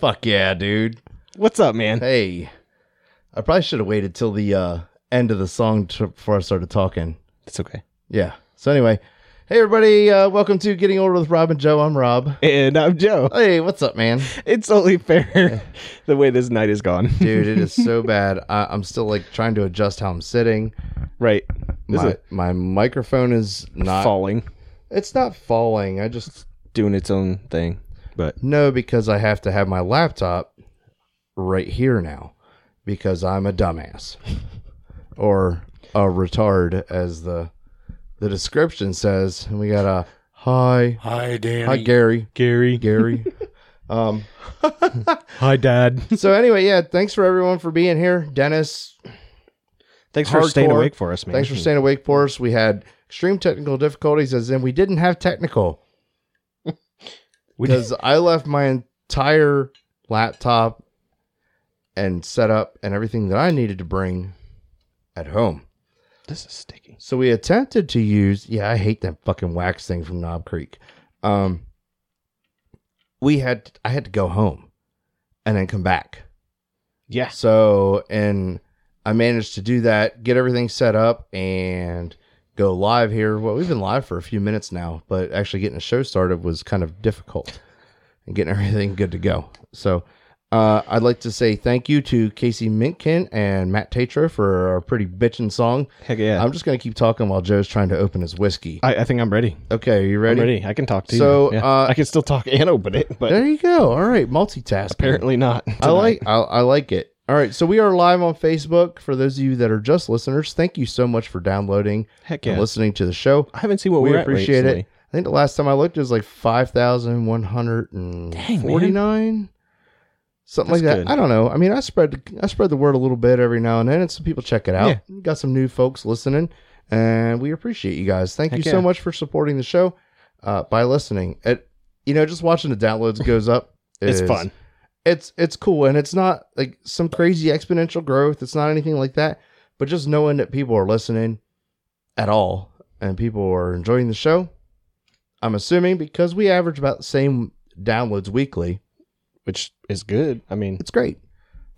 Fuck yeah, dude. What's up, man? Hey, I probably should have waited till the uh, end of the song to, before I started talking. It's okay. Yeah. So anyway, hey everybody, uh, welcome to Getting Older with Rob and Joe. I'm Rob. And I'm Joe. Hey, what's up, man? It's only fair the way this night is gone. Dude, it is so bad. I, I'm still like trying to adjust how I'm sitting. right. This My is my microphone is not. falling, It's not falling. I just doing its own thing. But No, because I have to have my laptop right here now because I'm a dumbass or a retard, as the the description says. And we got a hi, Hi, Danny. hi Gary, Gary. Gary. um. Hi, Dad. So anyway, yeah. Thanks for everyone for being here, Dennis. Thanks for staying Hardcore. awake for us, man. Thanks for staying awake for us. We had extreme technical difficulties, as in we didn't have technical We because I left my entire laptop and setup and everything that I needed to bring at home. This is sticky. So we attempted to use. Yeah, I hate that fucking wax thing from Knob Creek. Um, we had I had to go home and then come back. Yeah. So, and I managed to do that, get everything set up, and go live here. Well, we've been live for a few minutes now, but actually getting the show started was kind of difficult and getting everything good to go. So, uh, I'd like to say thank you to Casey Mintkin and Matt Tatro for a pretty bitchin' song. Heck yeah. I'm just going to keep talking while Joe's trying to open his whiskey. I, I think I'm ready. Okay, are you ready? I'm ready. I can talk to So, you. Yeah. uh, I can still talk and open it, but There you go. All right, multitasking. apparently not. I like I, I like it. All right, so we are live on Facebook. For those of you that are just listeners, thank you so much for downloading Heck and yeah. listening to the show. I haven't seen what we we're at appreciate recently. it. I think the last time I looked, it was like five thousand one hundred and forty-nine, something like That's that. good. I don't know. I mean, I spread I spread the word a little bit every now and then, and some people check it out. Got some new folks listening, and we appreciate you guys. Thank Heck you so yeah. much for supporting the show uh, by listening. It you know just watching the downloads goes up. It's is- fun. it's it's cool and it's not like some crazy exponential growth it's not anything like that but just knowing that people are listening at all and people are enjoying the show i'm assuming because we average about the same downloads weekly which is good. I mean, it's great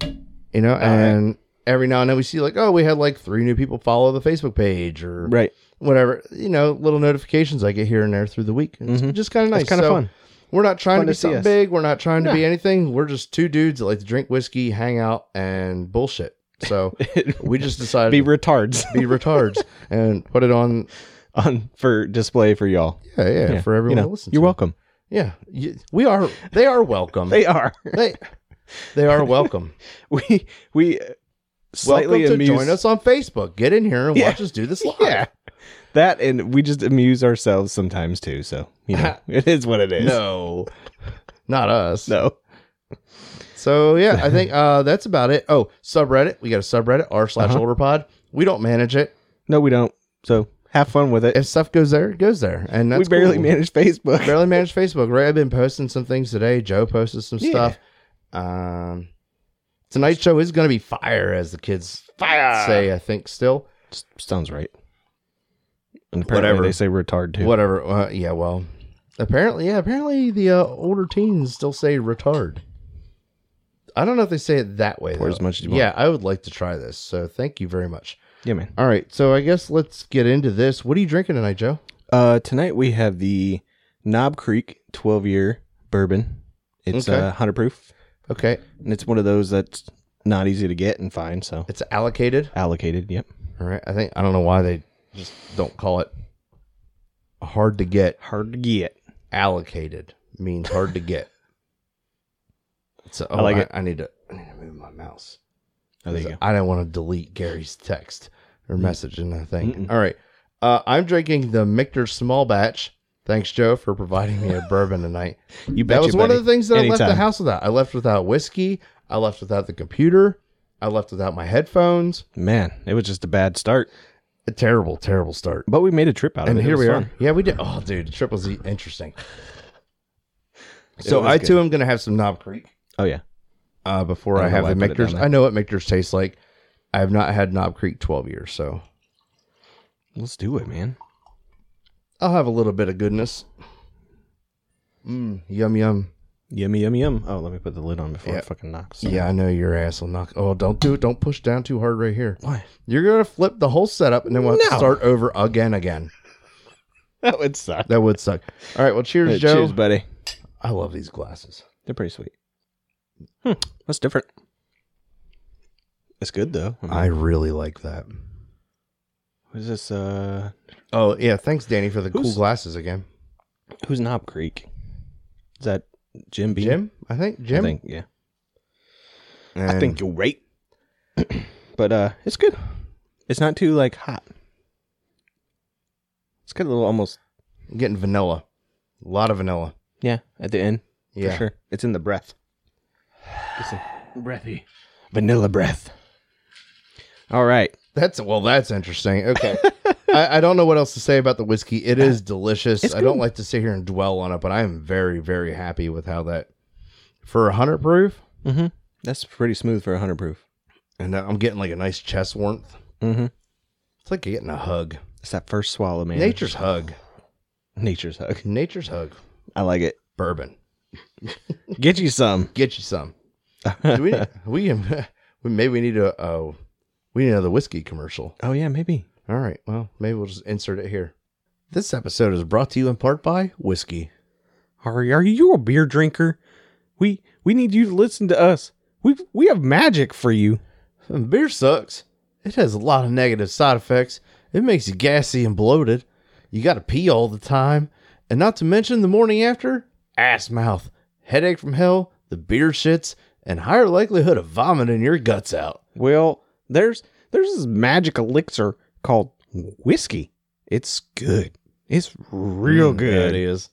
you know and every now and then we see like oh we had like three new people follow the facebook page or right? whatever you know little notifications i get here and there through the week it's Mhm. just kind of nice It's kind of So- fun. we're not trying Fun to be to see something us. big. We're not trying to No. be anything. We're just two dudes that like to drink whiskey, hang out, and bullshit. So we just decided be to retards be retards and put it on. on for display for y'all. Yeah, yeah, for everyone you to know, listen. You're to. welcome. Yeah, You- we are. They are welcome. they, They are. they are welcome. We we uh, slightly welcome to amuse join us on Facebook. Get in here and Yeah. watch us do this live. Yeah. That and we just amuse ourselves sometimes too. So you know, it is what it is. No, not us. no. So yeah, I think uh, that's about it. Oh, subreddit. We got a subreddit r slash Uh-huh. older pod. We don't manage it. No, we don't. So have fun with it. If stuff goes there, it goes there, and that's we barely cool. manage Facebook. barely manage Facebook, right? I've been posting some things today. Joe posted some Yeah. stuff. Um, tonight's show is going to be fire, as the kids Fire. say. I think still S- Sounds right. And apparently Whatever. they say retard too. whatever. Uh, yeah, well, apparently, yeah, apparently the uh, older teens still say retard. I don't know if they say it that way. Or as though. much as you want. yeah, I would like to try this. So thank you very much. Yeah, man. All right, so I guess let's get into this. What are you drinking tonight, Joe? Uh, tonight we have the Knob Creek 12 year bourbon. It's Okay. uh, 100 proof, Okay, and it's one of those that's not easy to get and find. So it's allocated. allocated. Yep. All right, I think I don't know why they just don't call it hard to get. Hard to get. allocated means hard to get. So oh, I like I, it. need to. I need to move my mouse. Oh, there you go. I don't want to delete Gary's text or message in that thing. Mm-mm. All right, uh, I'm drinking the Michter's Small Batch. Thanks, Joe, for providing me a bourbon tonight. You bet That was you, one buddy. of the things that I left the Anytime. house without. I left without whiskey. I left without the computer. I left without my headphones. Man, it was just a bad start, A terrible, terrible start. but we made a trip out of and it. It here was we fun. are. Yeah, we did. Oh, dude, the triples e- interesting. It so was I good. too am gonna have some Knob Creek. Oh yeah, uh, before I I, don't know have why the I put it Michter's. down there. I know what Michter's tastes like. I have not had Knob Creek 12 years, so let's do it, man. I'll have a little bit of goodness. Mm, Mmm, yum, yum. Yummy, yummy, yum. Oh, let me put the lid on before Yeah. it fucking knocks. Yeah, I know your ass will knock. Oh, don't do it. Don't push down too hard right here. Why? You're gonna flip the whole setup, and then we'll have to No. start over again. Again, That would suck. that would suck. All right. Well, cheers, Hey, Joe. Cheers, buddy. I love these glasses. They're pretty sweet. Hmm, that's different. It's good though. I mean, I really like that. what is this? Uh, Oh yeah, thanks, Danny, for the cool Who's- glasses again. who's Knob Creek? Is that Jim Beam? Jim, I think Jim. I think yeah. I And think you're right. but uh, it's good. It's not too like hot. It's got a little almost I'm getting vanilla. A lot of vanilla. yeah at the end Yeah. for sure. It's in the breath. breathy vanilla breath. All right. That's well. That's interesting. Okay, I, I don't know what else to say about the whiskey. It is delicious. It's I don't good. like to sit here and dwell on it, but I am very, very happy with how that for a hundred proof, Mm-hmm. That's pretty smooth for a hundred proof. and I'm getting like a nice chest warmth. Mm-hmm. It's like getting a hug. It's that first swallow, man. Nature's hug. nature's hug. Nature's hug. I like it. Bourbon. Get you some. Get you some. Do we? we, we maybe we need a. Oh, we need another whiskey commercial. oh yeah, maybe. All right. Well, maybe we'll just insert it here. This episode is brought to you in part by whiskey. Are are you a beer drinker? We we need you to listen to us. We we have magic for you. And Beer sucks. It has a lot of negative side effects. It makes you gassy and bloated. You got to pee all the time. And not to mention the morning after, ass mouth, headache from hell, the beer shits, and higher likelihood of vomiting your guts out. Well, there's there's this magic elixir called whiskey. It's good. It's real Mm, Yeah, good. it is.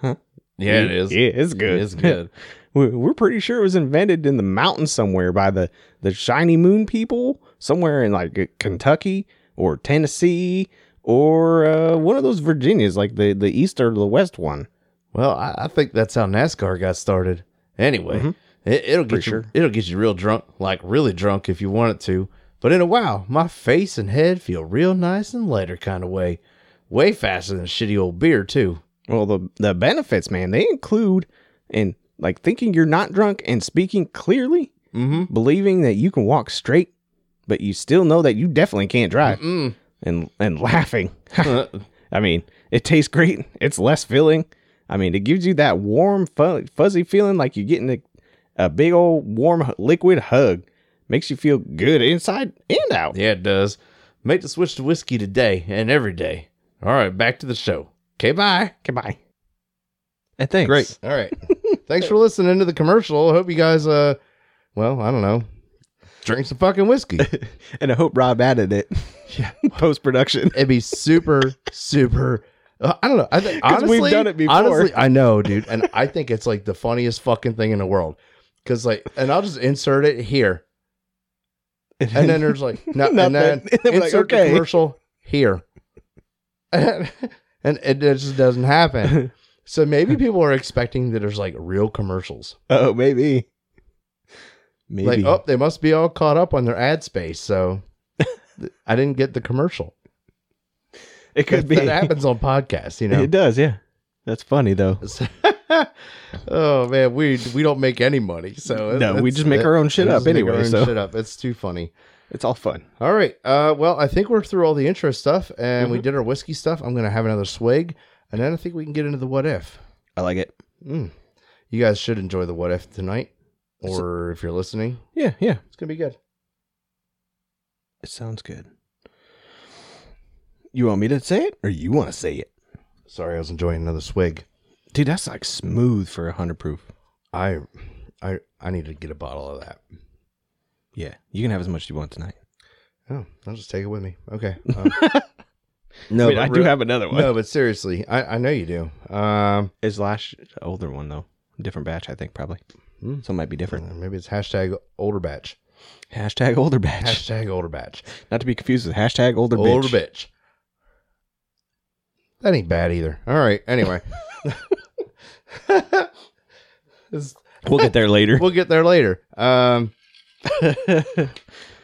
Huh? Yeah, it is. Yeah, it's good. It is good. We- We're pretty sure it was invented in the mountains somewhere by the the shiny moon people, somewhere in like Kentucky or Tennessee or uh, one of those Virginias, like the the east or the west one. Well, I, I think that's how NASCAR got started. Anyway, it, it'll get Pretty you sure. it'll get you real drunk, like really drunk if you want it to. But in a while, my face and head feel real nice and lighter kind of way, way faster than shitty old beer too. Well, the the benefits, man, they include and like thinking you're not drunk and speaking clearly, Mm-hmm. believing that you can walk straight, but you still know that you definitely can't drive, Mm. and and laughing. Uh, I mean, it tastes great. It's less filling. I mean, it gives you that warm, fu- fuzzy feeling like you're getting a, a big old warm h- liquid hug. Makes you feel good inside and out. yeah, it does. Make the switch to whiskey today and every day. All right, back to the show. Okay, bye. Goodbye. And thanks. Great. All right. Thanks for listening to the commercial. Hope you guys, uh, well, I don't know, drink some fucking whiskey. And I hope Rob added it. Yeah. Post production. It'd be super, super. uh, I don't know. I think 'Cause honestly, we've done it before. Honestly, I know, dude, and I think it's like the funniest fucking thing in the world. Cause like, and I'll just insert it here, and then there's like, no, and then Nothing. And then we're like, insert okay. the commercial here, and, it, it just doesn't happen. So maybe people are expecting that there's like real commercials. Oh, maybe. Maybe. Like, oh, they must be all caught up on their ad space. So th- I didn't get the commercial. it could be. That happens on podcasts, you know. It does, yeah. That's funny though. oh man, we we don't make any money, so No, we it's- just make our own shit we up just make anyway, our own so. shit up. It's too funny. It's all fun. All right, uh, well, I think we're through all the intro stuff, and Mm-hmm. we did our whiskey stuff. I'm gonna have another swig, and then I think we can get into the what if. I like it. Mm. You guys should enjoy the what if tonight, or if you're listening, Yeah, yeah. it's gonna be good. It sounds good. You want me to say it or you want to say it? Sorry, I was enjoying another swig. Dude, that's like smooth for a 100 proof. I, I, I need to get a bottle of that. Yeah. You can have as much as you want tonight. Oh, I'll just take it with me. Okay. Um, no, No, I, but do real- have another one. No, but seriously, I, I know you do. Um, It's last older one though. Different batch, I think probably. Hmm. So it might be different. Uh, Maybe it's hashtag older batch. Hashtag older batch. Hashtag older batch. Not to be confused with hashtag older bitch. Older bitch. That ain't bad either. All right. Anyway, This- We'll get there later. we'll get there later. Um,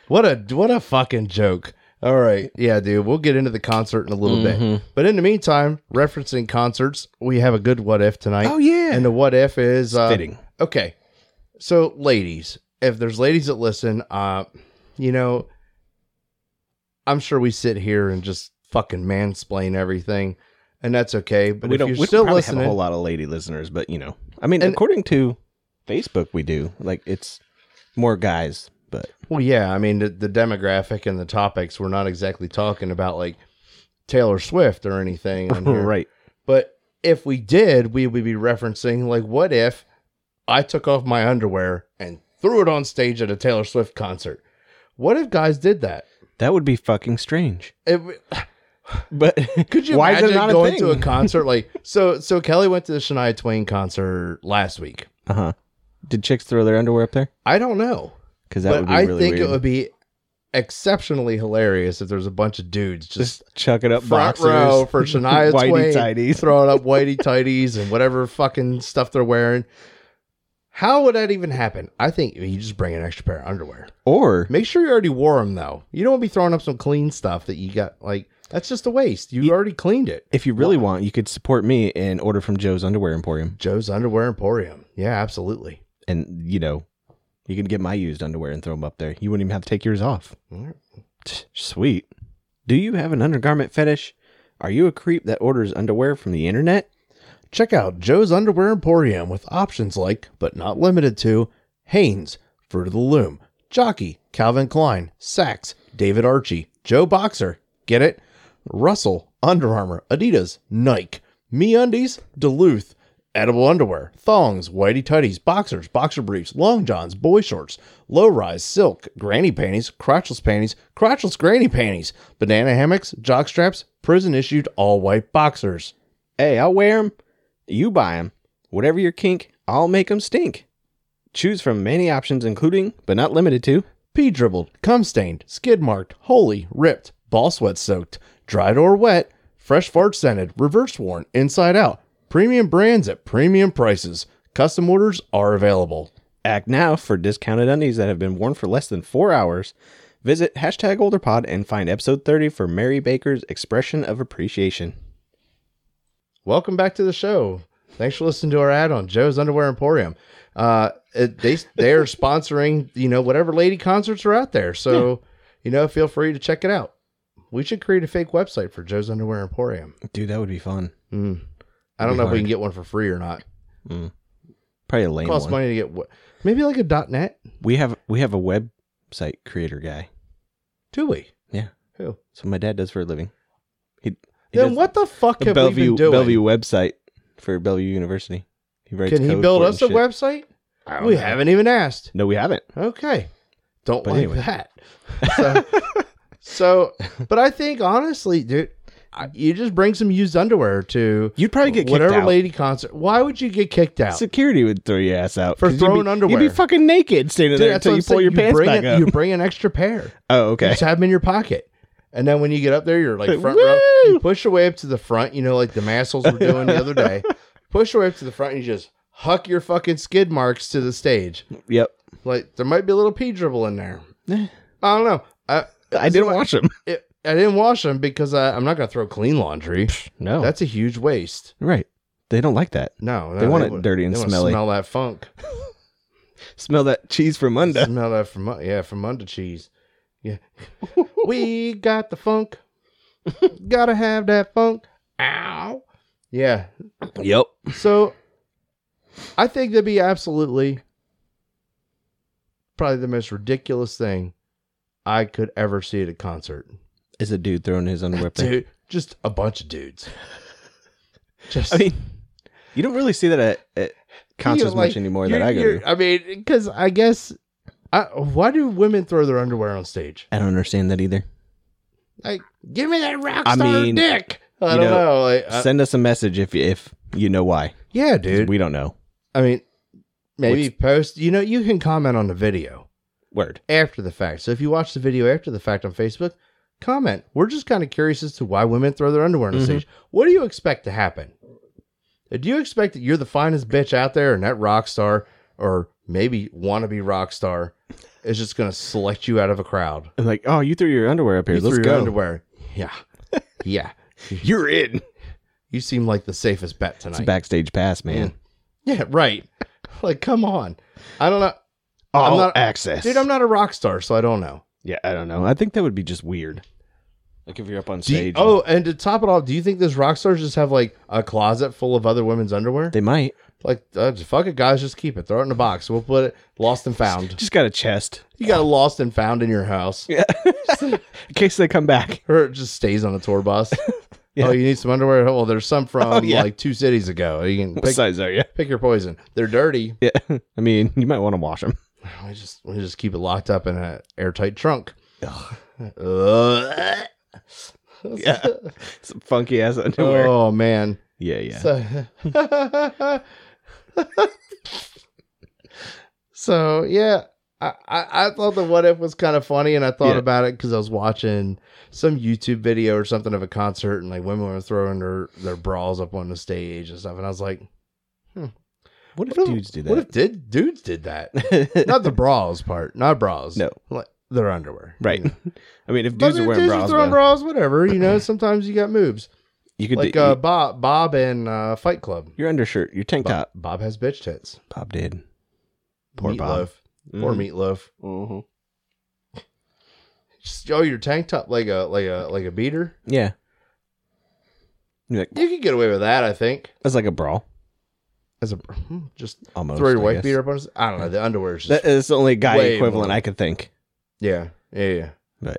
what a what a fucking joke. All right. Yeah, dude. We'll get into the concert in a little Mm-hmm. bit. But in the meantime, referencing concerts, we have a good what if tonight. Oh yeah. And the what if is uh, fitting. Okay. So, ladies, if there's ladies that listen, uh, you know, I'm sure we sit here and just fucking mansplain everything, and that's okay. But we if don't. you're still We still probably have a listening, whole lot of lady listeners, but you know, I mean, And- according to Facebook, we do. Like it's more guys, but well, yeah, I mean, the, the demographic and the topics, we're not exactly talking about like Taylor Swift or anything. on here. right. But if we did, we would be referencing like, what if I took off my underwear and threw it on stage at a Taylor Swift concert? What if guys did that? That would be fucking strange. It, But Could you why is imagine it not going a to a thing? concert like so? So Kelly went to the Shania Twain concert last week. uh huh. Did chicks throw their underwear up there? I don't know, Because that but would be I really think weird. it would be exceptionally hilarious if there's a bunch of dudes just just chuck it up front boxers, row for Shania whitey Twain tighties. throwing up whitey tighties and whatever fucking stuff they're wearing. How would that even happen? I think you just bring an extra pair of underwear. Or Make sure you already wore them though. You don't want to be throwing up some clean stuff that you got. Like that's just a waste. You already cleaned it. if you really want, you could support me and order from Joe's Underwear Emporium, Joe's Underwear Emporium. Yeah, absolutely. and you know, you can get my used underwear and throw them up there. You wouldn't even have to take yours off. Tch, Sweet. Do you have an undergarment fetish? Are you a creep that orders underwear from the internet? Check out Joe's Underwear Emporium with options like, but not limited to, Hanes, Fruit of the Loom, Jockey, Calvin Klein, Saks, David Archie, Joe Boxer, get it? Russell, Under Armour, Adidas, Nike, Me Undies, Duluth, Edible underwear, thongs, whitey tighties, boxers, boxer briefs, long johns, boy shorts, low rise, silk, granny panties, crotchless panties, crotchless granny panties, banana hammocks, jock straps, prison issued all white boxers. Hey, I'll wear 'em. You buy 'em. Whatever your kink, I'll make 'em stink. Choose from many options, including, but not limited to, pee dribbled, cum stained, skid marked, holy, ripped, ball sweat soaked, dried or wet, fresh fart scented, reverse worn, inside out, premium brands at premium prices. Custom orders are available. Act now for discounted undies that have been worn for less than four hours. Visit hashtag olderpod and find episode 30 for Mary Baker's expression of appreciation. Welcome back to the show. Thanks for listening to our ad on Joe's Underwear Emporium. Uh, it, they they are sponsoring you know whatever lady concerts are out there, so you know feel free to check it out. We should create a fake website for Joe's Underwear Emporium. Dude, that would be fun. Mm. I don't Be know if we hard. can get one for free or not. Probably a lame costs one. money to get what? Maybe like a .net. We have we have a website creator guy. Do we? Yeah. Who? So my dad does for a living. He, he Then does what the fuck the have we Bellevue been doing? Bellevue website for Bellevue University. He writes Can he code build for it us a and shit. website? I don't We know. haven't even asked. No, we haven't. Okay. Don't But like anyway. that. So, so, but I think honestly, dude, I- you just bring some used underwear to You'd probably get kicked whatever out. lady concert. Why would you get kicked out? Security would throw your ass out For 'cause you'd throwing be- You'd underwear. be fucking naked standing Dude, there that's what until I'm you pull saying. your pants bring back a- up. You bring an extra pair. oh, okay. Just have them in your pocket. And then when you get up there, you're like Like, front row. "Woo!" You push your way up to the front, you know, like the massholes were doing the other day. Push your way up to the front and you just huck your fucking skid marks to the stage. Yep. Like there might be a little pee dribble in there. Eh. I don't know. I I didn't watch them. it, I didn't wash them because I, I'm not gonna throw clean laundry. No. That's a huge waste. right. They don't like that. No, Oh. They no, want it wa- dirty and they wanna smelly. Smell that funk. Smell that cheese from under. smell that from yeah from under cheese. Yeah, we got the funk. Gotta have that funk. Ow. Yeah. Yep. So I think that'd be absolutely probably the most ridiculous thing I could ever see at a concert. Is a dude throwing his underwear? up there. Dude, just a bunch of dudes. Just I mean, you don't really see that at, at concerts you're like- much anymore you're- that I go you're- to. I mean, because I guess I, why do women throw their underwear on stage? I don't understand that either. Like, give me that rock I star mean, dick. I you don't know. know, like, I- Send us a message if if you know why. yeah, 'Cause dude. we don't know. I mean, maybe post. You know, you can comment on the video Word. after the fact. So if you watch the video after the fact on Facebook, comment. We're just kind of curious as to why women throw their underwear on the Mhm. stage. What do you expect to happen? Uh, Do you expect that you're the finest bitch out there and that rock star, or maybe wannabe rock star, It's just gonna select you out of a crowd. And like, oh, you threw your underwear up here. You Let's threw go. your underwear. Yeah, yeah. You're in. You seem like the safest bet It's a tonight. backstage pass, man. yeah, right. Like, come on. I don't know, All not- access, dude. I'm not a rock star, so I don't know. Yeah, I don't know. I think that would be just weird. Like if you're up on Do you- stage. oh, and to top it off, do you think those rock stars just have like a closet full of other women's underwear? they might like, uh, just fuck it, guys, just keep it. Throw it in a box. We'll put it lost and found. just got a chest You got a lost and found in your house, Yeah. in case they come back. or it just stays on a tour bus. Yeah. Oh, you need some underwear? Well, there's some from Oh, yeah. like two cities ago. You can What pick, size are you? pick your poison. They're dirty. Yeah, I mean, you might want to wash them. We just we just keep it locked up in an airtight trunk. Yeah. Some funky ass underwear. Oh man. yeah, yeah. So, So, yeah, I, I, I thought the what if was kind of funny, and I thought Yeah. about it because I was watching some YouTube video or something of a concert, and like women were throwing their their bras up on the stage and stuff, and I was like, what if what if- dudes do that? What if did dudes did that? not the bras part, not bras. No. like their underwear, right. You know? I mean, if But dudes are wearing bras, throwing man, bras, whatever. You know, sometimes you got moves you could like do, uh, Bob, Bob and uh, Fight Club. your undershirt, your tank Bob, top. Bob has bitch tits. Bob did. Poor Bob. Mm. meatloaf. Poor Mm-hmm. meatloaf. Just oh, your tank top like a like a like a beater. Yeah. You're like, You could get away with that, I think. that's like a brawl. As a hmm, just Almost. throw your I white guess. beater up on. His, I don't know. The underwear is just That is the only guy Way equivalent more. I could think. yeah, yeah, yeah.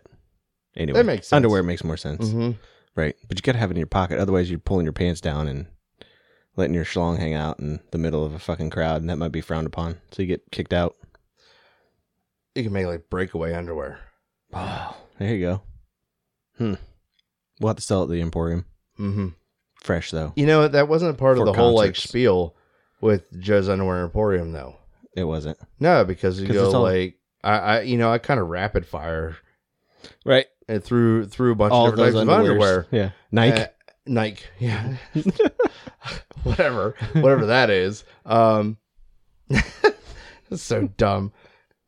Anyway, That makes sense. underwear makes more sense, hmm right? But you got to have it in your pocket, otherwise you're pulling your pants down and letting your schlong hang out in the middle of a fucking crowd, and that might be frowned upon. So you get kicked out. You can make like breakaway underwear. Oh, there you go. Hmm. We'll have to sell it at the Emporium. hmm Fresh though, You know that wasn't part For of the whole like concerts. spiel with Joe's Underwear Emporium though. it wasn't No, because you 'Cause go it's all- like I, I you know I kind of rapid fire right. and through through a bunch All of different those types of underwears. underwear. Yeah, Nike. Uh, Nike. Yeah. whatever. Whatever that is. Um that's so dumb.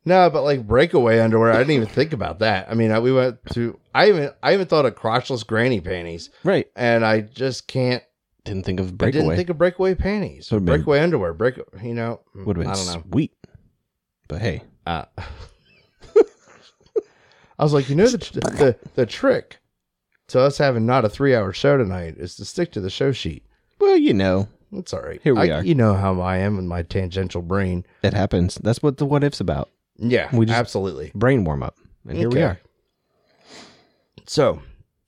No, but like breakaway underwear, I didn't even think about that. I mean, I, we went to I even I even thought of crotchless granny panties, right. and I just can't. Didn't think of I didn't breakaway. think of breakaway panties, Would've been- breakaway underwear, break. You know, mm, Would have I been don't know. sweet. But hey, Uh, I was like, you know, the, the the trick to us having not a three hour show tonight is to stick to the show sheet. well, you know That's all right. Here we I- are. You know how I am in my tangential brain. it happens. That's what the what ifs about. Yeah, We just- absolutely. Brain warm up, and here we Okay. are. So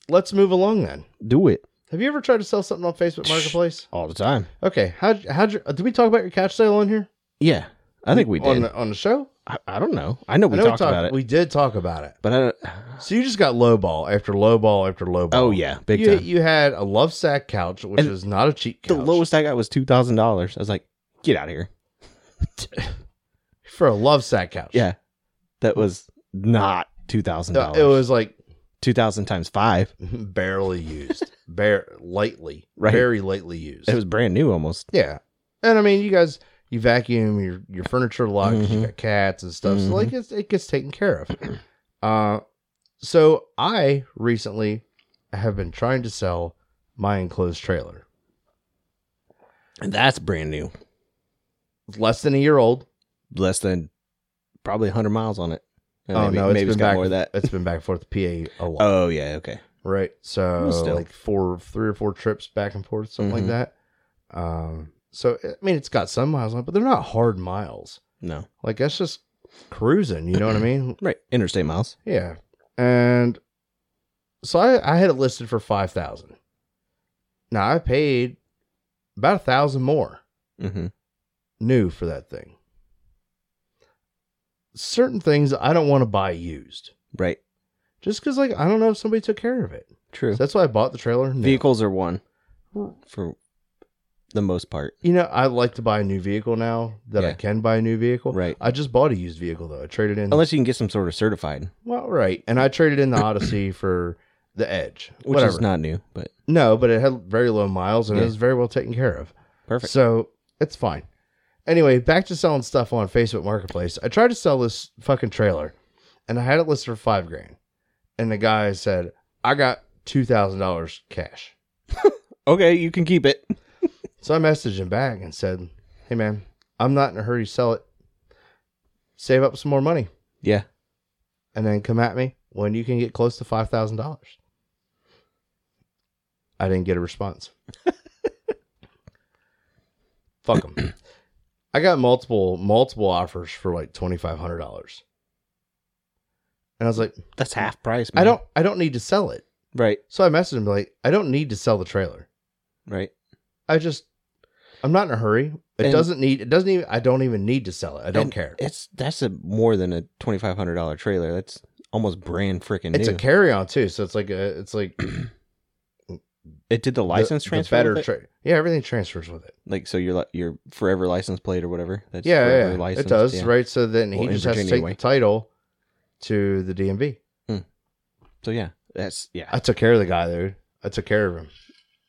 let's move along then. Do it Have you ever tried to sell something on Facebook Marketplace? all the time. Okay, how how did we talk about your couch sale on here? Yeah, I think we did. on the, on the show. I, I don't know. I know we I know talked about it, We did talk about it. but I don't. So you just got lowball after lowball after lowball. Oh yeah, big you, time. you had a love sack couch, which And is not a cheap The couch. lowest I got was two thousand dollars. I was like, get out of here. for a love sack couch. Yeah, that was not two thousand No, dollars. it was like two thousand times five. barely used, bare lightly, Right. very lightly used. It was brand new almost. Yeah, and I mean, you guys, you vacuum your your furniture a lot 'cause Mhm. you got cats and stuff. Mhm. So like, it's, it gets taken care of. Uh, so I recently have been trying to sell my enclosed trailer. And that's brand new. It's less than a year old. Less than probably hundred miles on it. And oh no, it's maybe been it's got back. more of that. It's been back and forth to PA a lot. Oh yeah, okay. Right. So Well, still. like four, three or four trips back and forth, something Mhm. like that. Um. So I mean, it's got some miles on it, but they're not hard miles. No. Like that's just cruising. You know what I mean? Right. Interstate miles. Yeah. And so I, I had it listed for five thousand. Now I paid about a thousand more Mm-hmm. new for that thing. Certain things I don't want to buy used, Right. just because like I don't know if somebody took care of it. True. So that's why I bought the trailer. new. Vehicles are one for the most part. You know, I like to buy a new vehicle now that I Yeah. can buy a new vehicle. Right. I just bought a used vehicle though. I traded in. Unless you can get some sort of certified, well, right. And I traded in the Odyssey for the Edge. which Whatever. is not new, but no, but it had very low miles and Yeah. it was very well taken care of. perfect. So it's fine. Anyway, back to selling stuff on Facebook Marketplace. I tried to sell this fucking trailer, and I had it listed for five grand, and the guy said I got two thousand dollars cash. Okay, you can keep it. So I messaged him back and said, Hey man, I'm not in a hurry to sell it. Save up some more money Yeah. and then come at me when you can get close to five thousand dollars. I didn't get a response. Fuck them. I got multiple multiple offers for like twenty five hundred dollars, and I was like, That's half price, I don't, I don't need to sell it. Right, So I messaged him like, I don't need to sell the trailer. right. I just, I'm not in a hurry. It And- doesn't need, it doesn't even, I don't even need to sell it. I don't And care. It's that's a more than a twenty five hundred dollar trailer. That's almost brand freaking new. It's a carry on too, so it's like a, it's like the- it did the license the transfer. better with it? tra- yeah, everything transfers with it. like so your li- your forever license plate or whatever. That's yeah, forever yeah, licensed, it does, yeah. right? So then Well, he in just has to Virginia, take anyway. the title to the DMV. So yeah, that's yeah. I took care of the guy, dude. I took care of him.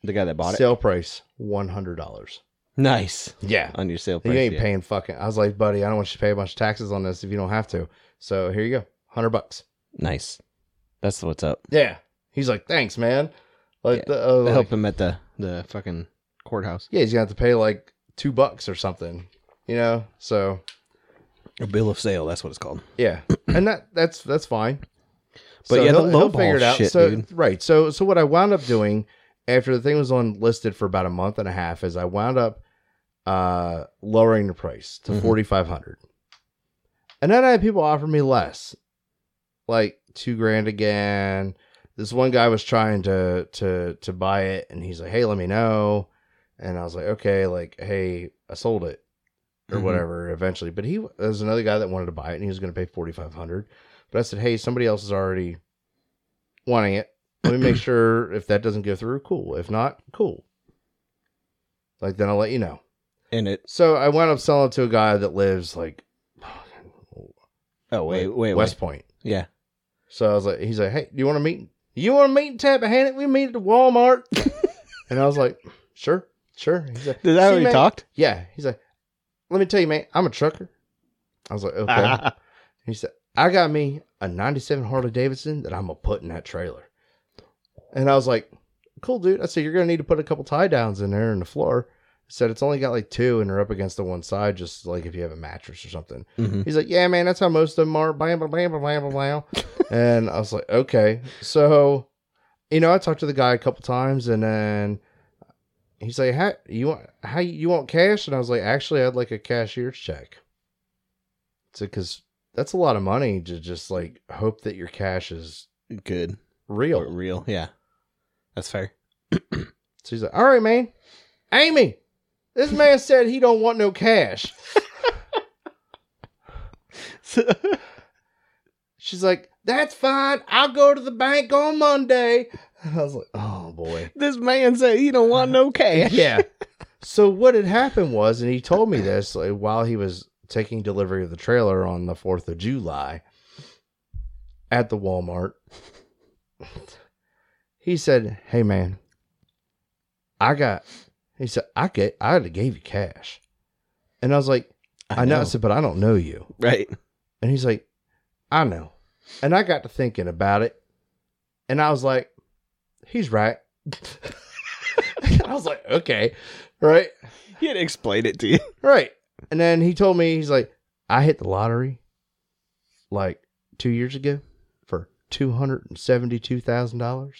the guy that bought it. Sale price one hundred dollars. Nice Yeah, on your sale price. you ain't yeah. paying fucking. I was like, buddy, I don't want you to pay a bunch of taxes on this if you don't have to. So here you go, hundred bucks. Nice. That's what's up. Yeah, he's like, thanks, man. Like, Yeah, the, uh, They like- help him at the the fucking courthouse. yeah, he's gonna have to pay like two bucks or something, you know. So A bill of sale. That's what it's called. Yeah, and that that's that's fine. But yeah, the he'll- he'll lowball shit, so dude. right. So so what I wound up doing after the thing was on listed for about a month and a half is I wound up uh lowering the price to Mhm. five hundred, and then I had people offer me less, like two grand again. This one guy was trying to to to buy it, and he's like, "Hey, let me know," and I was like, "Okay, like, hey, I sold it." or Mhm. whatever eventually. But he there was another guy that wanted to buy it and he was going to pay forty five hundred. But I said, hey, somebody else is already wanting it. Let me make sure if that doesn't go through, cool. If not, cool. Like then I'll let you know. And it. So I wound up selling to a guy that lives like Oh wait, wait, wait. West Point. Yeah. So I was like, he's like, hey, do you want to meet? You want to meet in Tappahannock? We meet at the Walmart. and I was like, sure, sure. He's like, Did that "See, already man- talked? Yeah. He's like, let me tell you, man, I'm a trucker. I was like, okay. He said, I got me a 97 Harley Davidson that I'm going to put in that trailer. And I was like, cool, dude. I said, you're going to need to put a couple tie downs in there in the floor. I said, it's only got like two and they're up against the one side, just like if you have a mattress or something. Mhm. He's like, yeah, man, that's how most of them are. Blam, blam, blam, blam, blam, blam. and I was like, okay. So, you know, I talked to the guy a couple times and then he's like, how you want, how you want cash? And I was like, actually, I'd like a cashier's check. So, cause that's a lot of money to just like hope that your cash is Good. Or real. real. Yeah. That's fair. So he's like, all right, man, Amy, this man said he don't want no cash. She's like, that's fine. I'll go to the bank on Monday. And I was like, oh boy. this man said he don't want no cash. Yeah. so what had happened was, and he told me this like, while he was taking delivery of the trailer on the 4th of July at the Walmart. he said, Hey man, I got, he said, I get, I would have gave you cash. And I was like, I, know. I said, but I don't know you. Right. And he's like, I know. And I got to thinking about it. And I was like, he's right. I was like, okay. Right. He had explained it to you. Right. And then he told me, he's like, I hit the lottery like two years ago for $272,000.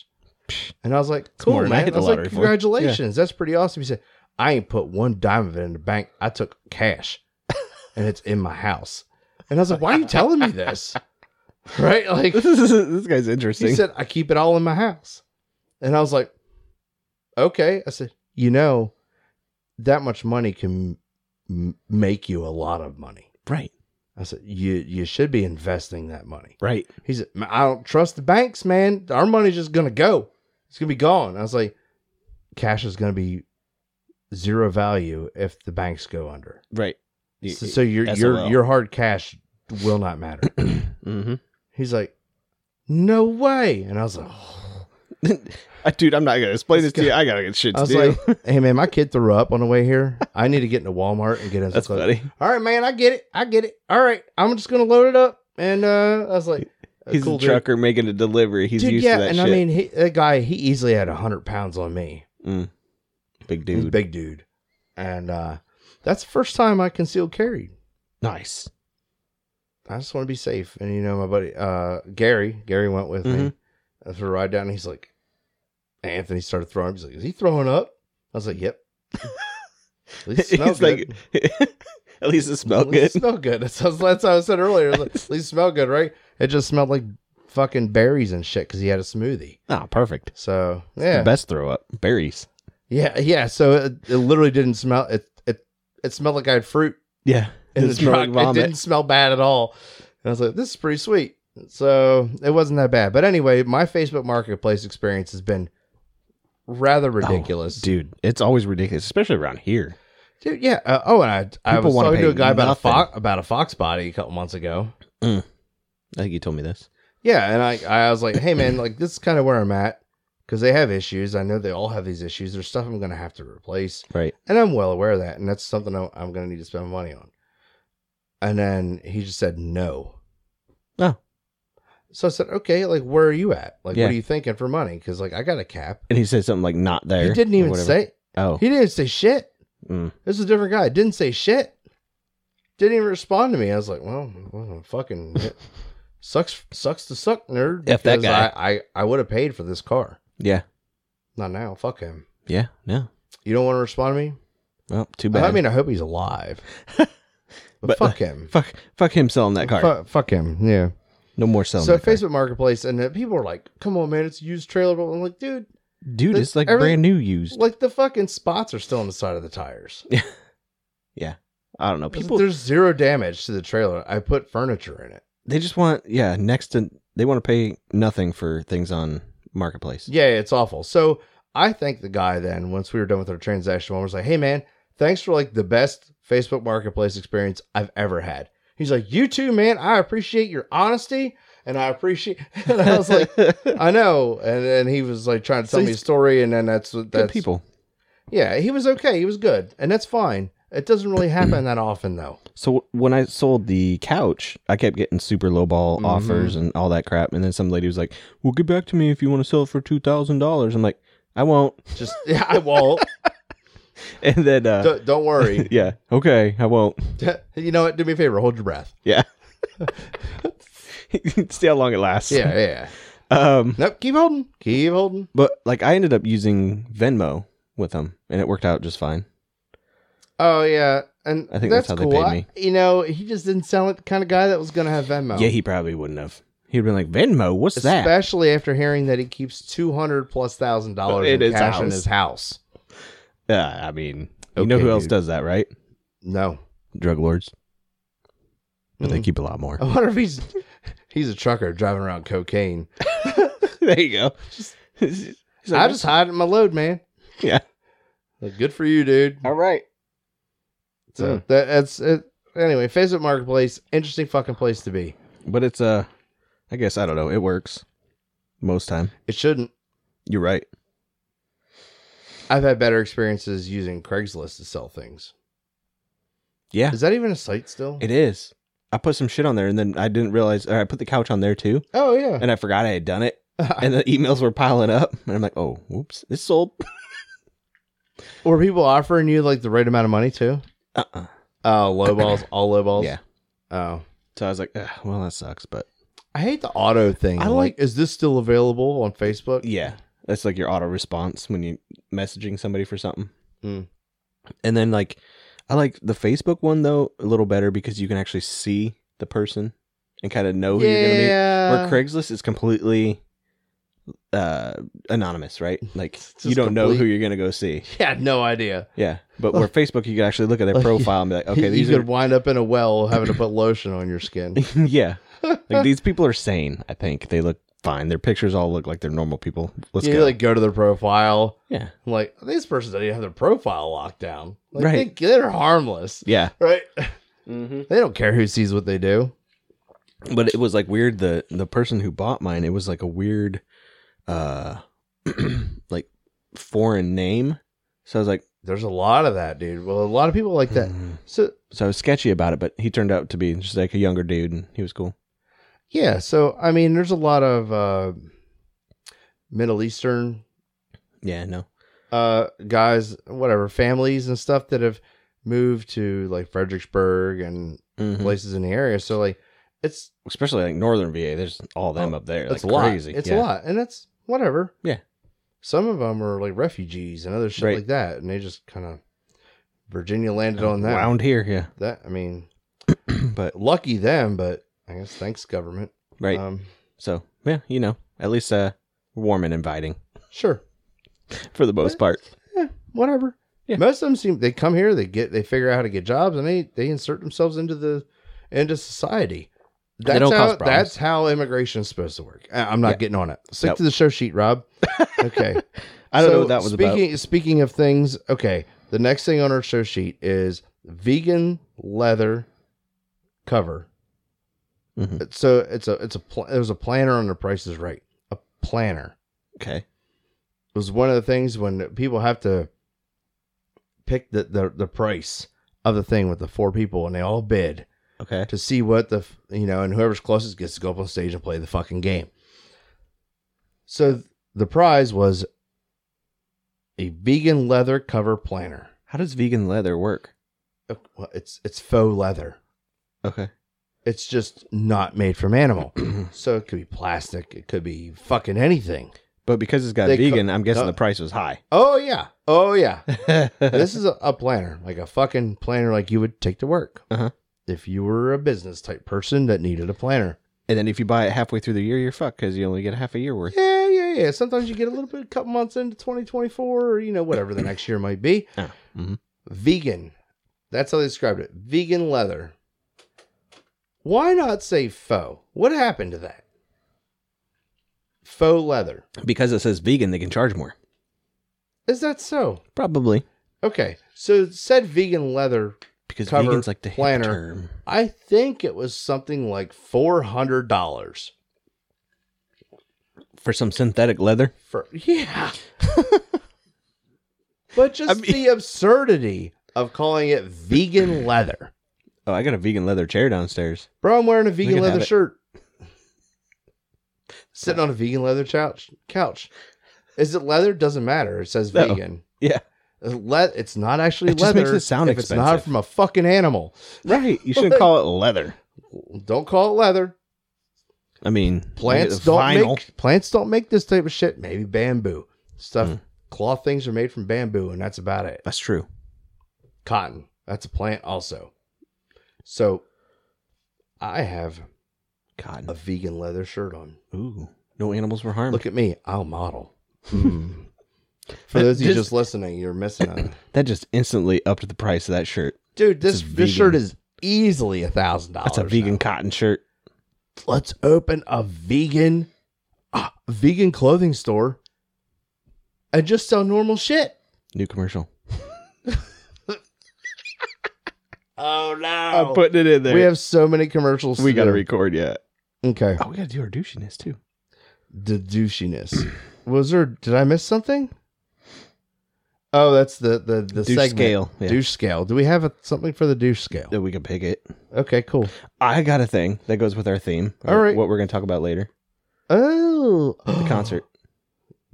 And I was like, more cool, than I man. I, hit the was lottery like, for. congratulations. That's pretty awesome. He said, I ain't put one dime of it in the bank. I took cash and it's in my house. And I was like, why are you telling me this? Right? Like, This is this guy's interesting. he said, I keep it all in my house. And I was like, okay. I said, you know, that much money can m- make you a lot of money. right. I said, you you should be investing that money. Right. He said, "Ma- I don't trust the banks, man. Our money's just going to go. It's going to be gone. I was like, cash is going to be zero value if the banks go under. Right. You- So, so your your SOL. your hard cash will not matter. Mhm. He's like, no way. And I was like, Dude, I'm not gonna explain this to you. I gotta get shit I to was do. like, "Hey man, my kid threw up on the way here. I need to get into Walmart and get him." some That's clothes." funny. All right, man, I get it. I get it. All right, I'm just gonna load it up. And uh, I was like, He's cool, a dude. trucker making a delivery. He's dude, used yeah." to that and shit. I mean, he, that guy, he easily had hundred pounds on me. Big He's a dude. big dude, and uh, that's the first time I concealed carried. Nice. I just want to be safe. And you know, my buddy uh, Gary, Gary went with me Mm-hmm. uh, for a ride down. And he's like, Anthony started throwing. up. He's like, "Is he throwing up?" I was like, "Yep." At least it He's smelled like- good. At least it smelled At good. least it smelled good. That's, that's, that's how I said earlier. Like, At least it smelled good, right? It just smelled like fucking berries and shit because he had a smoothie. Ah, perfect. So yeah, Best throw up. Berries. yeah, yeah. So it, it literally didn't smell. It it it smelled like I had fruit Yeah. in It the smelled truck. like It didn't vomit. smell bad at all. And I was like, this is pretty sweet. So it wasn't that bad. But anyway, my Facebook Marketplace experience has been rather ridiculous. Oh, Dude, it's always ridiculous, especially around here. Dude, yeah. Uh, oh, and I I People was wanna talking to pay a guy about a nothing. fox about a fox body a couple months ago. I think you told me this. Yeah, and I I was like, hey man, like this is kind of where I'm at because they have issues. I know they all have these issues. There's stuff I'm gonna have to replace, Right. and I'm well aware of that, and that's something I'm, I'm gonna need to spend money on. And then he just said no. Oh. So I said, okay, like where are you at? Like, Yeah. what are you thinking for money? Because like I got a cap. And he said something like not there. He didn't or even whatever. say. Oh. He didn't say shit. Mm. This is a different guy. Didn't say shit. Didn't even respond to me. I was like, well, well, fucking sucks sucks to suck, nerd. F that because guy. I I, I would have paid for this car. Yeah. Not now. Fuck him. Yeah. No. You don't want to respond to me? Well, too bad. I mean, I hope he's alive. But, But- fuck him. fuck fuck him selling that car. uh, Fuck, fuck him. Yeah. No more selling So that car. Facebook Marketplace, and uh, people are like, "Come on, man, it's a used trailer." But I'm like, dude, Dude, the- it's like everything- brand new used. like the fucking spots are still on the side of the tires. I don't know. People There's zero damage to the trailer. I put furniture in it. they just want yeah, next to they want to pay nothing for things on marketplace. Yeah, it's awful. So I think the guy then, once we were done with our transaction, one was like, "Hey, man, thanks for like the best Facebook Marketplace experience I've ever had." He's like, "You too, man. I appreciate your honesty, and I appreciate." And I was like, "I know," and and he was like trying to So tell me a he's- story, and then that's what good that's people. Yeah, he was okay. He was good, and that's fine. It doesn't really happen that often, though. So when I sold the couch, I kept getting super low ball Mhm. offers and all that crap. And then some lady was like, "Well, get back to me if you want to sell it for two thousand dollars." I'm like, "I won't." Just yeah, I won't. And then, uh, D- don't worry. yeah, okay, I won't. you know what? Do me a favor. Hold your breath. Yeah, see how long it lasts. Yeah, yeah. Um, Nope. Keep holding. Keep holding. but like, I ended up using Venmo with them, and it worked out just fine. Oh yeah, and I think that's, that's how cool. they paid I- me. you know, he just didn't sound like the kind of guy that was going to have Venmo. Yeah, he probably wouldn't have. He'd been like, "Venmo, what's that?" especially after hearing that he keeps two hundred plus thousand dollars In in, his cash in house. his house. Uh, I mean, you know Okay, who else dude. does that, right? No, Drug lords, but they Mm. keep a lot more. I wonder if he's he's a trucker driving around cocaine. there you go. I just hide it in my load, man. Yeah. Like, good for you, dude. all right. So that, that's it. Anyway, Facebook Marketplace, interesting fucking place to be. But it's uh I guess I don't know, it works most time. It shouldn't. You're right. I've had better experiences using Craigslist to sell things. Yeah. Is that even a site still? It is. I put some shit on there and then I didn't realize or I put the couch on there too oh yeah. and I forgot I had done it and the emails were piling up and I'm like, "Oh, whoops. This sold." Were people offering you like the right amount of money too? Uh-uh. Oh, low balls, all low balls. Yeah. Oh, So I was like, "Ugh, "Well, that sucks, but I hate the auto thing. I I like. Is this still available on Facebook? yeah, that's like your auto response when you messaging somebody for something. Mm. And then like, I like the Facebook one though a little better because you can actually see the person and kind of know who you're gonna meet. Yeah. Where Craigslist is completely uh anonymous, right? Like It's just you don't know who complete- you're gonna go see. yeah. No idea. Yeah. But where Facebook you can actually look at their Like, profile and be like, okay, Okay. these you could are wind up in a well having to put lotion on your skin. Yeah. Like these people are sane, I think. They look fine. Their pictures all look like they're normal people. Let's you go. like go to their profile. yeah. I'm like these persons don't even have their profile locked down. Like, Right. Mm-hmm. They, they're harmless. Yeah. Right. They don't care who sees what they do. But it was like weird the the person who bought mine, it was like a weird uh foreign name. So I was like, There's a lot of that, dude. Well, a lot of people like that. "Hmm." So So I was sketchy about it, but he turned out to be just like a younger dude, and he was cool. yeah, so I mean, there's a lot of uh, Middle Eastern Yeah, no, uh, guys, whatever families and stuff that have moved to like Fredericksburg and Mhm. places in the area. So like, it's especially like northern VA. There's all them up there. it's like Oh, a lot. crazy. It's Yeah. a lot, and that's whatever. Yeah. Some of them are like refugees and other shit Right. like that, and they just kind of Virginia landed on that. Around here, yeah. That I mean, but lucky them, but I guess thanks government. right. Um, so yeah, you know, at least uh, warm and inviting sure, for the most part. whatever. Yeah. Most of them seem they come here, they get, they figure out how to get jobs, and they they insert themselves into the into society. They That's don't cause how problems. that's how immigration is supposed to work. I- I'm not Yeah. getting on it. Stick Nope. to the show sheet, Rob. Okay. I don't So, know what that was speaking, Speaking of things, okay, the next thing on our show sheet is vegan leather cover. about. Mhm. So it's a it's a pl- it was a planner on the Price is Right. A planner Okay. it was one of the things when people have to pick the the, the price of the thing with the four people and they all bid Okay. to see what the f- you know and whoever's closest gets to go up on stage and play the fucking game. So th- the prize was a vegan leather cover planner. How does vegan leather work? Uh, well, It's it's faux leather. Okay. It's just not made from animal. So it could be plastic. It could be fucking anything. but because it's got They co- vegan, I'm guessing no. the price was high. Oh yeah. Oh yeah. this this is a, a planner, like a fucking planner, like you would take to work. Uh-huh. If you were a business type person that needed a planner. and then if you buy it halfway through the year, you're fucked because you only get half a year worth. Yeah, yeah, yeah. Sometimes you get a little bit, a couple months into 2024, or you know, whatever the next year might be. Oh, mhm. Vegan. That's how they described it. Vegan leather. Why not say faux? What happened to that? Faux leather. Because it says vegan, they can charge more. Is that so? Probably Okay. So said vegan leather because Cover, vegan's like the hip planner. term. I think it was something like four hundred dollars for some synthetic leather. for yeah. but just I mean- the absurdity of calling it vegan leather, Oh, I got a vegan leather chair downstairs. bro. I'm wearing a vegan can have leather it. shirt, sitting on a vegan leather couch. Couch. Is it leather? Doesn't matter. It says No. vegan. Uh, Yeah. Le- it's not actually It just leather. makes it sound if It's not expensive. from a fucking animal. Right. You shouldn't call it leather. Don't call it leather. I mean, plants it's don't vinyl. Hmm. make plants don't make this type of shit. Maybe bamboo stuff. Cloth things are made from bamboo, and that's about it. That's true. Cotton, that's a plant also. So, I have a Cotton. vegan leather shirt on. Ooh. No animals were harmed. Look at me, I'll model. Mm. For those of you Just- just listening, you're missing out. that just instantly upped the price of that shirt. Dude, this It's this vegan. shirt is easily a thousand dollars. That's a vegan cotton shirt. Let's open a vegan, ah, vegan clothing store, and just sell normal shit. New commercial. Oh no! putting it in we have so many commercials. we to gotta do. record yet. Okay, Oh, we gotta do our douchiness too. the douchiness. Was there? Did I miss something? Oh, that's the the the douche segment. scale. Yeah. Douche scale. Do we have a, something for the douche scale? That we can pick it. Okay, cool. I got a thing that goes with our theme. All or right. What we're gonna talk about later. Oh, The concert.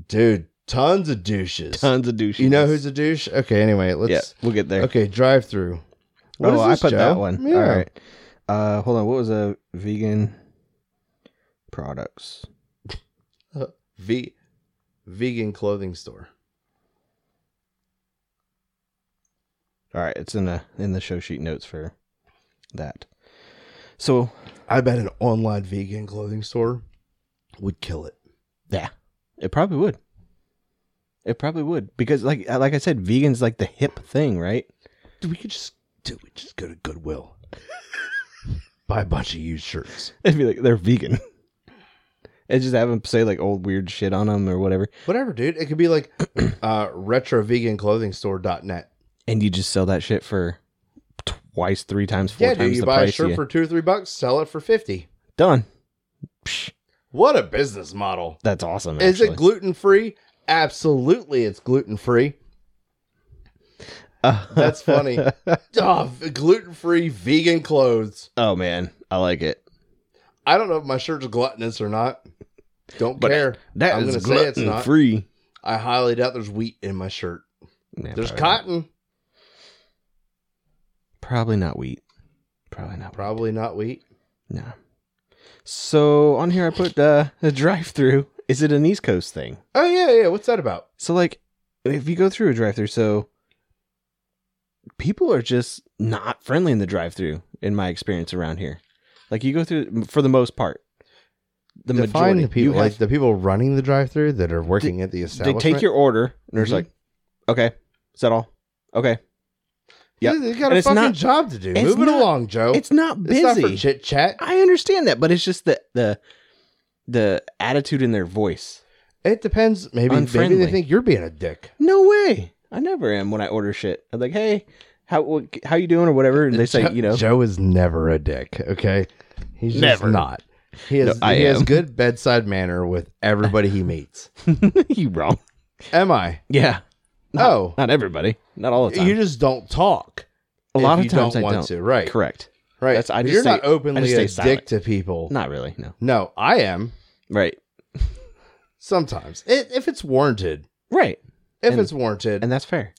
dude, tons of douches. Tons of douchiness. You know who's a douche? Okay, anyway, let's. Yeah, we'll get there. Okay, drive through. oh, I put that one. All right. Uh, hold on. What was a vegan products? V, vegan clothing store. All right, it's in the in the show sheet notes for that. So I bet an online vegan clothing store would kill it. yeah, it probably would. It probably would because like uh, like I said, vegans like the hip thing, right? Dude, we could just do we just go to Goodwill. Buy a bunch of used shirts. It'd be like they're vegan. And just have them say like old weird shit on them or whatever, Whatever, dude. It could be like uh retroveganclothingstore.net. and you just sell that shit for twice, three times, four Yeah, times dude, you the buy a price. shirt yeah. for two or three bucks, sell it for fifty. Done. Psh, What a business model. that's awesome. Is it actually. gluten free? Absolutely, it's gluten free. That's funny. Oh, gluten free vegan clothes. oh man, I like it. I don't know if my shirt's gluttonous or not. Don't But care. That I'm is gonna say it's gluten not. free. I highly doubt there's wheat in my shirt. There's cotton. Probably not wheat. Probably not. Probably not wheat. No. So on here I put uh, the drive-through. Is it an East Coast thing? Oh yeah, yeah. What's that about? So like, if you go through a drive-through, so people are just not friendly in the drive-through. In my experience around here, like you go through for the most part, the Define majority the people, you have- like the people running the drive-through that are working at the they establishment. take your order and there's Mhm. like, okay, is that all? Okay, yep. They got And a it's fucking not- job to do. it's Move it not- along, Joe. it's not busy. It's not for chit chat. I understand that, but it's just the the the attitude in their voice. It depends. Maybe maybe Unfriendly. they think you're being a dick. No way. I never am when I order shit. I'm like, hey, how what, how you doing or whatever, and they say, Joe, you know, Joe is never a dick. Okay, he's Never. just not. He has No, I he has am. good bedside manner with everybody he meets. you wrong. Am I? Yeah, Oh, not everybody, not all the time. you just don't talk. a lot if of you times don't I want don't. to. Right, Correct. right. That's- But I just you're stay- not I just openly stay a dick silent. to people. Not really. No. No, I am Right. sometimes it, if it's warranted. Right. If And- it's warranted, And that's fair.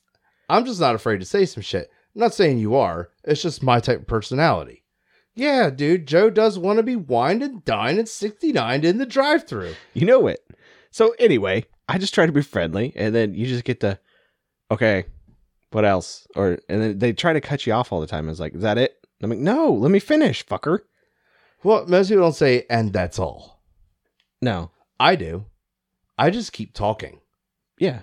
I'm just not afraid to say some shit. I'm not saying you are. It's just my type of personality. Yeah, dude, Joe does want to be wined and dined and 69 in the drive thru. You know it. So anyway, I just try to be friendly, and then you just get the, okay, what else? Or and then they try to cut you off all the time. It's like, is that it? And I'm like, no, let me finish, fucker. Well, most people don't say, and that's all. No. I do. I just keep talking. Yeah.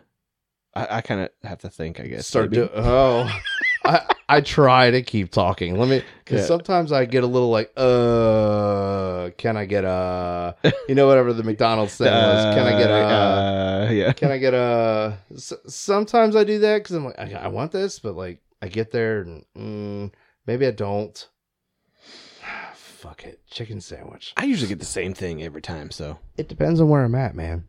I, I kind of have to think. I guess. Start maybe. to, oh, I, I try to keep talking. Let me, because Yeah. sometimes I get a little like, uh, can I get a, you know, whatever the McDonald's thing was. Can I get a, Uh, uh, yeah. can I get a? S- sometimes I do that because I'm like, I, I want this, but like I get there and mm, maybe I don't. Fuck it, chicken sandwich. I usually get the same thing every time. So. It depends on where I'm at, man.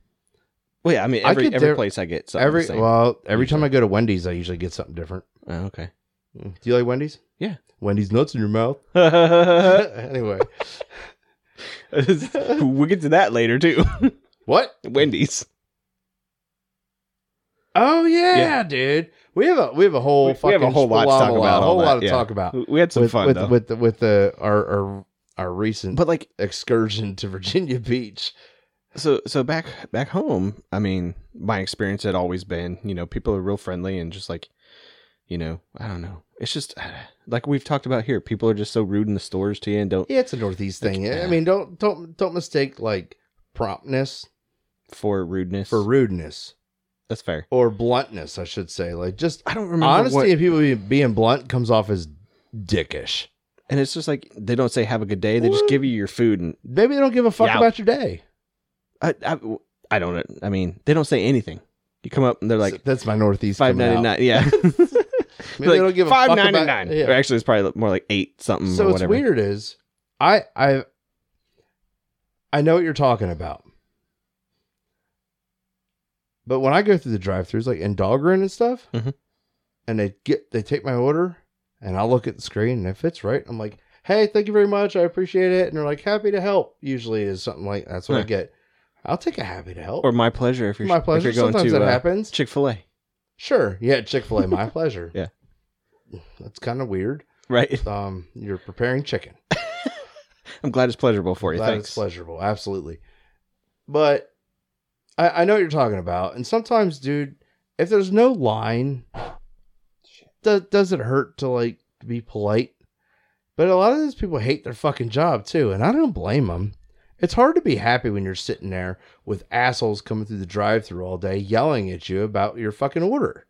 Well, yeah. I mean, I every get every there- place I get something. Every the same. well, every time Usually. I go to Wendy's, I usually get something different. Mm. Oh, okay. Do you like Wendy's? Yeah. Uh-huh. Wendy's nuts in your mouth. anyway, we'll get to that later too. what? Wendy's. Oh yeah, Yeah. dude. We have a we have a whole We- we fucking have a whole lot to talk shablamala, about A on whole that, lot to yeah. talk about. We had some with, fun with, though. with the with the our our our recent but like, excursion to Virginia Beach. so so back back home. I mean, my experience had always been, you know, people are real friendly and just like, you know, I don't know. It's just like we've talked about here. People are just so rude in the stores to you and don't Yeah, it's a northeast thing. Like, I yeah. mean, don't don't don't mistake like promptness for rudeness. for rudeness That's fair. or bluntness, I should say. Like just I don't remember honesty what- and people be- being blunt comes off as dickish. and it's just like they don't say have a good day. They just What? give you your food and Maybe they don't give a fuck Yeah. about your day. I, I I don't. I mean, they don't say anything. You come up and they're like that's my northeast five coming out. ninety nine. Yeah. Maybe they don't give a fuck five about- ninety nine. Yeah. Or actually, it's probably more like eight So something. Mm, or what's whatever. weird is, I I I know what you're talking about, but when I go through the drive-throughs, like in Dahlgren and stuff, Mhm. and they get they take my order, and I'll look at the screen, and if it's right, I'm like, hey, thank you very much, I appreciate it, and they're like, happy to help. Usually is something like that's what I Huh. get. I'll take a happy to help. Or my pleasure if you're my pleasure. If you're going Sometimes to uh, that happens. Chick Fil A, Sure, yeah, Chick Fil A, my pleasure. Yeah. that's kind of weird. right? Um, you're preparing chicken. I'm glad it's pleasurable for you. That is Thanks. pleasurable, absolutely. But I, I know what you're talking about, and sometimes, dude, if there's no line, do, does it hurt to like be polite? But a lot of these people hate their fucking job too, and I don't blame them. It's hard to be happy when you're sitting there with assholes coming through the drive-through all day yelling at you about your fucking order,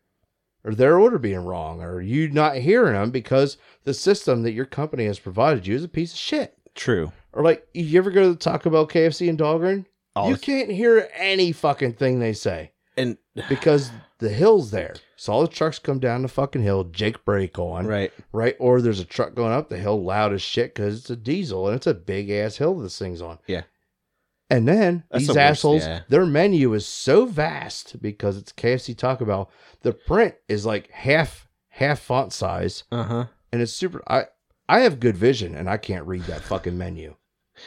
or their order being wrong, or you not hearing them because the system that your company has provided you is a piece of shit. True. Or like, you ever go to the Taco Bell, KFC, in Dahlgren? All you the- can't hear any fucking thing they say and because the hill's there. So all the trucks come down the fucking hill, Jake brake on, right? right. Or there's a truck going up the hill loud as shit because it's a diesel and it's a big ass hill this thing's on. Yeah. And then That's these the worst, assholes, yeah. their menu is so vast because it's KFC Taco Bell. The print is like half half font size, Uh huh. and it's super. I I have good vision, and I can't read that fucking menu.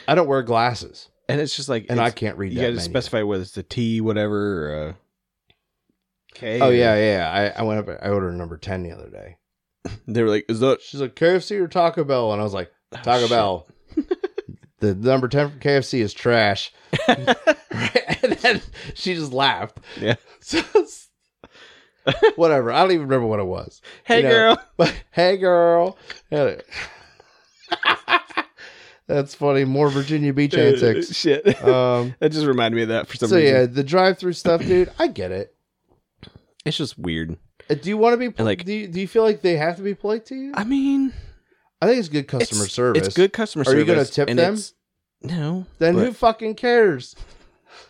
I don't wear glasses, And it's just like and I it's- can't read you that got to menu. specify whether it's the T, whatever. Or, uh, K. oh or- yeah, yeah. I, I went up. I ordered number ten the other day. They were like, "Is that She's like KFC or Taco Bell, and I was like oh, Taco shit. Bell. the number ten from KFC is trash. and then she just laughed. Yeah. So it's- whatever. I don't even remember what it was. Hey You know, girl, But hey, girl. Yeah. That's funny. More Virginia Beach antics. Shit, Um, that just reminded me of that for some so reason. yeah, the drive-through stuff, dude. I get it. It's just weird. Uh, Do you want to be pol- Like- do you, do you feel like they have to be polite to you? I mean, I think it's good customer it's, service. It's good customer Are service. you gonna tip and them? it's- No. Then but who fucking cares?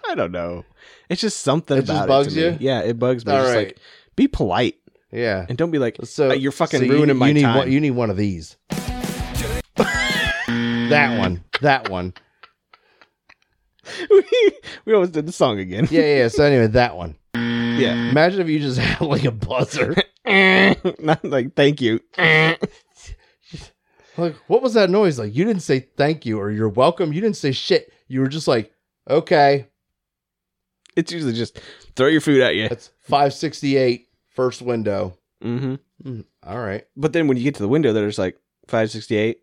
I don't know. It's just something It just about it bugs to me. you? Yeah, it bugs me. All It's just right. like, be polite yeah. and don't be like, So "Uh, you're fucking so you- ruining you my need time. One, you need one of these. that one. That one. we, we almost did the song again. Yeah, yeah. yeah. So anyway, that one. Uh, Yeah. Imagine if you just had like a buzzer. Not like, thank you. Eh. Like, what was that noise? Like, you didn't say thank you or you're welcome. You didn't say shit. You were just like, okay, It's usually just throw your food at you. that's 568, first window. hmm All right. But then when you get to the window, they're just like, 568.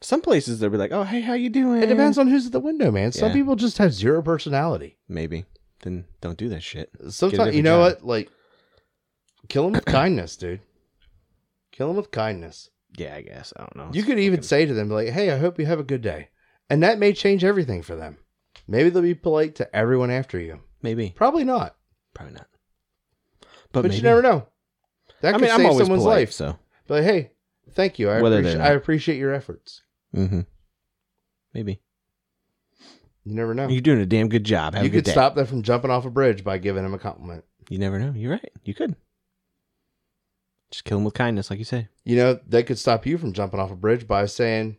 Some places they'll be like, oh, hey, how you doing? It depends on who's at the window, man. Some Yeah. people just have zero personality. Maybe. Then don't do that shit. Sometimes, you different know job. what? Like, kill them with kindness, dude. Kill them with kindness. Yeah, I guess. I don't know. You could even say to them, like, hey, I hope you have a good day. And that may change everything for them. Maybe they'll be polite to everyone after you. Maybe. Probably not. Probably not. But, maybe. you never know. That I could mean, I'm save always someone's polite, life. so. But hey, thank you. I, Whether they're appreci- not. I appreciate your efforts. Mm-hmm. Maybe. You never know. You're doing a damn good job. Have you a good could day. stop them from jumping off a bridge by giving him a compliment. You never know. You're right. You could. Just kill him with kindness, like you say. You know, they could stop you from jumping off a bridge by saying,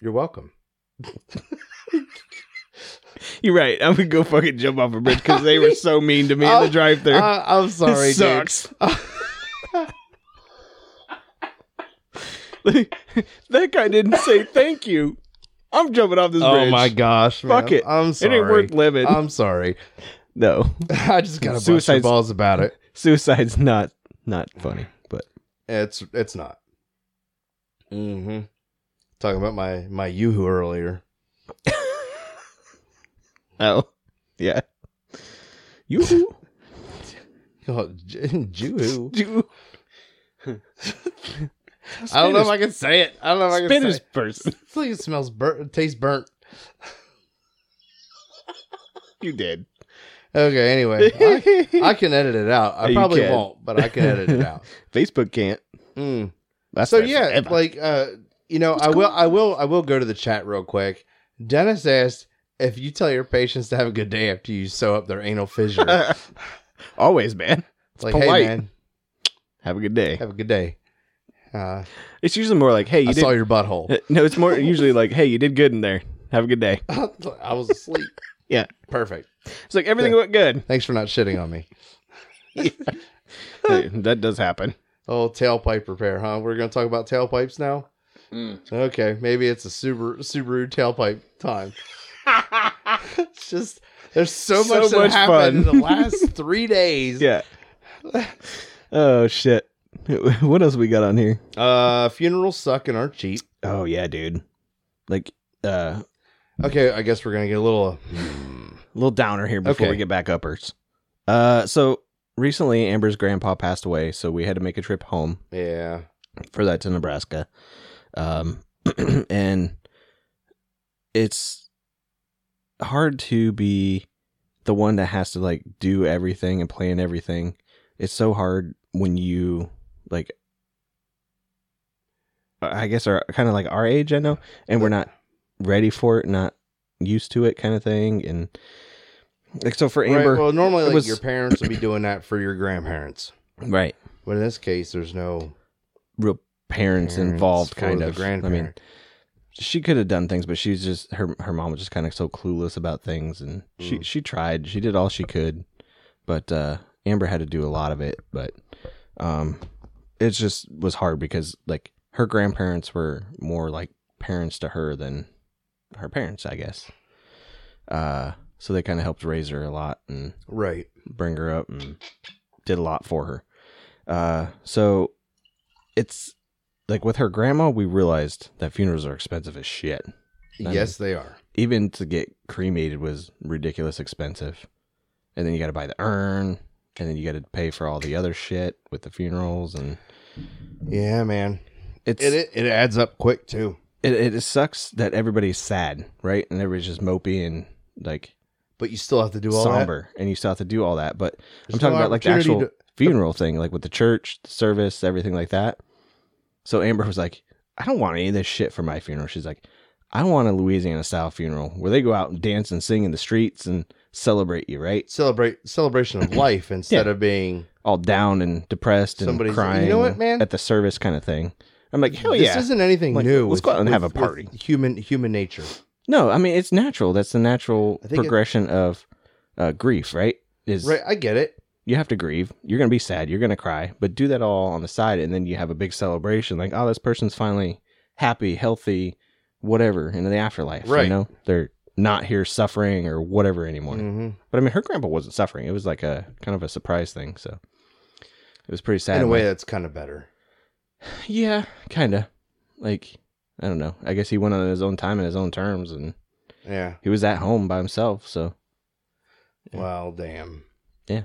You're welcome. You're right. I'm gonna go fucking jump off a bridge because they were so mean to me in I'll- the drive-thru. Uh, I'm sorry, This sucks. that guy didn't say thank you. I'm jumping off this dude. Oh bridge. my gosh. Man. Fuck it. I'm It sorry. ain't worth living. I'm sorry. no, I just got a bunch Suicide's- of balls about it. suicide's not not funny, but It's it's not. Mm-hmm. Talking about my my yoo-hoo earlier. oh yeah, you Oh, j- Jew. you. I don't know if I can say it. I don't know if I can say Spanish it. person. It's like it smells burnt. It tastes burnt. You did. Okay. Anyway, I, I can edit it out. I Oh, You probably can. Hmm. won't, but I can edit it out. Facebook can't. Mm. That's so there yeah, forever. like uh, you know, What's I going will, on? I will, I will go to the chat real quick. Dennis asked if you tell your patients to have a good day after you sew up their anal fissure. always, man. It's like, polite. hey man, Have a good day. have a good day. Uh, It's usually more like, hey, you I did. saw your butthole. no, it's more usually like, hey, you did good in there. Have a good day. I was asleep. Yeah. perfect. It's like everything Yeah. went good. Thanks for not shitting on me. Hey, that does happen. Oh, tailpipe repair, huh? We're gonna talk about tailpipes now. Hmm. Okay, maybe it's a Subaru Subaru tailpipe time. it's just there's so, So much that much happened fun. in the last three days. Yeah. oh shit. What else we got on here? Uh, funerals suck and aren't cheap. Oh yeah, dude. Like uh, Okay, I guess we're gonna get a little. hmm, little downer here before Okay. we get back uppers. Uh, so recently Amber's grandpa passed away, so we had to make a trip home Yeah, for that to Nebraska. Um, and it's hard to be the one that has to like do everything and plan everything. It's so hard when you like, uh, I guess are kind of like our age, I know, and we're not ready for it, not used to it, kind of thing, and like so for Amber, Right, well, normally it like was- your parents would be doing that for your grandparents, right? but in this case, there's no Real parents, parents involved, for kind the of. I mean, grandparent. she could have done things, but she's just her her mom was just kind of so clueless about things, and she she tried, she did all she could, but uh, Amber had to do a lot of it. But um, it just was hard because like her grandparents were more like parents to her than her parents, I guess. Uh, so they kind of helped raise her a lot and Right. bring her up and did a lot for her. Uh, so it's like with her grandma, we realized that funerals are expensive as shit. I yes, they are. Even to get cremated was ridiculous expensive. And then you got to buy the urn, and then you got to pay for all the other shit with the funerals, and Yeah, man. it's It, it it adds up quick too. it, it, it sucks that everybody's sad, right? And everybody's just mopey and like But you still have to do all somber, and you still have to do all that. But that. I'm talking about like the actual To, funeral thing, like with the church, the service, everything like that. So Amber was like, I don't want any of this shit for my funeral. She's like, I want a Louisiana style funeral where they go out and dance and sing in the streets and celebrate you, right? celebrate celebration of life instead of being All down and depressed and Somebody's like, crying "You know what, man? at the service kind of thing. I'm like, hell this yeah. isn't anything Like, new. let's go out and have a party. with Human human nature. no, I mean, it's natural. That's the natural I think it- progression of uh, grief, right? Is Right, I get it. you have to grieve. You're going to be sad. You're going to cry, but do that all on the side. And then you have a big celebration like, oh, this person's finally happy, healthy, whatever, into the afterlife. Right. You know, they're not here suffering or whatever anymore. Mhm. But I mean, her grandpa wasn't suffering. It was like a kind of a surprise thing. So it was pretty sad. In a way, Like, that's kind of better. yeah, kind of. Like, I don't know. I guess he went on his own time and his own terms and Yeah. he was at home by himself. So, Yeah. Well, damn. Yeah.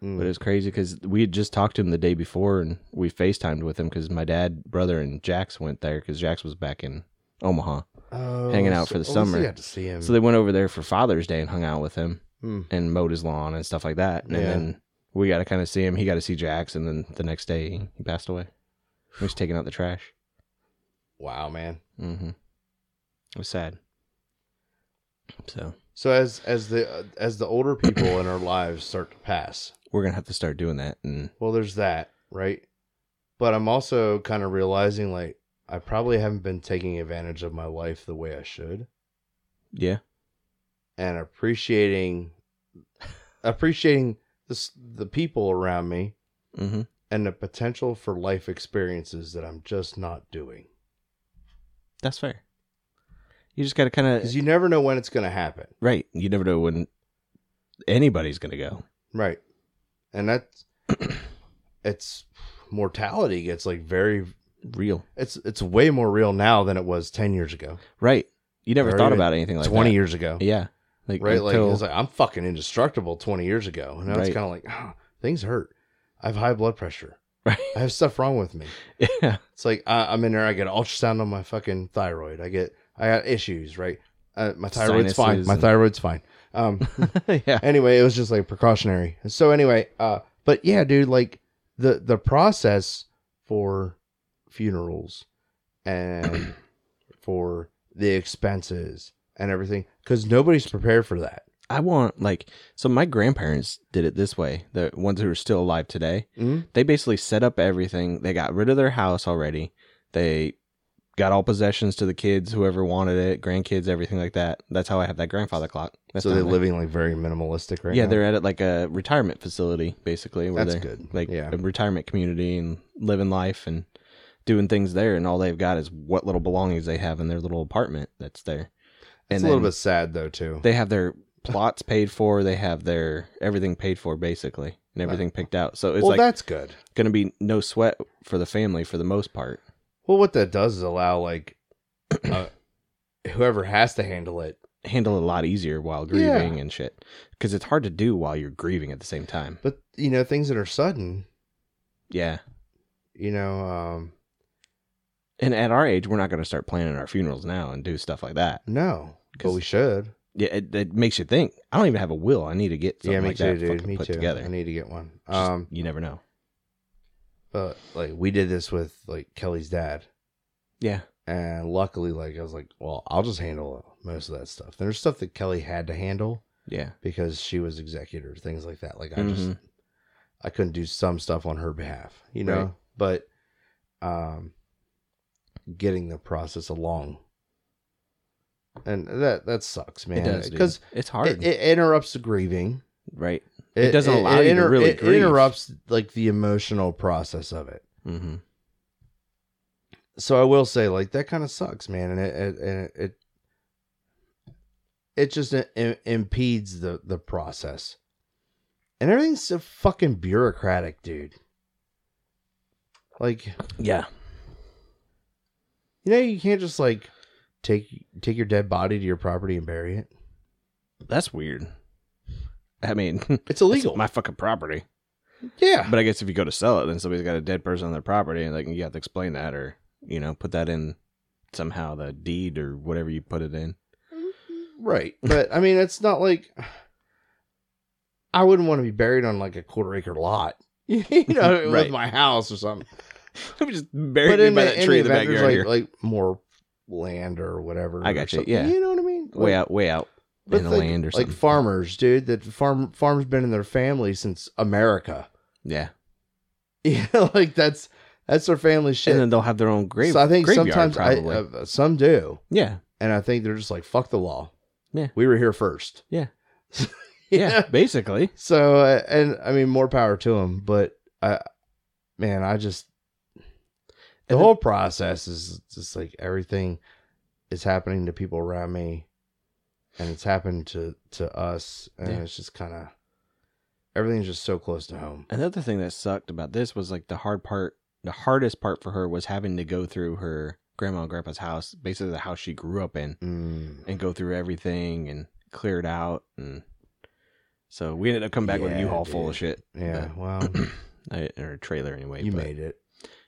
Mm. But it was crazy because we had just talked to him the day before and we FaceTimed with him because my dad, brother, and Jax went there because Jax was back in Omaha. Oh, hanging out for the at least summer. You got to see him. So they went over there for Father's Day and hung out with him Hmm. and mowed his lawn and stuff like that. And Yeah. then we got to kind of see him. He got to see Jax. And then the next day he- he passed away. He was taking out the trash. wow, man. Mm-hmm. It was sad. So So as as the uh, as the older people in our lives start to pass, we're going to have to start doing that. And well, there's that, right? But I'm also kind of realizing like I probably haven't been taking advantage of my life the way I should, yeah. and appreciating appreciating this the people around me Mm-hmm. and the potential for life experiences that I'm just not doing That's fair. You just got to kind of because you never know when it's going to happen. Right. You never know when anybody's going to go. Right. And that's it's mortality gets like very Real. it's it's way more real now than it was 10 years ago. Right. You never Or thought even about anything like 20 that. years ago. Yeah. Like right? Like until- it's like I'm fucking indestructible 20 years ago. And now it's Right. kind of like "Ah, things hurt. I have high blood pressure. Right. I have stuff wrong with me. yeah. It's like I, I'm in there. I get ultrasound on my fucking thyroid. I get I got issues. Right. Uh, my thyroid's fine. Sinuses My and- thyroid's fine. Um, yeah. anyway, it was just like precautionary. So anyway, uh, but yeah, dude, like the the process for funerals and for the expenses and everything, because nobody's prepared for that. I want like so my grandparents did it this way. The ones who are still alive today. Mm? They basically set up everything. They got rid of their house already. They got all possessions to the kids, whoever wanted it, grandkids, everything like that. That's how I have that grandfather clock. That's So down they're there. living like very minimalistic right yeah, now. they're at it like a retirement facility, basically. Where that's they're, good. like yeah, a retirement community and living life and doing things there and all they've got is what little belongings they have in their little apartment that's there it's a and little then bit sad though too. they have their plots paid for they have their everything paid for basically and everything picked out so it's well, like that's good. gonna be no sweat for the family for the most part Well, what that does is allow like uh, whoever has to handle it. handle it a lot easier while grieving and shit because it's hard to do while you're grieving at the same time But you know, things that are sudden, yeah you know, um, and at our age we're not gonna start planning our funerals now and do stuff like that no, but 'Cause- we should. yeah, it, it makes you think. I don't even have a will. I need to get something yeah, me like too, that dude. fucking Me put too. together. I need to get one. Just- Um, you never know. but like we did this with like Kelly's dad, Yeah, and luckily, like I was like, well, I'll just handle most of that stuff. There's stuff that Kelly had to handle yeah, because she was executor, things like that. Like I just, Mm-hmm. Mhm. I couldn't do some stuff on her behalf, you know. But, um, getting the process along and that that sucks, man. it does because because it's hard, it, it interrupts the grieving. right? It doesn't allow you to inter- really It grieve. interrupts like the emotional process of it. Mm-hmm. So I will say, like that kind of sucks, man, and it it and it, it it just i- i- impedes the the process, and everything's so fucking bureaucratic, dude. Like Yeah, you know, you can't just like take take your dead body to your property and bury it. That's weird. I mean, It's illegal. my fucking property. yeah, But I guess if you go to sell it, then somebody's got a dead person on their property, and like you have to explain that, or you know, put that in somehow the deed or whatever you put it in. right. But I mean, it's not like I wouldn't want to be buried on like a quarter acre lot, you know, Right. with my house or something. I'm just buried me by the- that tree in the event, backyard there's, like, here. like more land or whatever. I got or you, something. yeah. you know what I mean. way Like- out, way out but in the like- land or Like something. farmers, dude. That farm farm's been in their family since America. yeah, You know, like that's that's their family shit. and then they'll have their own grave. so I think graveyard, sometimes I, probably. uh, some do, yeah, and I think they're just like fuck the law. Yeah. we were here first. Yeah. You yeah, know? basically. So uh, and I mean more power to them, but I, man, I just the And whole process is just like everything is happening to people around me, and it's happened to to us, and Yeah. it's just kind of everything's just so close to home. Another thing that sucked about this was like the hard part, the hardest part for her was having to go through her grandma and grandpa's house, basically the house she grew up in, Mm. and go through everything and clear it out. And so we ended up coming back with a Yeah, U-Haul full dude. of shit. Yeah, well, I- or a trailer anyway. you but- made it,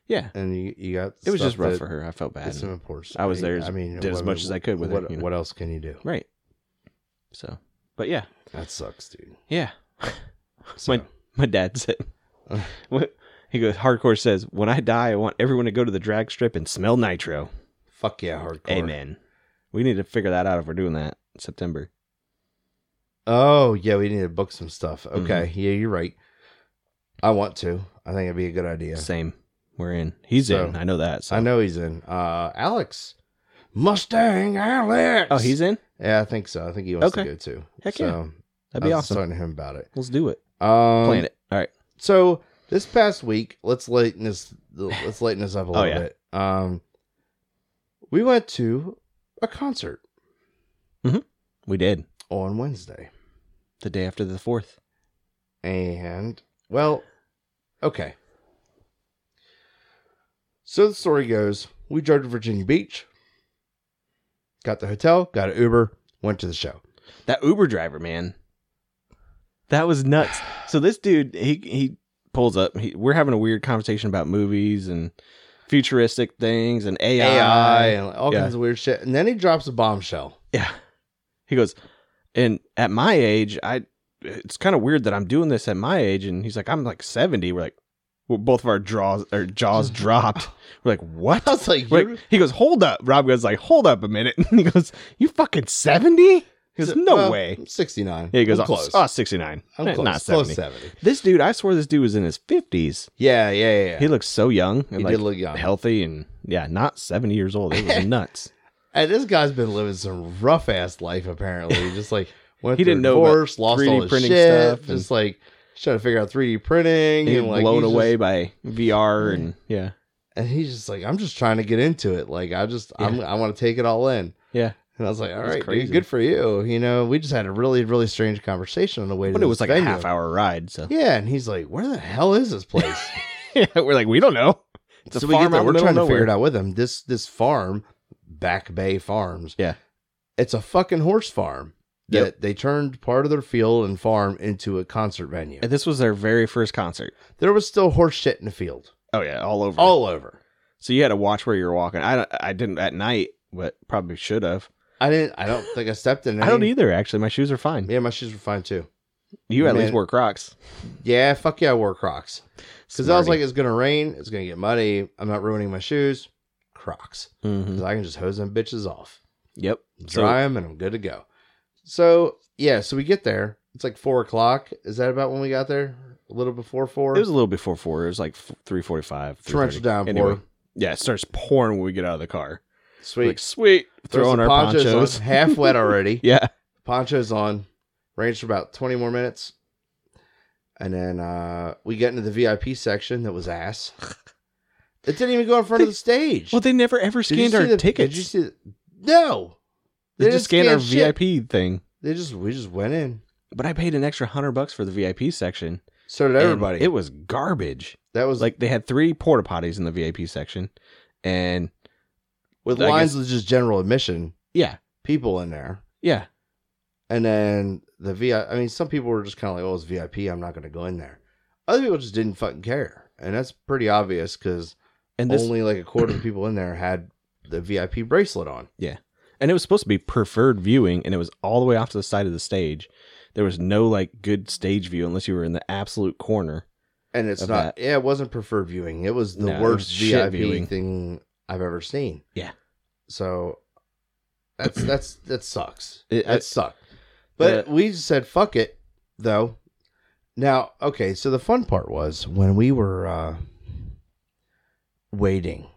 Yeah, and you you got it was stuff just rough that- for her. I felt bad. It's uh, important. I was there as- did as much as I could with her, what, you know? what else can you do? Right. So, but yeah, That sucks, dude. yeah. So, When- My dad said, Uh. what- he goes, hardcore says, when I die, I want everyone to go to the drag strip and smell nitro. fuck yeah, hardcore. Amen. We need to figure that out if we're doing that in September. Oh yeah, we need to book some stuff. Mm-hmm. Okay, yeah, you're right. I want to. I think it'd be a good idea. Same. We're in. He's So- in. I know that. So. I know he's in. Uh, Alex Mustang Alex. Oh, he's in? yeah, I think so. I think he wants Okay. to go too. Heck so, yeah. That'd be I was awesome. Talking to him about it. Let's do it. Um, Plan it. All right. So this past week, let's lighten this. Let's lighten this up a Oh, little yeah. bit. Um, we went to a concert We did. on Wednesday, The day after the fourth. and well, okay. So the story goes: we drove to Virginia Beach, got the hotel, got an Uber, went to the show. That Uber driver, man. That was nuts. So this dude, he he pulls up. He, we're having a weird conversation about movies and futuristic things and AI. AI and all Yeah. kinds of weird shit. And then he drops a bombshell. Yeah. He goes, and at my age, I it's kind of weird that I'm doing this at my age. And he's like, I'm like 70. We're like, well, both of our jaws our jaws dropped. We're like, what? I was like, We're like- he goes, hold up. Rob goes like, hold up a minute. And he goes, you fucking 70? He goes, no Well, way. I'm 69. Yeah, he goes, I'm oh, close. oh, 69. I'm Eh, close. Not 70. close 70. This dude, I swore this dude was in his 50s. Yeah, yeah, yeah. He looks so young and He like did look young. healthy and yeah, not 70 years old. It was nuts. And this guy's been living some rough ass life apparently. Just like went He through didn't know about divorce, lost 3D all his printing shit, stuff and- just like trying to figure out 3D printing He's and like blown he's away just- by VR and yeah. and he's just like, I'm just trying to get into it. Like I just I'm, I want to take it all in. Yeah. And I was like, all That's right, dude, crazy. good for you. You know, we just had a really, really strange conversation on the way to But it this was like venue. a half hour ride. So Yeah, and he's like, "Where the hell is this place?" yeah, we're like, we don't know. It's a so we farm get there, out in we're the trying to middle of figure it nowhere. out with him. This this farm, Back Bay Farms. Yeah. it's a fucking horse farm that Yep. they turned part of their field and farm into a concert venue. And this was their very first concert. There was still horse shit in the field, Oh yeah, all over. all over. so you had to watch where you were walking. I don't- I didn't at night, but probably should have. I didn't. I don't think I stepped in. Any. I don't either. Actually, my shoes are fine. Yeah, my shoes were fine too. You at Man. least wore Crocs. Yeah, fuck yeah, I wore Crocs because I was like, Smarty. it's gonna rain, it's gonna get muddy. I'm not ruining my shoes. Crocs, Mhm. 'Cause I can just hose them bitches off. yep. So- dry them, and I'm good to go. So yeah, so we get there. It's like four o'clock. Is that about when we got there? A little before four. It was a little before four. It was like three forty-five. torrential downpour. Anyway, yeah, it starts pouring when we get out of the car. Sweet. Like sweet, throwing the our ponchos, on, ponchos. half wet already. Yeah. Ponchos on, range for about 20 more minutes. And then uh, we get into the VIP section that was ass. It didn't even go in front of the stage. Well, they never ever Did you scanned see our the- tickets. Did you see? The, no, they, didn't just scanned our scan shit. VIP thing. They just we just went in. But I paid an extra hundred bucks for the VIP section. So did and everybody. It was garbage. that was like Like they had three porta potties in the VIP section, and with I lines with just general admission yeah, people in there, yeah, and then the VIP. I mean, some people were just kind of like, "Oh, it's VIP. I'm not going to go in there." Other people just didn't fucking care, and that's pretty obvious because and this only like a quarter of the people in there had the VIP bracelet on. and it was supposed to be preferred viewing, and it was all the way off to the side of the stage. There was no like good stage view unless you were in the absolute corner. And it's Of not. Yeah, it wasn't preferred viewing. It was the No, it worst was shit VIP viewing. thing I've ever seen. Yeah. So that's that's that sucks. It- that it- sucked. But the- we just said fuck it, though. Now, okay. So the fun part was when we were uh, waiting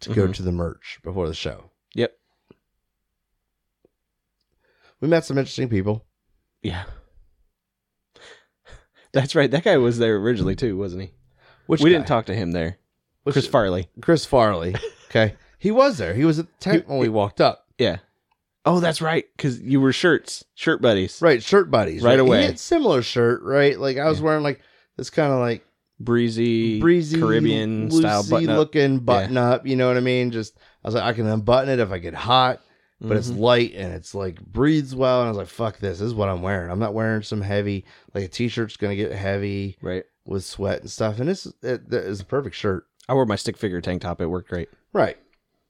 to go Mhm. to the merch before the show. Yep. We met some interesting people. Yeah, that's right. That guy was there originally too, wasn't he? Which we guy? didn't talk to him there. Which- Chris Farley. Chris Farley. Okay. He was there. He was at the tent He- when we walked up. Yeah. Oh, that's right. Because you were shirts, shirt buddies, Right, shirt buddies. Right away. He had similar shirt, right? Like I was Yeah. wearing like this kind of like breezy, breezy Caribbean style loosey button up. looking button up. You know what I mean? Just I was like, I can unbutton it if I get hot, but it's Mhm. light and it's like breathes well. And I was like, fuck this, this is what I'm wearing. I'm not wearing some heavy like a t-shirt's gonna get heavy right. with sweat and stuff. And this is- it, it is a perfect shirt. I wore my stick figure tank top. It worked great. Right.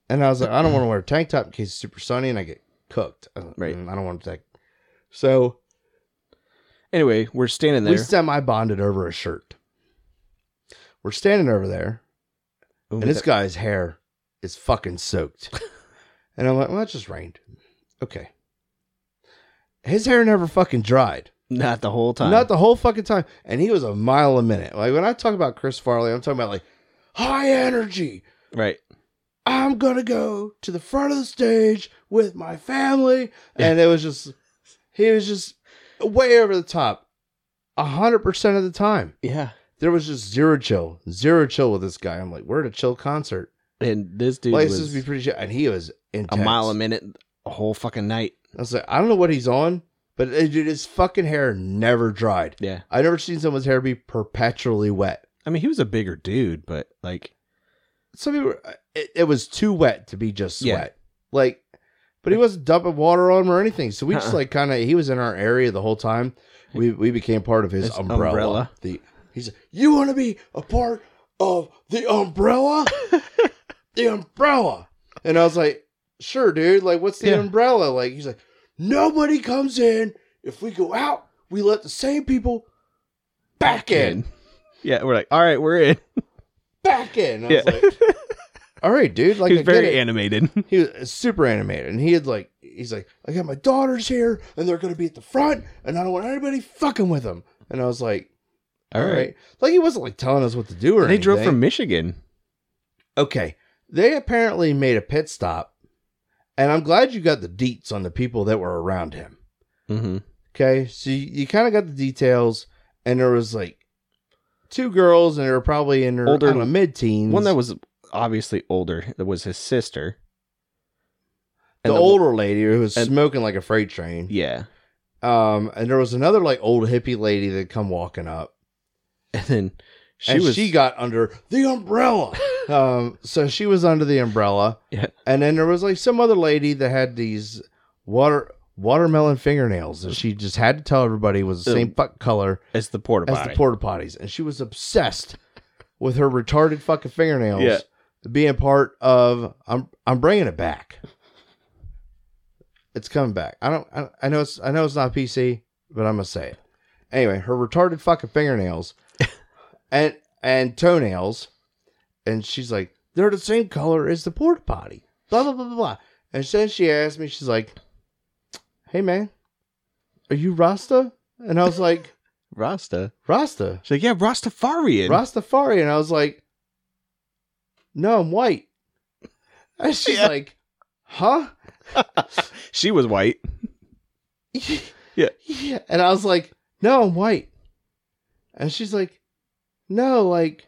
And I was like, I don't want to wear a tank top in case it's super sunny and I get cooked. I was like, Right. "Mm, I don't want to take. So Anyway, we're standing there. we semi bonded over a shirt. We're standing over there, Ooh, and this that- guy's hair is fucking soaked. and I'm like, well, it just rained. Okay. His hair never fucking dried. not the whole time. Not the whole fucking time. And he was a mile a minute. Like when I talk about Chris Farley, I'm talking about like high energy. right. I'm gonna go to the front of the stage with my family, and it was just he was just way over the top, a hundred percent of the time. Yeah. There was just zero chill, zero chill with this guy. I'm like, we're at a chill concert. And this dude Like, this was would be pretty chill, and he was a intense. mile a minute, a whole fucking night. I was like, I don't know what he's on, but uh, dude, his fucking hair never dried. Yeah. I've never seen someone's hair be perpetually wet. I mean, he was a bigger dude, but like, some people it, it was too wet to be just Yeah. sweat like but he wasn't dumping water on him or anything so we just Uh-uh. like kind of he was in our area the whole time we we became part of his, His umbrella. umbrella. the he said you want to be a part of the umbrella the umbrella and i was like sure dude like what's the Yeah. umbrella like he's like nobody comes in if we go out we let the same people back in Yeah. We're like, all right, we're in. back in I Yeah. was like all right dude like he was I get very it. animated. He was super animated, and he had like he's like, I got my daughters here, and they're gonna be at the front, and I don't want anybody fucking with them. And I was like, all right. like he wasn't like telling us what to do or They drove anything. from Michigan. okay. They apparently made a pit stop, and I'm glad you got the deets on the people that were around him. Mm-hmm. Okay, so you, you kind of got the details, and there was like two girls, and they were probably in their Older- older mid teens. One that was obviously older. That was his sister. the, And older lady who was and- smoking like a freight train. Yeah. Um, and there was another like old hippie lady that come walking up, And then she she and was. she got under the umbrella. um, so she was under the umbrella. Yeah. And then there was like some other lady that had these water watermelon fingernails that she just had to tell everybody was the The- same fuck color It's the porta as potty. the porta potties, and she was obsessed with her retarded fucking fingernails Yeah. being part of. I'm I'm bringing it back. It's coming back. I don't. I, I know it's. I know it's not PC, but I'm gonna say it anyway. Her retarded fucking fingernails and and toenails, and she's like, they're the same color as the porta potty. Blah blah blah blah blah. And then she asked me, she's like, "Hey man, are you Rasta?" And I was like, Rasta. "Rasta." She's like, yeah, Rastafarian. Rastafari. And I was like, no, I'm white. And she's Yeah. like, huh? she was white. Yeah. yeah. And I was like, no, I'm white. And she's like, no, like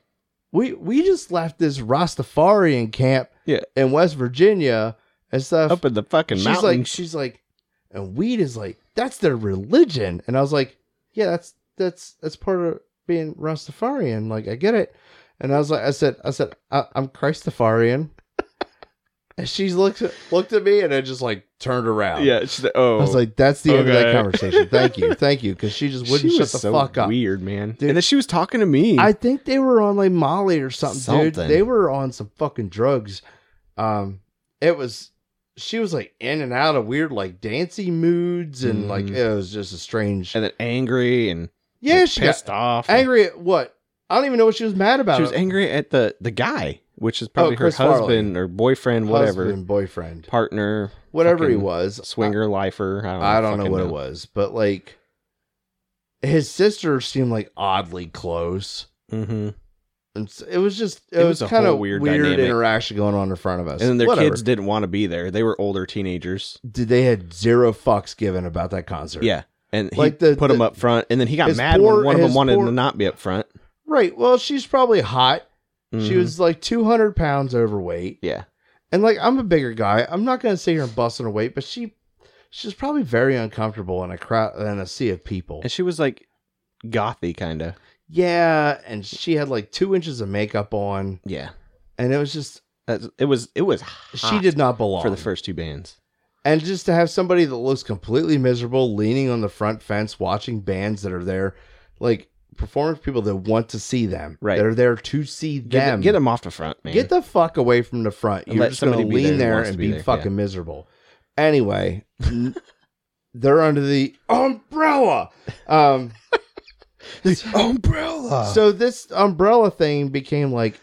we we just left this Rastafarian camp Yeah. in West Virginia and stuff. Up in the fucking she's mountains. like, she's like, and weed is like that's their religion. And I was like, yeah, that's that's that's part of being Rastafarian. Like I get it. And I was like, I said, I said, I, I'm Christafarian. and she looked looked at me and then just like turned around. yeah. She's like, oh. I was like, that's the end of that Okay. conversation. Thank you. Thank you. Because she just wouldn't she shut was the so fuck up. weird, man. Dude. And then she was talking to me. I think they were on like Molly or something, dude. Something. They were on some fucking drugs. Um, it was she was like in and out of weird like dancing moods and like Mhm. it was just a strange. and then angry and yeah, like, she got pissed off. and- angry at what? I don't even know what she was mad about. Oh, She was angry at the the guy, which is probably her Chris Farley. husband or boyfriend, whatever, Husband, boyfriend, partner, whatever he fucking was, swinger, lifer. I don't know, I don't know fucking what it was, but like his sister seemed like oddly close. Mhm. And s- it was just it, It was, was a kind of whole weird, weird dynamic. interaction going on in front of us. And then their Whatever. kids didn't want to be there. They were older teenagers. did they had zero fucks given about that concert. Yeah. And he Like like the- put them the- up front, and then he got his mad poor- when one of his them wanted poor- to not be up front. Right. Well, she's probably hot. She Mhm. was like 200 pounds overweight. yeah, And like, I'm a bigger guy. I'm not going to sit here and bust on her weight, but she, she's probably very uncomfortable in a crowd, in a sea of people. and she was like gothy, kind of. yeah. And she had like two inches of makeup on. Yeah, And it was just, That's, it was it was she did not belong. Ah, for the first two bands. and just to have somebody that looks completely miserable leaning on the front fence watching bands that are there, like, performance people that want to see them. Right. They're there to see them. Get, them, get them off the front, man. Get the fuck away from the front. And You're let just going to somebody be lean there who there wants and to be be there, fucking miserable. Anyway, they're under the umbrella. Um, umbrella. so this umbrella thing became like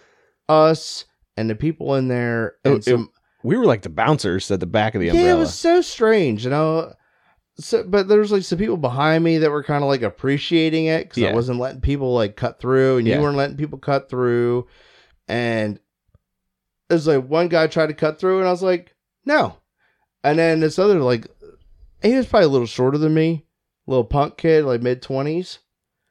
us and the people in there and It- it- some we were like the bouncers at the back of the Yeah, umbrella. it was so strange, you know. So, but there was like some people behind me that were kind of like appreciating it because I Yeah. wasn't letting people like cut through, and Yeah. you weren't letting people cut through. And there's like one guy tried to cut through, and I was like, no. And then this other like, he was probably a little shorter than me, little punk kid, like mid twenties.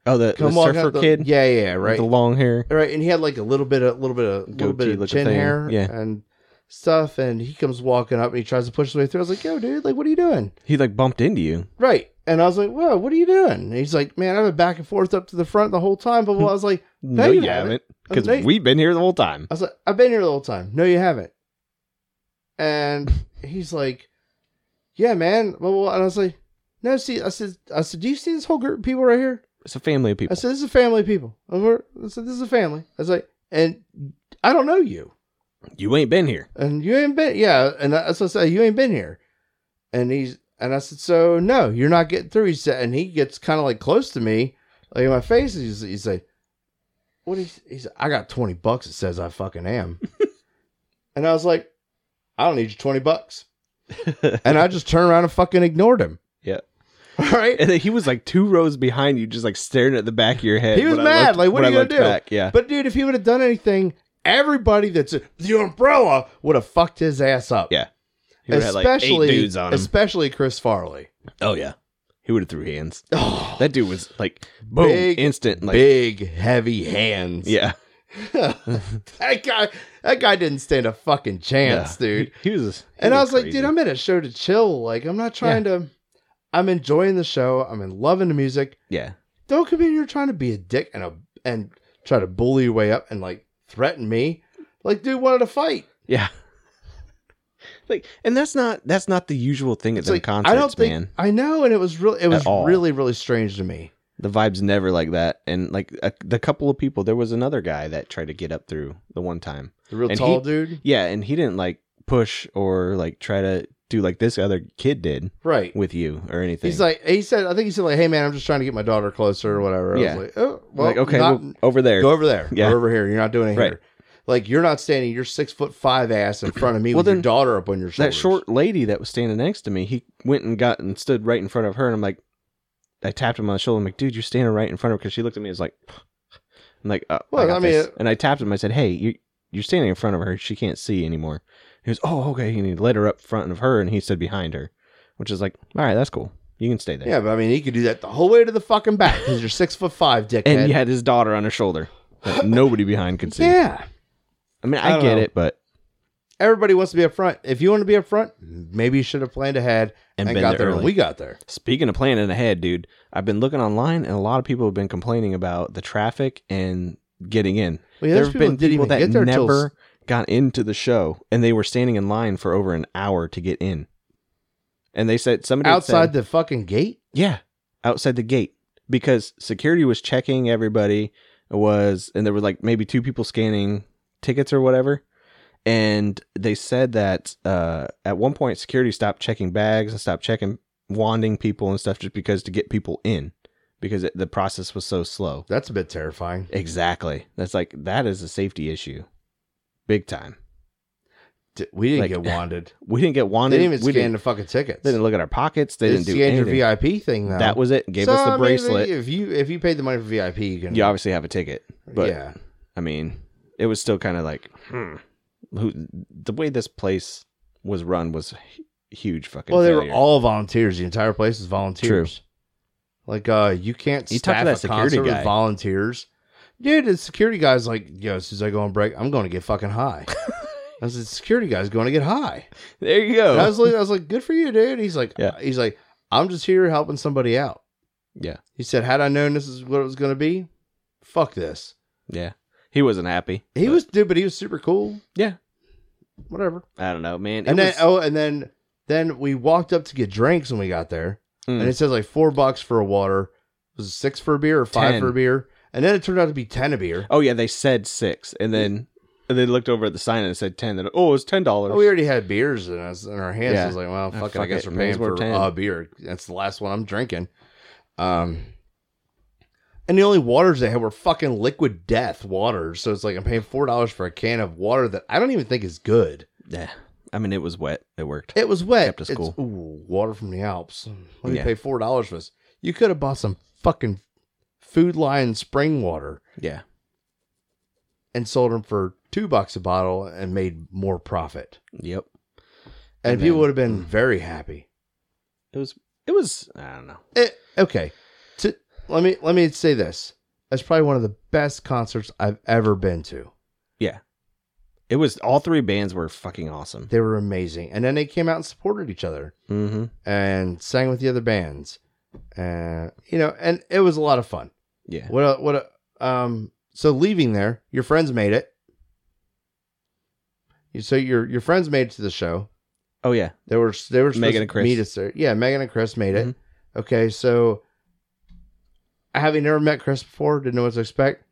oh, the, the surfer kid. yeah, yeah, right. With the long hair. All right, and he had like a little bit of little bit of little Goatee bit of looking chin thing, hair yeah. and stuff, and he comes walking up and he tries to push his way through. I was like, "Yo, dude, like, what are you doing?" He like bumped into you. Right, and I was like, "Whoa, what are you doing?" And he's like, "Man, I've been back and forth up to the front the whole time." But I was like, No, you you, haven't. haven't. Because No, you- we've been here the whole time. "I was like, I've been here the whole time. No, you haven't." And he's like, "Yeah, man." Blah, blah, blah. And I was like, "No, see," I said, "I said, do you see this whole group of people right here?" It's a family of I people. said, "This is a family of people." I was like- I said, "This is a family." I was like, "And I don't know you." you ain't been here. and you ain't been yeah and that's what i said you ain't been here and he's and i said so no you're not getting through he said and he gets kind of like close to me like in my face and he's, he's like what is he's i got 20 bucks it says i fucking am and i was like i don't need your 20 bucks and i just turned around and fucking ignored him Yeah. all right And then he was like two rows behind you, just like staring at the back of your head. He was when I mad, looked- like, what when are you gonna I looked do? Back. Yeah. but dude if he would have done anything everybody that's the umbrella would have fucked his ass up Yeah. He would've had, like, eight especially dudes on him. especially chris farley Oh yeah. He would have threw hands. oh That dude was like boom, Big- instant. Like big heavy hands. yeah, that guy that guy didn't stand a fucking chance, Yeah. dude. He, he was. he And I was like, crazy. dude, I'm at a show to chill. Like, I'm not trying to I'm enjoying the show. I'm in loving the music. yeah. Don't come in here trying to be a dick and a and try to bully your way up and like threaten me. Like, dude wanted to fight. Yeah. Like, and that's not that's not the usual thing at It's them like concerts, I don't think man. I know, and it was really it was all. really, really strange to me. The vibe's never like that. And like a, the couple of people, there was another guy that tried to get up through the one time. The real And tall he- dude. Yeah, and he didn't like push or like try to do like this other kid did Right. with you or anything. He's like, he said, I think he said, like, hey, man, I'm just trying to get my daughter closer or whatever. I Yeah. was like, oh, well, Like, okay, not- well, over there. go over there. Yeah. Go over here. You're not doing it Right. here. Like, you're not standing your six foot five ass in front of me Well, with your then, daughter up on your shoulders. that short lady that was standing next to me, he went and got and stood right in front of her, and I'm like, I tapped him on the shoulder. I'm like, dude, you're standing right in front of her because she looked at me. and was like, I'm like, oh, Well, I, got I mean, this. it- and I tapped him. I said, hey, you you're standing in front of her. She can't see anymore. He was, oh, okay. And he led her up front of her, and he stood behind her, which is like, all right, that's cool. You can stay there. Yeah, but I mean, he could do that the whole way to the fucking back because you're six foot five, dickhead. And he had his daughter on his shoulder that nobody behind could see. yeah. I mean, I, I don't get know. it, but Everybody wants to be up front. If you want to be up front, maybe you should have planned ahead And and, been got there there. when early. we got there. speaking of planning ahead, dude, I've been looking online, and a lot of people have been complaining about the traffic and getting in. Well, yeah, there there's have been that didn't people even that get there till never got into the show, and they were standing in line for over an hour to get in. And they said somebody had outside said- the fucking gate. Yeah, outside the gate because security was checking everybody was and there were like maybe two people scanning tickets or whatever. And they said that uh, at one point security stopped checking bags and stopped checking wanding people and stuff just because to get people in because it, the process was so slow. That's a bit terrifying. Exactly. That's like that is a safety issue. Big time. D- We didn't Like, get wanted. We didn't get They wanted. didn't even we scan didn't, the fucking tickets. they didn't look at our pockets. They, They didn't do scanned anything. your VIP thing though. That was it. Gave So, us I the mean, bracelet. if you if you paid the money for VIP, you can you obviously have a ticket, but yeah. I mean, it was still kind of like hmm, who, the way this place was run was hu- huge fucking. Well, they failure. were all volunteers. The entire place is volunteers. Like, uh, you can't You talk to staff that a security concert guy. with volunteers. Dude, the security guy's like, yo, as soon as I go on break, I'm going to get fucking high. I was like, the security guy's going to get high. There you And I go. was like, I was like, good for you, dude. He's like, Oh. Yeah. he's like, I'm just here helping somebody out. Yeah. He said, had I known this is what it was going to be, fuck this. Yeah, he wasn't happy. He but was, dude, but he was super cool. Yeah. Whatever. I don't know, man. It And then, was- oh, and then, then we walked up to get drinks when we got there. Mm. and it says like four bucks for a water. Was it six for a beer or five Ten. for a beer? And then it turned out to be ten a beer. oh yeah, they said six, and then and they looked over at the sign and it said ten. And oh, it was ten dollars. Well, we already had beers in us in our hands. Yeah. Ah, I was like, well, fuck, it. fuck I guess it. we're May paying as well for 10. a beer. That's the last one I'm drinking. Um, and the only waters they had were fucking liquid death waters. So it's like I'm paying four dollars for a can of water that I don't even think is good. yeah, I mean, it was wet. It worked. It was wet. Kept us It's- cool. ooh, water from the Alps. Let me Yeah. pay four dollars for this. You could have bought some fucking Food Lion spring water. yeah, and sold them for two bucks a bottle and made more profit. yep. And, And people then- Mm. would have been very happy. It was. It was. I don't know. Eh, okay, To- let me let me say this: that's probably one of the best concerts I've ever been to. It was all three bands were fucking awesome. They were amazing, and then they came out and supported each other Mm-hmm. and sang with the other bands, and you know, and it was a lot of fun. Yeah. What a, what a, um. So leaving there, your friends made it. You- So your your friends made it to the show. Oh yeah. They were they were supposed Megan to and Chris. meet us there. Yeah, Megan and Chris made it. Mhm. Okay, so having never met Chris before, didn't know what to expect.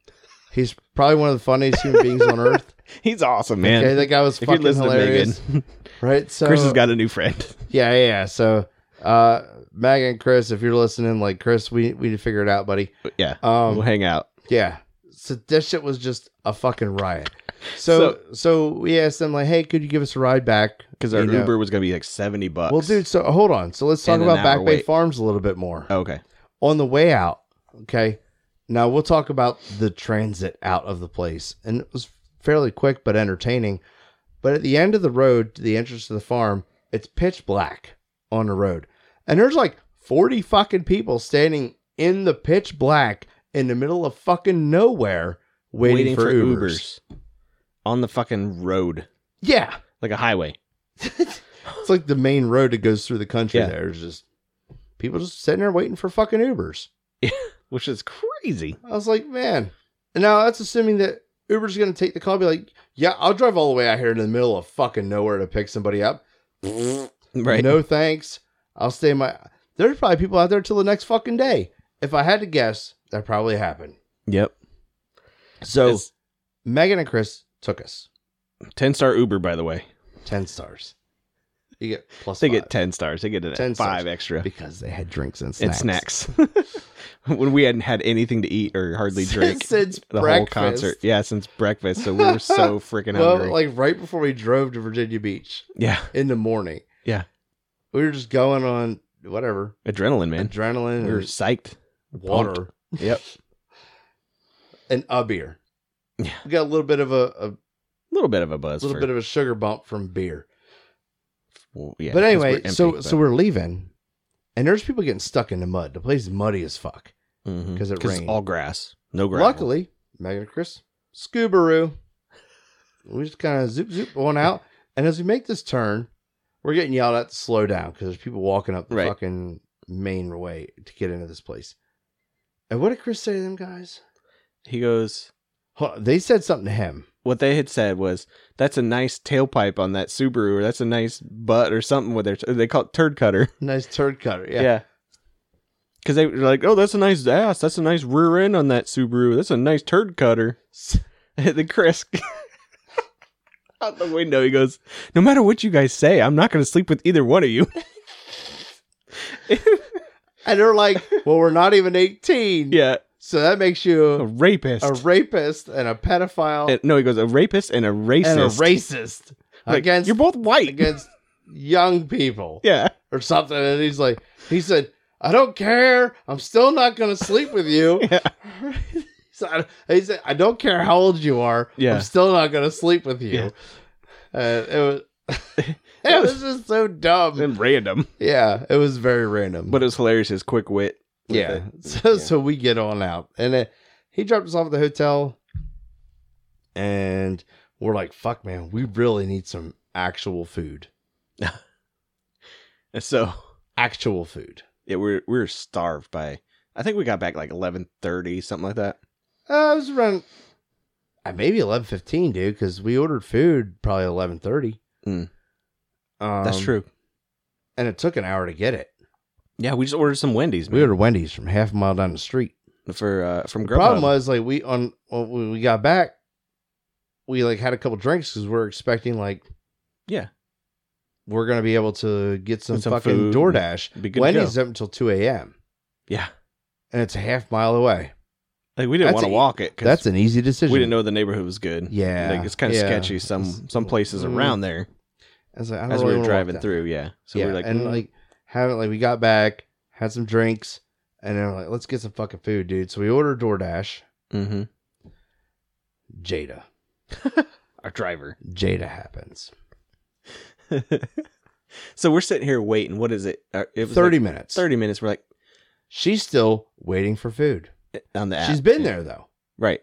He's probably one of the funniest human beings on earth. He's awesome, man. Okay, that guy was if you fucking listen hilarious, to Megan, right? So Chris has got a new friend. yeah, yeah, yeah. So uh, Megan and Chris, if you're listening, like Chris, we we need to figure it out, buddy. But yeah, we'll Um, hang out. yeah. So this shit was just a fucking riot. So, so we asked them like, hey, could you give us a ride back? Because our you know. Uber was gonna be like seventy bucks. Well, dude, so hold on. So let's talk And an about Back hour Bay wait. Farms a little bit more. Oh, okay. On the way out, okay. Now we'll talk about the transit out of the place. And it was fairly quick but entertaining. But at the end of the road to the entrance to the farm, it's pitch black on the road. And there's like 40 fucking people standing in the pitch black in the middle of fucking nowhere waiting, for, Ubers. on the fucking road, Yeah. like a highway. It's like the main road that goes through the country Yeah. there. It's just people just sitting there waiting for fucking Ubers. Which is crazy. I was like, man. And now that's assuming that Uber's going to take the call, and be like, yeah, I'll drive all the way out here in the middle of fucking nowhere to pick somebody up. Right. No thanks. I'll stay in my. There's probably people out there till the next fucking day. If I had to guess, that probably happened. Yep. So It's Megan and Chris took us ten star Uber, by the way. 10 stars. You get plus They five get ten stars. They get an 10 five stars. extra because they had drinks and and snacks. snacks. when we hadn't had anything to eat or hardly drink Since the breakfast. whole concert. Yeah, since breakfast. So we were so freaking hungry. Well, like right before we drove to Virginia Beach yeah. in the morning. Yeah. We were just going on whatever Adrenaline, man. adrenaline we were or psyched. water Yep. and a beer. Yeah. We got a little bit of a, a little bit of a buzz. a little bit of a sugar bump from beer. but yeah, 'cause anyway, we're empty, so but- so we're leaving, and there's people getting stuck in the mud. The place is muddy as fuck Mhm. because it 'Cause it's rained. all grass, no gravel. Luckily, Megan and Chris, Scoobaroo. We just kind of zoop zoop on out, and as we make this turn, we're getting yelled at to slow down because there's people walking up the Right. fucking main way to get into this place. And what did Chris say to them guys? he goes. Hold on, They said something to him. What they had said was, "That's a nice tailpipe on that Subaru, or that's a nice butt, or something." With their they call it turd cutter. Nice turd cutter. Yeah. Yeah. Because they were like, oh, that's a nice ass. That's a nice rear end on that Subaru. That's a nice turd cutter. the Chris out the window, he goes, no matter what you guys say, I'm not going to sleep with either one of you. And they're like, well, we're not even 18. yeah. So that makes you A rapist. a rapist and a pedophile And- no, he goes, a rapist and a racist. and a racist Like, against You're both white. against young people yeah. or something. And he's like, he said, I don't care. I'm still not going to sleep with you. Yeah. So I- he said, I don't care how old you are. Yeah. I'm still not going to sleep with you. Uh, it was. It was just so dumb. And random. Yeah, it was very random. But it was hilarious, his quick wit. with yeah. the- So yeah. so we get on out, and uh he dropped us off at the hotel, and we're like, "Fuck, man, we really need some actual food, And so actual food." yeah, we're, we're starved by, I think we got back like 1130, something like that. Uh, it was around uh, maybe eleven fifteen, dude, because we ordered food probably eleven thirty. Mm. Um, That's true. and it took an hour to get it. Yeah, we just ordered some Wendy's. We Man, ordered Wendy's from half a mile down the street. for uh, from The problem Grubhub. was like we on when we we got back, we like had a couple drinks because we're expecting like, Yeah. we're gonna be able to get some, Get some fucking food. DoorDash. Be good to go. Wendy's up until two a.m. Yeah, and it's a half mile away. like we didn't That's want to a- walk it. 'cause That's an easy decision. we didn't know the neighborhood was good. Yeah, like it's kind of yeah. sketchy. Some some places Mm. around there I was like, I don't as really we were wanna walk driving down. through. Yeah, so yeah, we are like, and mm, like having like we got back, had some drinks, and then we're like, let's get some fucking food, dude. So we ordered DoorDash. mhm. Jada, our driver. Jada happens. so we're sitting here waiting. What is it? Uh, it was Thirty like minutes. Thirty minutes. We're like She's still waiting for food. eh, on the. App. She's been there though. right.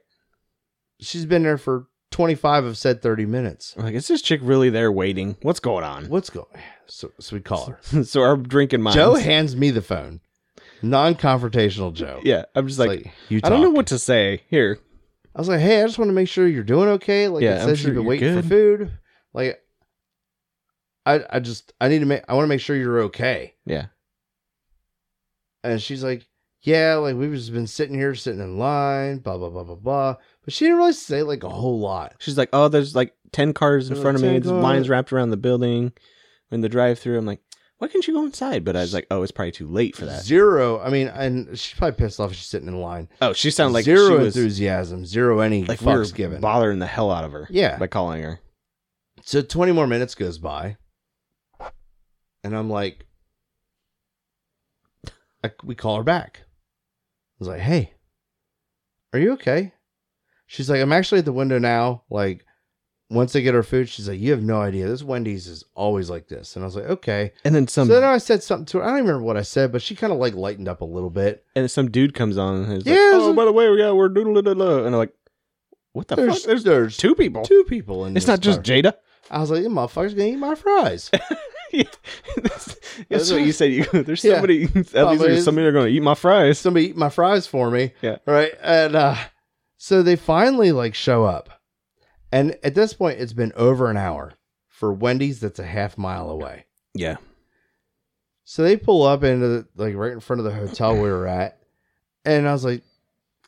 She's been there for twenty five of said thirty minutes. We're like, is this chick really there waiting? What's going on? What's going? So, so we call her. so our drinking minds. Joe hands me the phone. Non confrontational Joe. yeah, I'm It's just like, like, you I don't know talk. what to say here. I was like, hey, I just want to make sure you're doing okay. Like Yeah, it I'm says sure you've been you're waiting for good. food. Like I I just I need to make I want to make sure you're okay. Yeah. And she's like, Yeah, like we've just been sitting here sitting in line, blah blah blah blah blah. But she didn't really say like a whole lot. She's like, "Oh, there's like ten cars in There's front of me. 10 There's Oh, cars." lines wrapped around the building." In the drive-through, I'm like, "Why can't you go inside?" But I was like, "Oh, it's probably too late for that." Zero. I mean, and she's probably pissed off she's sitting in line. Oh, she sounded like zero she was enthusiasm, zero any like we were fucks given. bothering the hell out of her yeah. by calling her. So 20 more minutes goes by. And I'm like, I, we call her back. I was like, hey, are you okay? She's like, I'm actually at the window now. Like, once they get her food, she's like, you have no idea. This Wendy's is always like this. And I was like, okay. And then some so then I said something to her. I don't even remember what I said, but she kind of like lightened up a little bit. and some dude comes on and is Yeah, like, "Oh, so- by the way, we got we're doodling and I'm like, "What the There's, fuck? There's there's two, two people. people in it's this not just car. Jada." I was like, you motherfucker's gonna eat my fries. That's that's what you said. You go, there's Yeah. somebody. At least Probably there's is. somebody are going to eat my fries. somebody eat my fries for me. Yeah. Right. And uh so they finally like show up. And at this point it's been over an hour for Wendy's that's a half mile away. Yeah, So they pull up into the, like right in front of the hotel we were at. And I was like,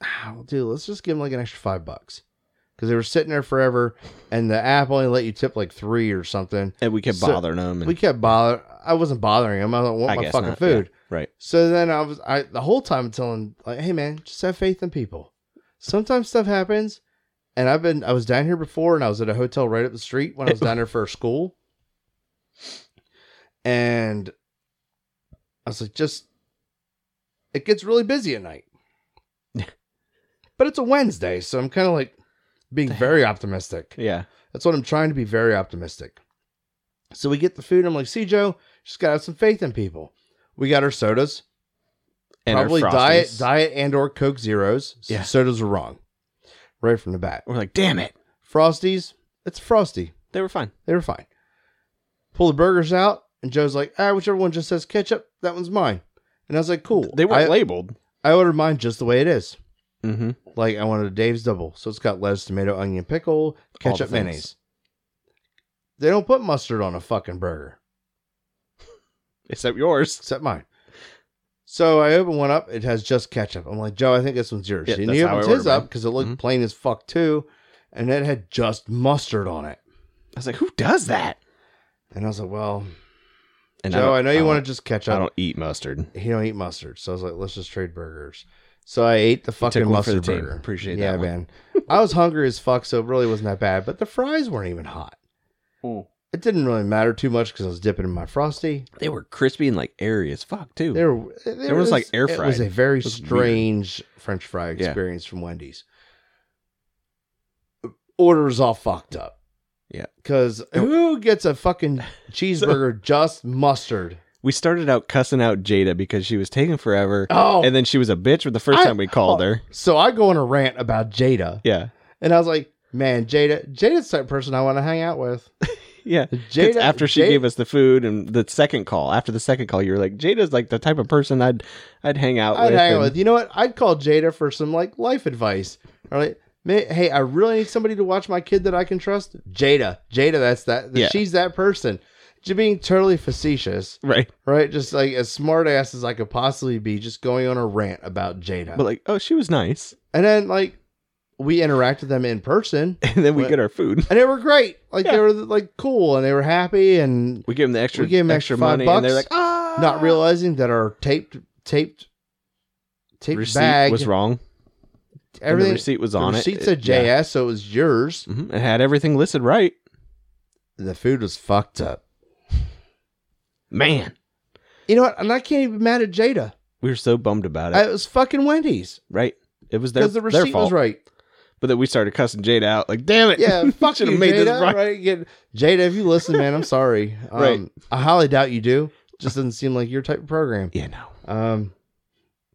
ah, well, dude, let's just give them like an extra five bucks. Cause they were sitting there forever and the app only let you tip like three or something. and we kept So- bothering them. And, We kept bother. I wasn't bothering him. I don't want I my guess fucking not, yeah. food. right. So then I was I the whole time telling like, hey man, just have faith in people. Sometimes stuff happens, and I've been I was down here before, and I was at a hotel right up the street when I was down there for school, and I was like, just it gets really busy at night, but it's a Wednesday, so I'm kind of like being very optimistic. Yeah. That's what I'm trying to be very optimistic. So we get the food. I'm like, see, Joe, just gotta have some faith in people. We got our sodas, And our probably Frosties. diet, diet, and or Coke zeros. So Yeah. sodas are wrong, right from the bat. We're like, damn it, Frosties, it's frosty. they were fine. They were fine. Pull the burgers out, and Joe's like, ah, whichever one just says ketchup, that one's mine. And I was like, cool. They weren't I, labeled. I ordered mine just the way it is. Mm-hmm. Like I wanted a Dave's double, so it's got lettuce, tomato, onion, pickle, the ketchup, things. mayonnaise. They don't put mustard on a fucking burger, Except yours. except mine. So I open one up. It has just ketchup. I'm like, Joe, I think this one's yours. Yeah, and that's he how I opens order his mine. up because it looked Mhm. plain as fuck too, and it had just mustard on it. I was like, who does that? And I was like, well, And Joe, I, know you want to. to just ketchup. I don't eat mustard. he don't eat mustard. So I was like, let's just trade burgers. So I ate the fucking one for the mustard team. burger. Appreciate yeah, that one. man. I was hungry as fuck, so it really wasn't that bad. But the fries weren't even hot. It didn't really matter too much because I was dipping in my frosty. They were crispy and like airy as fuck too. There, were- there was, like, air It was fried. a very was weird. strange French fry Yeah. experience from Wendy's. Order was all fucked up. Yeah. because who gets a fucking cheeseburger just mustard? we started out cussing out Jada because she was taking forever, Oh, and then she was a bitch with the first I- time we called her. so I go on a rant about Jada. Yeah, And I was like, man, Jada, Jada's the type of person I want to hang out with. yeah. 'Cause Jada, after she Ja- gave us the food and the second call, after the second call, you were like, "Jada's like the type of person I'd I'd hang out I'd with." hang out and- with. You know what? I'd call Jada for some like life advice. All right. Ma- Hey, I really need somebody to watch my kid that I can trust. Jada, Jada, that's that. Yeah. She's that person. Just being totally facetious, Right, right? Just like as smart ass as I could possibly be, just going on a rant about Jada. but like, oh, she was nice, and then like we interacted with them in person, and then we What? get our food. and they were great. Like they Yeah. were like cool, and they were happy, and We give them the extra. We gave 'em extra five money, and they're bucks. like, "Ah, not realizing that our taped taped taped receipt bag was wrong. and the everything receipt was the on receipt it. Uh, said JS, Yeah. so it was yours. Mhm. It had everything listed right. The food was fucked up. Man, You know what? And I can't even be mad at Jada. we were so bummed about it. I, it was fucking Wendy's right, it was their because the their receipt fault. was right. But then we started cussing Jade out, like, "Damn it! Yeah, fuck you, Should've made Jada. this right. right. Get- Jada, if you listen, man, I'm sorry. Um, Right. I highly doubt you do. Just doesn't seem like your type of program. yeah, no, Um,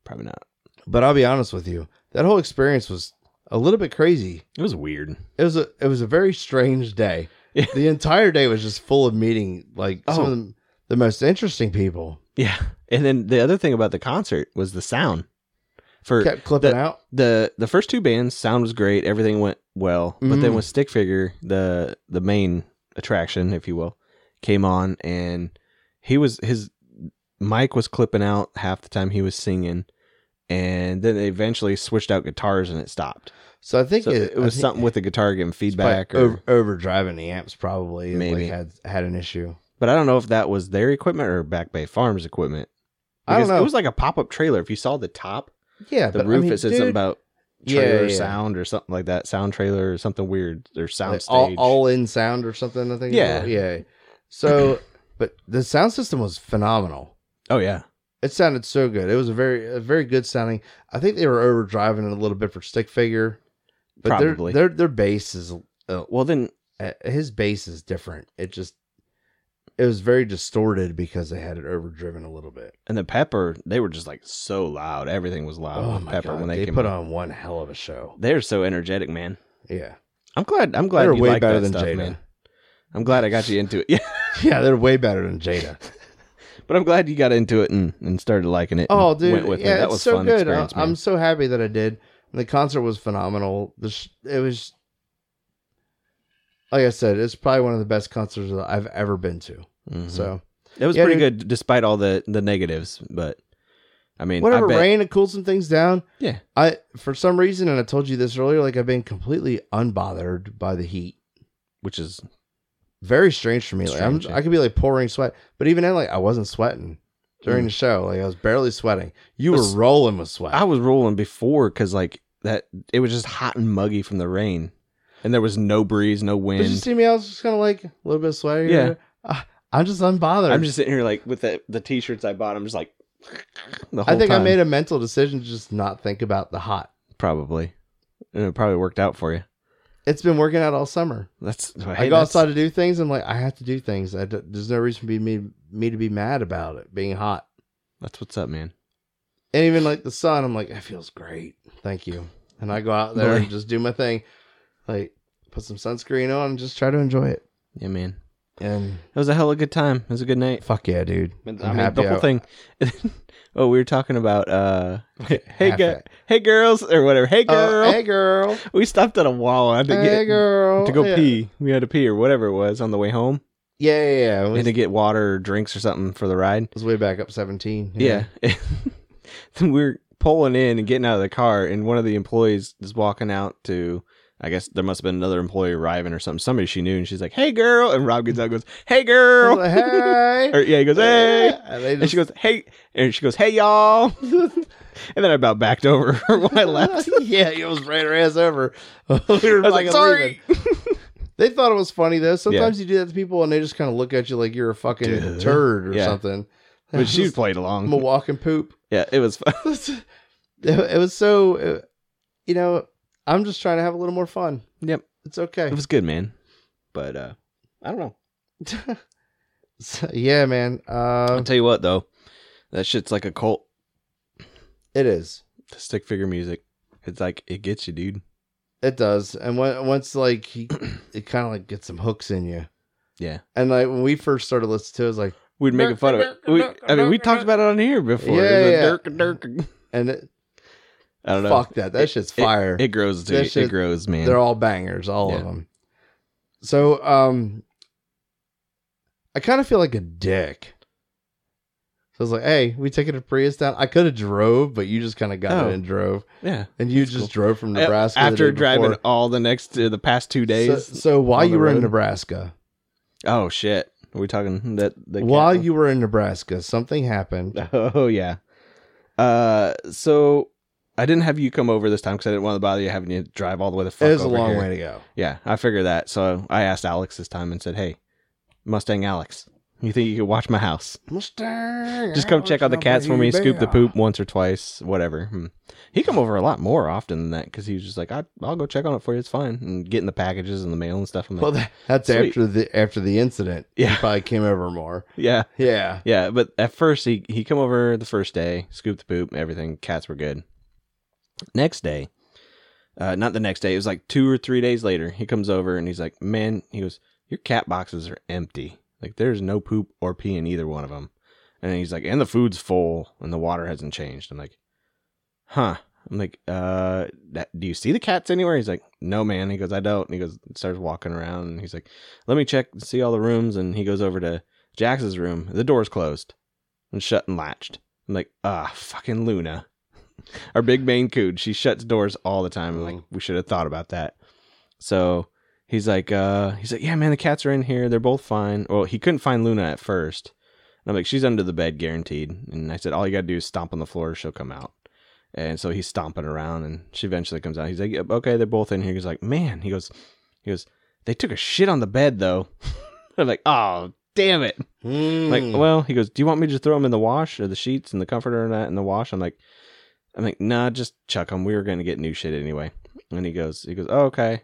probably not. but I'll be honest with you, that whole experience was a little bit crazy. It was weird. it was a it was a very strange day. Yeah. the entire day was just full of meeting like some Oh. of the, the most interesting people. Yeah, and then the other thing about the concert was the sound. For Kept clipping the- out. the the first two bands, sound was great, everything went well. But then Mhm. with Stick Figure, the the main attraction, if you will, came on, and he was his mic was clipping out half the time he was singing, and then they eventually switched out guitars and it stopped. So I think So it, it, was I think something with the guitar giving it's probably feedback, or, over, overdriving the amps probably. and, like, Maybe. had had an issue. but I don't know if that was their equipment or Back Bay Farms equipment. I don't Because know. It was like a pop up trailer. If you saw the top, yeah, the but, I roof, mean, it said dude, something about Yeah, trailer yeah. sound or something like that. Sound trailer or something weird or sound like, stage. all, all in sound or something. I think. Yeah. yeah. So, but the sound system was phenomenal. oh yeah, It sounded so good. It was a very a very good sounding. I think they were overdriving it a little bit for stick figure, but their- Probably. their their bass is uh, Well then, uh, his bass is different. It just it was very distorted because they had it overdriven a little bit. and the Pepper, they were just like so loud. Everything was loud. Oh with my Pepper god, when they, they, came put on. on one hell of a show. They're so energetic, man. Yeah, I'm glad. I'm glad they're you way like better than that stuff, Jada. man. I'm glad I got you into it. Yeah, Yeah, they're way better than Jada. but I'm glad you got into it and, and started liking it. Oh, and dude, went with yeah, it. That it's was so fun good. I, experience, man. I'm so happy that I did. The concert was phenomenal. The sh- it was, like I said, it's probably one of the best concerts that I've ever been to. Mhm. So it was yeah, pretty good, despite all the the negatives. But I mean, whatever I bet, rain, it cooled some things down. Yeah. I for some reason, and I told you this earlier, like I've been completely unbothered by the heat. which is very strange for me. Like I'm, Strange, yeah. I could be like pouring sweat, but even then, like I wasn't sweating during the show. Like I was barely sweating. You Mm. Was- were rolling with sweat. I was rolling before because like that it was just hot and muggy from the rain, and there was no breeze, no Did you wind. see me? I was just kind of like a little bit of sweat. Here. Yeah. and there. Ah, I'm just unbothered. I'm just sitting here like with the, the t-shirts I bought. I'm just like the whole I think I time. made a mental decision to just not think about the hot. probably, and it probably worked out for you. It It's been working out all summer. That's I go outside to do things. I'm like, I have to do things. I d there's no reason for me, me me to be mad about it being hot. That's what's up, man. And even like the sun, I'm like, that feels great. Thank you. And I go out there and just do my thing, like put some sunscreen on and just try to enjoy it. Yeah, man. And It was a hell of a good time. It was a good night. fuck yeah, dude. I mean, I'm happy the whole I- thing. oh, we were talking about uh, hey, half gu- it. hey, girls, or whatever. Hey, Uh, girl. hey girl, We stopped at a wall. I had to hey get girl, Oh, to go Yeah. pee. We had to pee or whatever it was on the way home. Yeah, yeah, yeah. It We was, had to get water or drinks or something for the ride. it was way back up 17. Yeah. then we are pulling in and getting out of the car, and one of the employees is walking out to. I guess there must have been another employee arriving or something. Somebody she knew, and she's like, "Hey, girl!" And Rob gets out, and goes, I "Hey, was girl!" like, hey. or yeah, he goes, "Hey!" And, they And just, she goes, "Hey!" And she goes, "Hey, y'all!" and then I about backed over her when I left. yeah, you almost ran her ass over. we were I was like, fucking leaving. "Sorry." They thought it was funny though. Sometimes you do that to people and they just kind of look at you like you're a fucking Duh. turd or Yeah. something. But she Just, played I'm a along. walking poop. Yeah, it was fun. it, it was so, uh, you know, I'm just trying to have a little more fun. Yep. It's okay. It was good, man. But uh, I don't know. So, yeah, man. I'll Uh, tell you what, though, that shit's like a cult. it is. The stick figure music. It's like it gets you, dude. It does. And when, once like he, it kind of like gets some hooks in you. Yeah. And like when we first started listening to it, it was like, We'd make fun of it. We, I mean, we talked about it on here before. Yeah, There's a yeah. Dirk, dirk. and it, I don't know. fuck that. That It- shit's fire. It grows, dude. That it shit- grows, man. They're all bangers, all Yeah. of them. So, um, I kind of feel like a dick. So I was like, "Hey, we taking a Prius down." I could have drove, but you just kind of got Oh. it and drove, yeah. and you That's just drove from A- Nebraska the After day driving before. all the next uh, the past two days. So, so while on you the were in road. Nebraska, oh shit. Are we talking that? The while cat- you were in Nebraska, something happened. Oh yeah. Uh, so I didn't have you come over this time because I didn't want to bother you having you drive all the way the fuck. It was a over long here. way to go. Yeah, I figured that. So I asked Alex this time and said, "Hey, Mustang Alex, you think you could watch my house? Mustang, Just come check out the cats for me, baby. scoop the poop once or twice, whatever." Hmm. He come over a lot more often than that because he was just like, I, "I'll go check on it for you. It's fine." And getting the packages and the mail and stuff. I'm like, Well, that, that's Sweet. after the after the incident. Yeah. he probably came over more. yeah, Yeah. yeah. But at first, he he come over the first day, scoop the poop, everything. Cats were good. Next day, uh, not the next day. It was like two or three days later. He comes over and he's like, "Man," he goes, "Your cat boxes are empty. Like there's no poop or pee in either one of them." And he's like, "And the food's full, and the water hasn't changed." I'm like, "Huh." I'm like, "Uh, that, do you see the cats anywhere?" He's like, "No, man." He goes, "I don't." And he goes, starts walking around, and he's like, "Let me check, and see all the rooms." And he goes over to Jax's room. The door's closed and shut and latched. I'm like, "Ah, fucking Luna." Our big Maine Coon, she shuts doors all the time. I'm like, Mhm. we should have thought about that. So he's like, uh, he's like, yeah, man, the cats are in here. They're both fine. Well, he couldn't find Luna at first. And I'm like, she's under the bed, guaranteed. And I said, all you got to do is stomp on the floor. She'll come out. And so he's stomping around and she eventually comes out. He's like, yep, okay, they're both in here. He's like, man, he goes, he goes, they took a shit on the bed though. I'm like, oh, damn it. Mm. Like, well, he goes, "Do you want me to throw them in the wash or the sheets and the comforter and that in the wash?" I'm like, I'm like, "Nah, just chuck them. We were gonna get new shit anyway." And he goes, he goes, oh, "Okay,"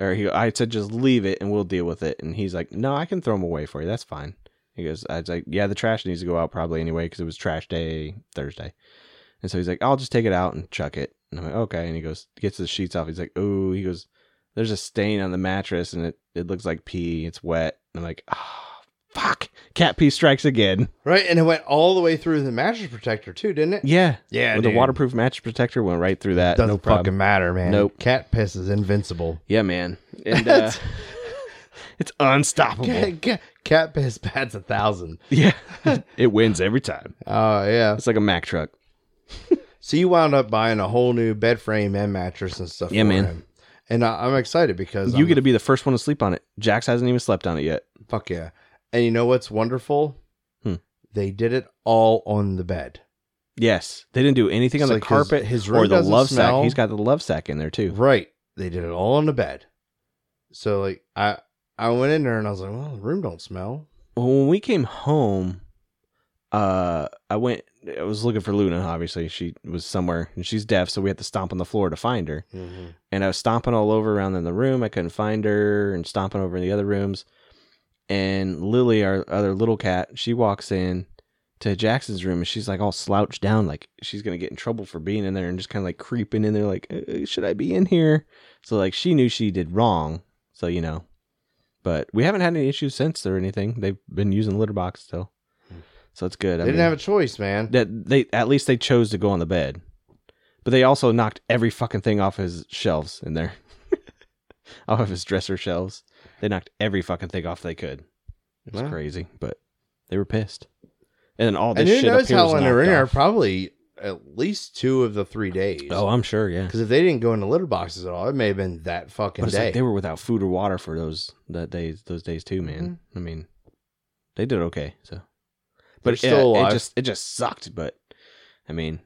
or he, I said, "Just leave it and we'll deal with it." And he's like, "No, I can throw them away for you. That's fine." He goes, "I was like, yeah, the trash needs to go out probably anyway because it was trash day Thursday," and so he's like, "I'll just take it out and chuck it." And I'm like, "Okay," and he goes, gets the sheets off. He's like, "Ooh," he goes, "There's a stain on the mattress and it it looks like pee. It's wet." And I'm like, "Ah." Fuck! Cat pee strikes again. Right, and it went all the way through the mattress protector too, didn't it? Yeah. Yeah, With the waterproof mattress protector went right through that. doesn't no problem. fucking matter, man. Nope. cat piss is invincible. Yeah, man. And uh, it's unstoppable. Cat, cat, cat piss bats a thousand. Yeah. it wins every time. Oh yeah. It's like a Mack truck. So you wound up buying a whole new bed frame and mattress and stuff. Yeah, for man. him. And I, I'm excited because You I'm- get to be the first one to sleep on it. Jax hasn't even slept on it yet. fuck yeah. And you know what's wonderful? Hmm. They did it all on the bed. Yes. They didn't do anything on It's the like his- carpet his room or the doesn't love smell. sack. He's got the love sack in there too. Right. They did it all on the bed. So like I I went in there and I was like, well, the room don't smell. Well, when we came home, uh I went I was looking for Luna, obviously. She was somewhere and she's deaf, so we had to stomp on the floor to find her. And I was stomping all over around in the room. I couldn't find her and stomping over in the other rooms. And Lily, our other little cat, she walks in to Jackson's room and she's like all slouched down, like she's gonna get in trouble for being in there and just kind of like creeping in there, like, "Uh, should I be in here? So like she knew she did wrong. So you know. But we haven't had any issues since or anything. They've been using litter box still. So it's good. Hmm. They didn't have a choice, man. that they at least they chose to go on the bed. But they also knocked every fucking thing off his shelves in there. off of his dresser shelves. They knocked every fucking thing off they could. It was Wow. crazy, but they were pissed. And then all this And who shit knows how appears long they were in knocked there? off. Probably at least two of the three days. Oh, I'm sure, yeah. because if they didn't go into litter boxes at all, it may have been that fucking But it's day. like they were without food or water for those that days those days too, man. I mean, they did okay, so. Mm-hmm. But They're it, still still alive. it just it just sucked, but I mean,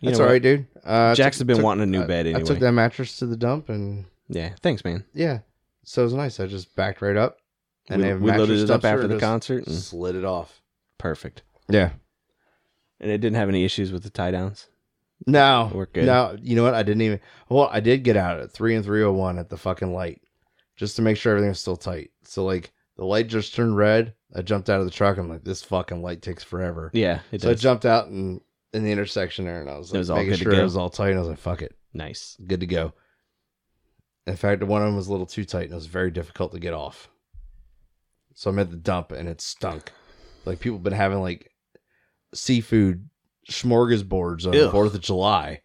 you That's know all what? right, dude. Uh, I Jack's took- been took- wanting a new I- bed anyway. I took that mattress to the dump, and Yeah, thanks, man. yeah, so it was nice. I just backed right up, and we, then we loaded mattress it up dumpster after the just concert and slid it off. perfect. Yeah. And it didn't have any issues with the tie downs. No, We're good. No, you know what? I didn't even. Well, I did get out at three and three hundred one at the fucking light, just to make sure everything was still tight. So like the light just turned red. I jumped out of the truck. I'm like, this fucking light takes forever. Yeah, it so I does. jumped out and in the intersection there, and I was It like, was all making good to sure it go. was all tight. And I was like, fuck it, nice. good to go. In fact, one of them was a little too tight, and it was very difficult to get off. So I'm at the dump, and it stunk. Like people been having like seafood smorgasbords on the Ugh. Fourth of July.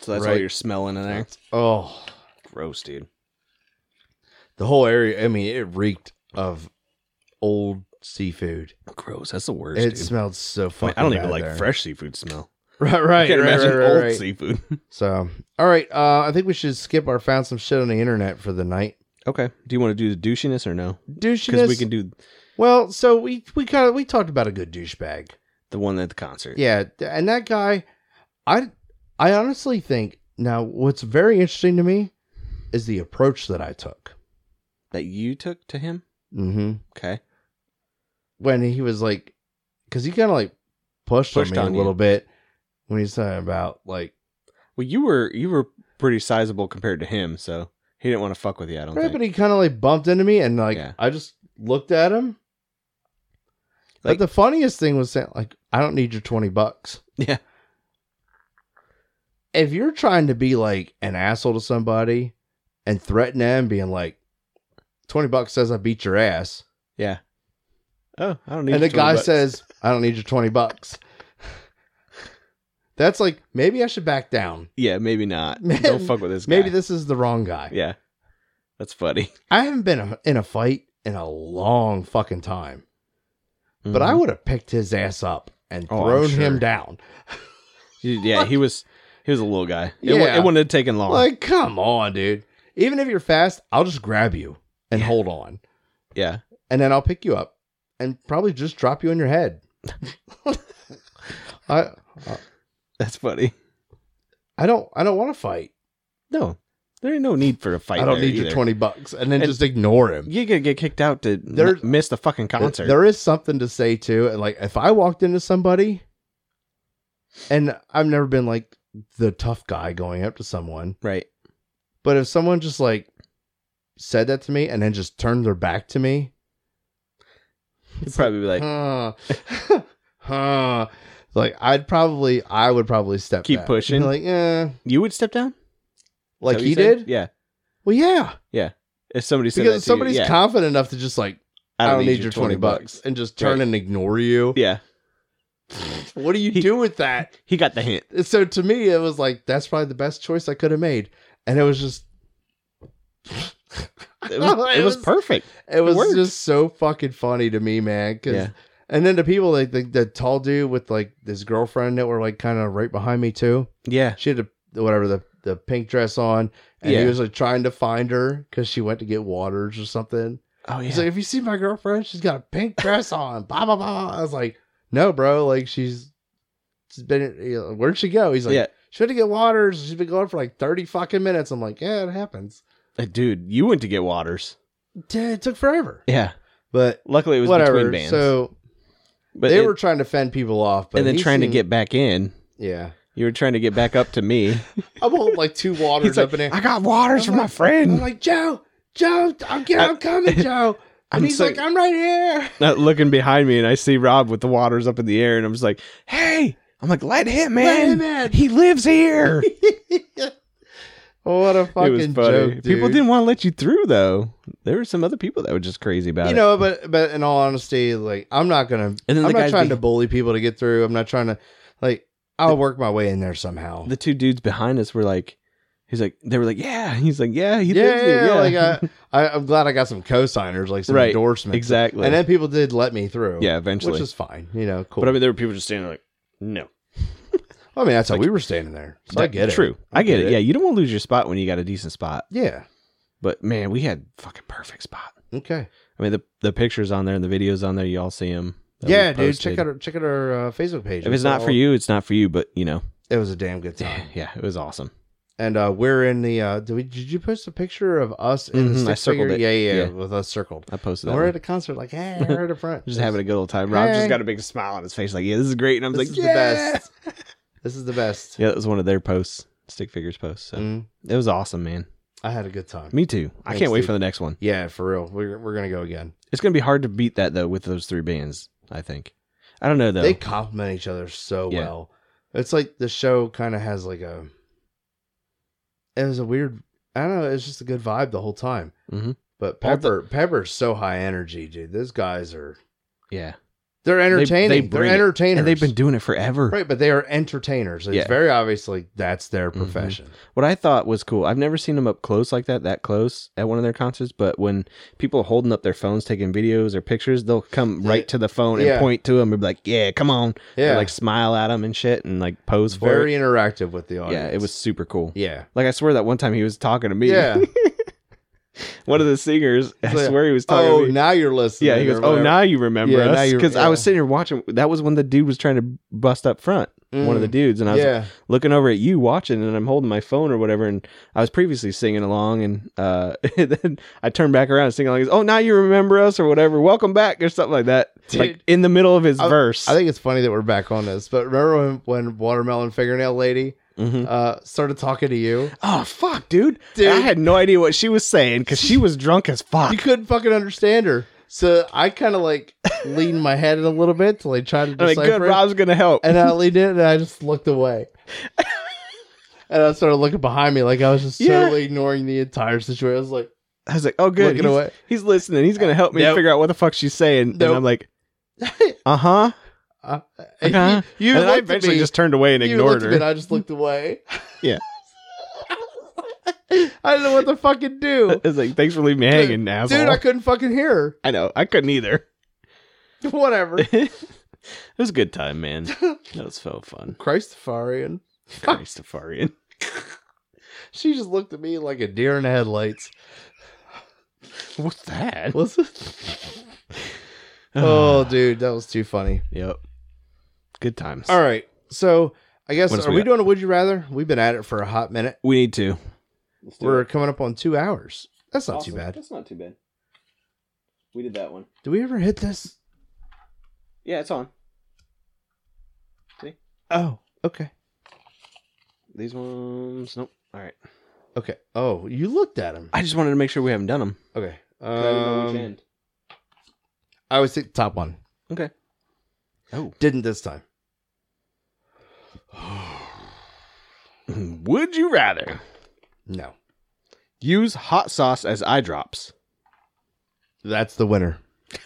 So that's all Right. you're smelling in there. Oh, Gross, dude. the whole area. I mean, it reeked of old seafood. Gross. That's the worst. It dude. smelled so I, mean, fucking. I don't even bad like there. fresh seafood smell. Right, I right, can't right, imagine right, old right. seafood. So, all right. Uh, I think we should skip our found some shit on the internet for the night. okay. Do you want to do the douchiness or no? Because Douchiness. we can do well, so we we kind of we talked about a good douchebag. the one at the concert. Yeah, th- and that guy, I I honestly think now what's very interesting to me is the approach that I took. That you took to him? Mm-hmm. Okay. when he was like, because he kind of like pushed, on Pushed me on a you. little bit when he's talking about like, Well, you were you were pretty sizable compared to him, so he didn't want to fuck with you, I don't right, think. but he kind of like bumped into me and like Yeah. I just looked at him. but Like- the funniest thing was saying like, I don't need your twenty bucks. Yeah. If you're trying to be like an asshole to somebody and threaten them, being like, twenty bucks says I beat your ass, Yeah. Oh, I don't need and your the guy 20 bucks. says, I don't need your twenty bucks. That's like maybe I should back down. Yeah, maybe not. don't fuck with this guy. Maybe this is the wrong guy. Yeah. That's funny. I haven't been a- in a fight in a long fucking time, but I Mhm. would have picked his ass up and Oh, I'm thrown sure. him down. Yeah, he was he was a little guy. It, yeah. Yeah. it wouldn't have taken long. Like, come on, dude. Even if you're fast, I'll just grab you and Yeah. hold on, yeah. and then I'll pick you up and probably just drop you on your head. I That's funny. I don't I don't want to fight. No. There ain't no need for a fight. I don't there need your either. twenty bucks, and then And- just ignore him. You could get kicked out to n- There's- miss the fucking Th- concert. There is something to say too. And like if I walked into somebody and I've never been like the tough guy going up to someone, right. but if someone just like said that to me and then just turned their back to me, You'd probably be like, huh, huh, like I'd probably I would probably step Keep back. pushing? Be like eh. you would step down? Is that like what he you said? did. Yeah. Well, yeah, If somebody said because that if to somebody's you, yeah, confident enough to just like I don't, need, your twenty bucks and just turn Right. and ignore you. Yeah. What do you He- do with that? He got the hint. so to me it was like that's probably the best choice i could have made and it was just It was, It it was- was perfect. it was worked. just so fucking funny to me man 'cause- Yeah. and then the people like the, the tall dude with like this girlfriend that were like kind of right behind me too Yeah. she had a, whatever the the pink dress on and Yeah. he was like trying to find her because she went to get waters or something Oh yeah. he's like if you see my girlfriend she's got a pink dress on blah blah blah i was like no bro like she's she's been you know, where'd she go he's like yeah. she had to get waters. She's been going for like 30 fucking minutes. I'm like, yeah, it happens. Uh, Dude, you went to get waters. Dude, it took forever. Yeah. But Luckily it was whatever. between bands. So But they it- were trying to fend people off, but and then he trying seemed- to get back in. yeah. You were trying to get back up to me. I want like two waters He's like, up in there. I got waters for I'm my like- I'm friend. like Joe, Joe, I'm, get, I'm coming, Joe. And I'm he's so- like, I'm right here. Not looking behind me, and I see Rob with the waters up in the air, and I'm just like, "Hey!" I'm like, "Let him in. Let him in. He lives here." what a it fucking was funny. joke, dude. people didn't want to let you through, though. There were some other people that were just crazy about you it. know, but but in all honesty, like I'm not gonna. And then I'm the not guys trying to be- bully people to get through. I'm not trying to like. I'll work my way in there somehow. the two dudes behind us were like, "He's like," they were like, "Yeah." He's like, "Yeah, he yeah, lives here." yeah, like uh, I, I, I'm glad I got some co-signers, like some Right. endorsements, exactly. And then people did let me through. yeah, eventually. which is fine. You know, cool. But I mean, there were people just standing there like, "No." I mean, that's how Like- we were standing there. So I That- get it. True. I get it. Yeah, you don't want to lose your spot when you got a decent spot. Yeah. But man, we had fucking perfect spot. Okay. I mean, the the pictures on there and the videos on there, you all see them. yeah, dude. Check out our, check out our uh, Facebook page. If it's not all- for you, it's not for you. But you know, it was a damn good time. yeah, it was awesome. And uh, we're in the. Uh, did, we, did you post a picture of us in Mhm, the I stick circled figure? it. Yeah, yeah, Yeah. with us circled. I posted And that. we're one. at a concert, like, hey, we're at the front, Just having a good old time. Rob just Hey. got a big smile on his face, like, yeah, this is great. And I was This like, is this is the yeah. best. This is the best. Yeah, that was one of their posts, stick figures posts. So Mm, it was awesome, man. I had a good time. Me too. I Thanks, can't wait dude. for the next one. Yeah, for real. We're we're gonna go again. It's gonna be hard to beat that though with those three bands. I think. I don't know though. They complement each other so Yeah. well. It's like the show kind of has like a. It was a weird. I don't know. It's just a good vibe the whole time. Mhm. But All the- Pepper, Pepper's so high energy, dude. Those guys are. yeah, They're entertaining. they They, bring are it. entertainers. and they've been doing it forever. right, but they are entertainers. It's Yeah. very obviously that's their Mhm. profession. What I thought was cool. I've never seen them up close like that, that close at one of their concerts. But when people are holding up their phones, taking videos or pictures, they'll come Yeah. right to the phone Yeah. and point to them and be like, "Yeah, come on!" Yeah, And like smile at them and shit, and like pose it's for very interactive with the it. audience. Yeah, it was super cool. Yeah, Like I swear that one time he was talking to me. yeah. one of the singers. I It's like, swear he was talking oh, to me. now you're listening. Yeah, he goes, or "Oh, whatever. now you remember Yeah, us." now you- Because yeah. I was sitting here watching. That was when the dude was trying to bust up front. One of the Mm, dudes, and I was yeah, looking over at you watching, and I'm holding my phone or whatever, and I was previously singing along, and, uh, and then I turned back around and singing along. Oh, now you remember us or whatever. Welcome back or something like that. Like Dude. in the middle of his verse. I think it's funny that we're back on this. But remember when, when watermelon fingernail lady Mhm. uh, started talking to you? Oh fuck, dude! Dude. I had no idea what she was saying because she was drunk as fuck. You couldn't fucking understand her, so I kind of like leaned my head in a little bit till I tried to I'm like, decipher. good, it. Rob's gonna help. and I leaned in and I just looked away. and I started looking behind me like I was just Yeah. totally ignoring the entire situation. I was like, I was like, oh, good. Looking He's, away. he's listening. He's gonna help me Nope. figure out what the fuck she's saying. Nope. And I'm like, uh huh. uh, Okay. you- you, And I looked at eventually me, just turned away Uh-huh. and you ignored looked at me her. and I just looked away. Yeah. I didn't know what to fucking do. It's like, thanks for leaving me hanging, asshole. Dude, I couldn't fucking hear I know. I couldn't either. her. Whatever. it was a good time, man. That was so fun. Christafarian. Christafarian. She just looked at me like a deer in the headlights. What's that? Was it? oh, dude, that was too funny. uh, Yep. Good times. All right. So I guess What else are we we got? doing a would you rather? We've been at it for a hot minute. We need to. We're coming up on two hours. That's not too bad. That's not too bad. We did that one. Do we ever hit this? Yeah, it's on. Oh, okay. These ones. Nope. All right. Okay. Oh, you looked at him. I just wanted to make sure we haven't done them. Okay. Um, I always think top one. Okay. Oh. Didn't this time. Would you rather No. use hot sauce as eye drops? That's the winner.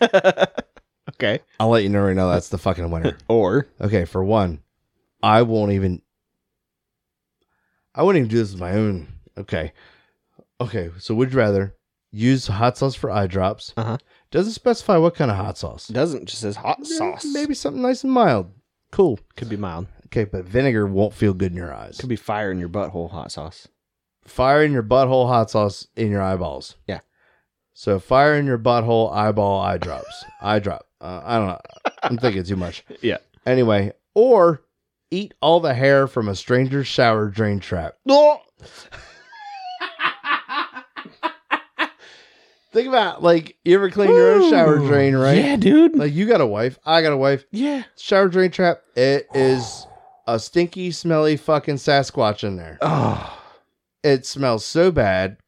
okay. I'll let you know right now that's the fucking winner. Or Okay, for one, I won't even I wouldn't even do this with my own. Okay. Okay, so would you rather use hot sauce for eye drops? Uh-huh. Doesn't specify what kind of hot sauce. doesn't just says hot sauce. Maybe something nice and mild. Cool. could be mild. Okay, but vinegar won't feel good in your eyes. Could be fire in your butthole hot sauce. Fire in your butthole hot sauce in your eyeballs. Yeah. So fire in your butthole eyeball eye drops. eye drop. Uh, I don't know. I'm thinking too much. Yeah. Anyway, or eat all the hair from a stranger's shower drain trap. Think about like you ever clean your own shower drain, right? Yeah, dude. Like you got a wife, I got a wife. yeah. Shower drain trap. It is a stinky, smelly fucking Sasquatch in there. ah. Oh, It smells so bad.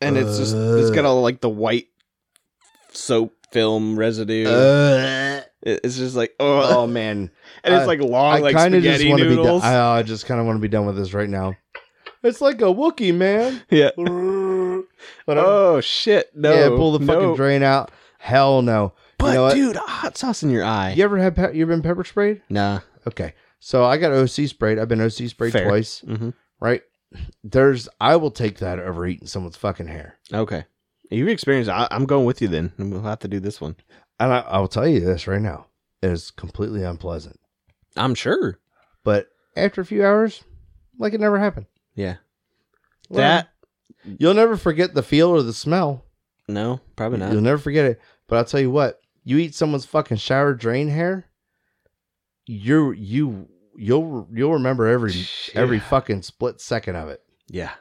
and it's just it's got all like the white soap film residue. Ugh. It- it's just like oh, Uh, oh man, and it's I- like long I like kind of just spaghetti want to be done. noodles. I, uh, I just kind of want to be done with this right now. It's like a Wookiee, man. Uh, yeah. but I'm- Oh shit! No. yeah, pull the fucking no. drain out. Hell no. But know what? dude, a hot sauce in your eye. You ever had pe- you been pepper sprayed? Nah. Okay. So I got OC sprayed. I've been OC sprayed Fair. twice, hmm right? There's I will take that over eating someone's fucking hair. Okay. You've experienced. I, I'm going with you then. We'll have to do this one. And I, I will tell you this right now. It is completely unpleasant. I'm sure. But after a few hours, like it never happened. Yeah. Well, that you'll never forget the feel or the smell. no, probably not. You'll never forget it. But I'll tell you what, you eat someone's fucking shower drain hair, you're you you'll you'll remember every Shit. every fucking split second of it. yeah.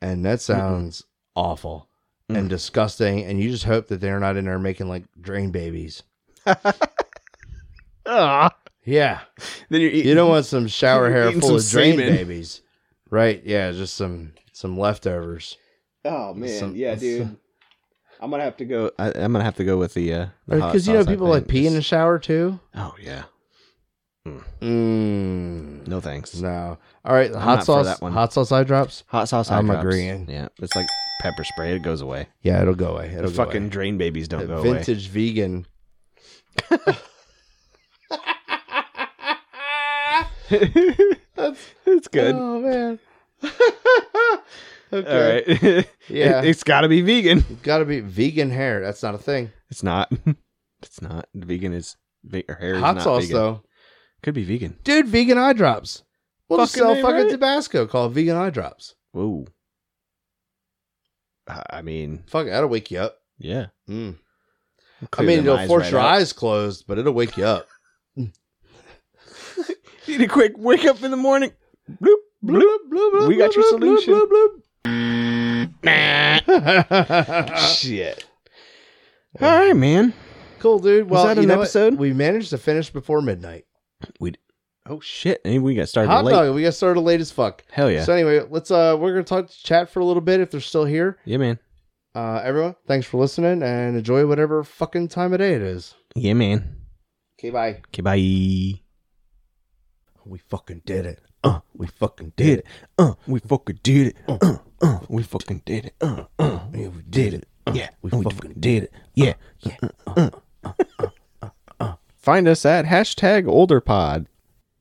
and that sounds awful and disgusting. And you just hope that they're not in there making like drain babies. Ah. Yeah, Then you're eating. you don't want some shower hair Eating full of some drain semen. babies, right? Yeah, just some some leftovers. Oh man, Some- yeah, dude. some- I'm gonna have to go. I, I'm gonna have to go with the uh the hot Because you know sauce, I people like think. pee in the shower too. Oh yeah. Mm, No thanks. no. All right, the I'm hot not for sauce. that one. Hot sauce eye drops. Hot sauce. eye I'm drops. agreeing. Yeah, it's like pepper spray. It goes away. Yeah, it'll go away. It'll The go fucking away. drain babies don't go away. vintage vegan. That's it's good. Oh man. okay. All right. Yeah. it, has got to be vegan. Got to be vegan hair. That's not a thing. It's not. It's not. Vegan is. Ve- or hair is Hot not sauce vegan. though, Could be vegan. dude. Vegan eye drops. We'll just Fucking sell A, fucking right? Tabasco called vegan eye drops. Whoa. I I mean, Fuck, that'll wake you up. yeah. Mm. I Hmm. Clear mean, them it'll eyes force right your out. eyes closed, but it'll wake you up. Need a quick wake up in the morning. Bloop, Bloop, bloop. bloop, bloop, We got bloop, your bloop, bloop, solution. bloop, bloop. Shit. All right, man. cool, dude. Was Well, that you an know what? episode? We managed to finish before midnight. Oh shit! And we got started Hot late. dog. We got started late as fuck. Hell yeah. So anyway, let's uh we're gonna talk to chat for a little bit if they're still here. yeah, man. Uh everyone, thanks for listening and enjoy whatever fucking time of day it is. Yeah, man. Okay, bye. Okay, bye. We fucking did it. Uh, we fucking Did did it. it. Uh, we fucking did it. Uh, uh, we fucking did it. Uh, uh, Yeah, we did it. yeah, we we fucking did it. Yeah. find us at hashtag olderpod.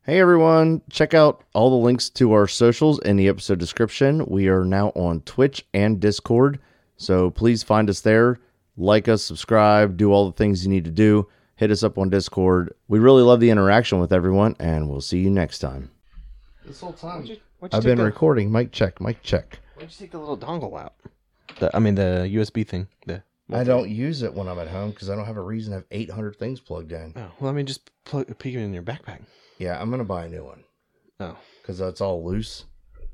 Hey everyone, check out all the links to our socials in the episode description. We are now on Twitch and Discord, so please find us there. Like us, subscribe, do all the things you need to do. Hit us up on Discord. We really love the interaction with everyone, and we'll see you next time. This whole time, why'd you, why'd you I've take been the, recording. Mic check, mic check. why'd you take the little dongle out? The, I mean, the USB thing. The I don't use it when I'm at home because I don't have a reason to have 800 things plugged in. oh, well, I mean, just plug, peek it in your backpack. Yeah, I'm gonna buy a new one Oh, because it's all loose.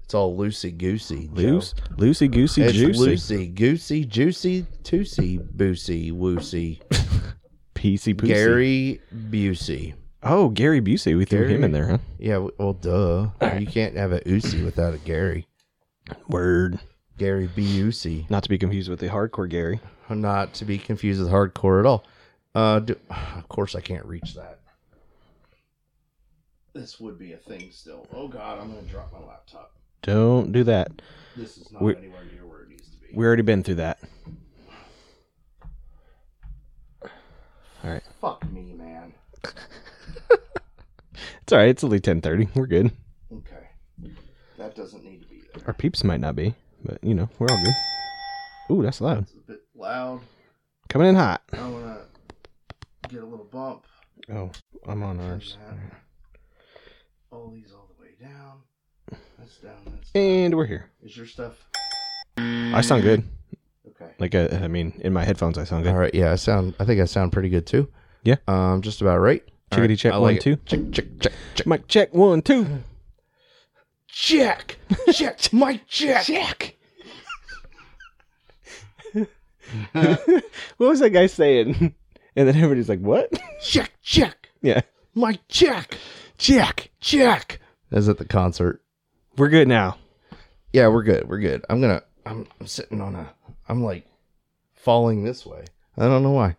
It's all loosey goosey. loose, loosey goosey It's juicy, loosey goosey, juicy, toosey, boosey, woosey, PC poosey. Gary Busey. Oh, Gary Busey. We threw Gary. him in there, huh? Yeah, w- well, duh. You can't have a Oosie without a Gary. Word. Gary Busey, Not to be confused with the hardcore Gary. not to be confused with hardcore at all. Uh, do, of course, I can't reach that. This would be a thing still. Oh God, I'm gonna drop my laptop. Don't do that. This is not We- anywhere near where it needs to be. We already been through that. Fuck me, man. It's all right. It's only ten thirty. We're good. Okay. That doesn't need to be there. Our peeps might not be, but you know we're all good. Ooh, that's loud. It's a bit loud. Coming in hot. I want to get a little bump. Oh, I'm on from ours. that. All these all the way down. That's down. That's down. And we're here. Is your stuff I sound good. okay? Like uh, I mean, in my headphones, I sound good. All right. Yeah, I sound. I think I sound pretty good too. Yeah. Um, just about right. All Chickity right, check I one it. two. Check check check check. Mic check one two. Check check. My check. Check. what was that guy saying? And then everybody's like, "What?" Check, check. Yeah. Mike, check, check, check. That's at the concert. We're good now. Yeah, we're good. We're good. I'm gonna. I'm, I'm sitting on a. I'm like falling this way. I don't know why.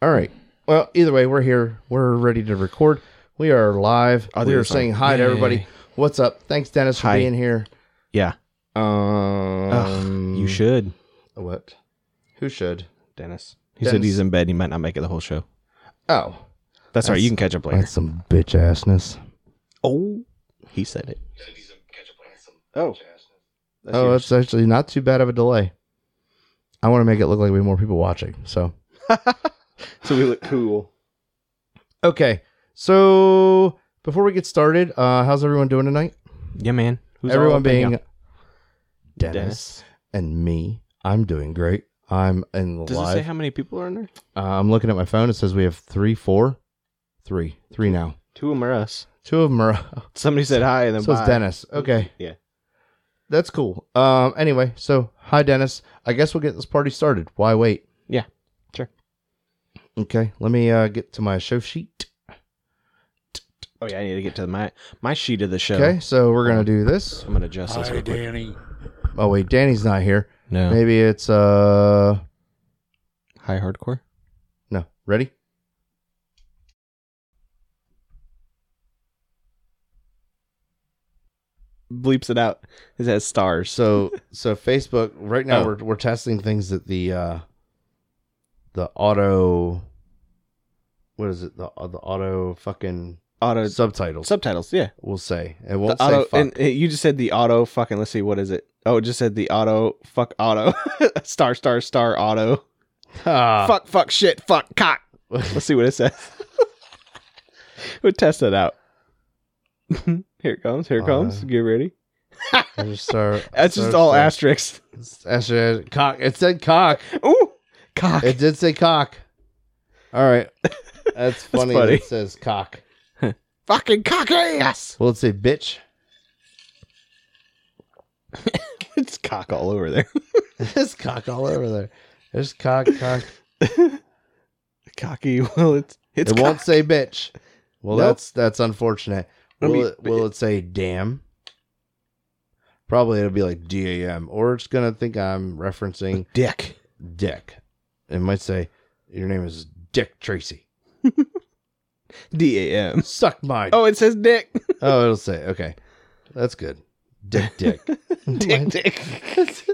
All right. Well, either way, we're here. We're ready to record. We are live. Oh, we there's are saying like- hi to Yay. everybody. What's up? Thanks, Dennis, for Hi. being here. Yeah. Um. you should, What? Who should? Dennis. He said Dennis. he's in bed. He might not make it the whole show. Oh, That's, all right. You can catch up later. that's some bitch assness. Oh, he said it. Oh, that's Oh, yours. that's actually not too bad of a delay. I want to make it look like we have more people watching. So so we look cool. okay. So before we get started, uh, how's everyone doing tonight? Yeah, man. Who's all everyone up in being ya? Dennis, and me. I'm doing great. I'm in the Does it live. say how many people are in there? uh, I'm looking at my phone. It says we have three, four, three, three now. Two of them are us. Two of them are. Somebody said hi, and then so bye. it's Dennis. Okay. Yeah. That's cool. Um. Anyway, so hi, Dennis. I guess we'll get this party started. Why wait? Yeah, sure. Okay. Let me uh, get to my show sheet. Oh yeah, I need to get to my my sheet of the show. Okay. So we're gonna do this. I'm gonna adjust this. Hi, real quick. Danny. Oh wait, Danny's not here. No, Maybe it's uh. high hardcore. No. Ready? Bleeps it out. It has stars. So so Facebook right now Oh. we're we're testing things that the uh the auto what is it the uh, the auto fucking auto subtitles subtitles. Yeah, will say it Uh, the won't say auto. fuck. And it- you just said the auto fucking. Let's see, what is it? Oh, it just said the auto fuck auto star star star auto Ah. fuck fuck shit fuck cock. Let's see what it says. we'll test it out. here it comes. Here it comes. Auto. Get ready. I just start- That's just start- all start- asterisks. asterisk cock. It said cock. Ooh, cock. It did say cock. All right, that's funny. that funny. It says cock. fucking cock ass. Well, it say bitch. it's cock all over there. There's cock all over there. There's cock, cock. Cocky. Well, it's it's it cock. won't say bitch. Well, Nope. that's that's unfortunate. I Will mean, it, will it say damn? Probably it'll be like D A M, or it's gonna think I'm referencing dick. Dick. It might say your name is Dick Tracy. D A M. Suck my. Oh, Oh, it says dick. it'll say okay. That's good. Dick, Dick. dick, dick. this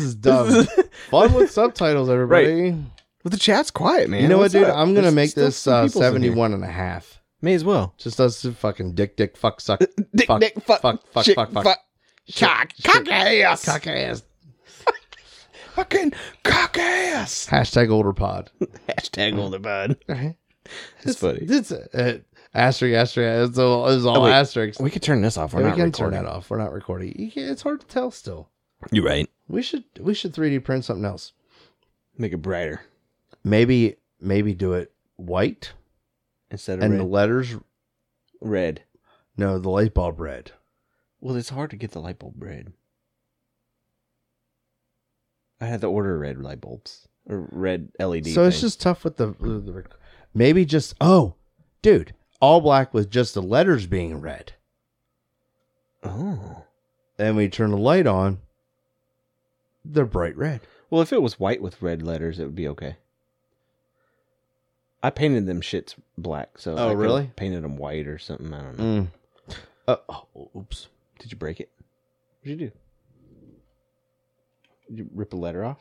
is dumb. This is- Fun with subtitles, everybody. Well, the chat's quiet, man. You know What's what, dude? up? I'm gonna There's make still this some uh, peoples in here. 71 and a half. May as well. Just us fucking dick, dick, fuck, suck, Dick, Fuck, dick, fuck, fuck, fuck, shit, fuck, fuck. shit, cock, shit, cock ass, cock ass. fucking cock ass. Hashtag older pod. Hashtag older bud. Right. It's funny. It's uh, asterisk, asterisk. It's all, it's all Oh, wait. asterisks. We could turn this off. We're Yeah, we not can recording. turn that off. We're not recording. You can't, it's hard to tell still. You're right. We should we should 3D print something else. Make it brighter Maybe maybe do it white instead of and the red. letters. red. No, the light bulb red. Well, it's hard to get the light bulb red. I had to order red light bulbs or red LED. so it's thing. just tough with the, with the rec- maybe just oh, dude, all black with just the letters being red. oh. And we turn the light on. They're bright red. Well, if it was white with red letters, it would be okay. I painted them shits black, Oh, so I could've really? Painted them white or something. I don't know. Mm. Uh, oh, oops. Did you break it? What'd you do? Did you rip a letter off?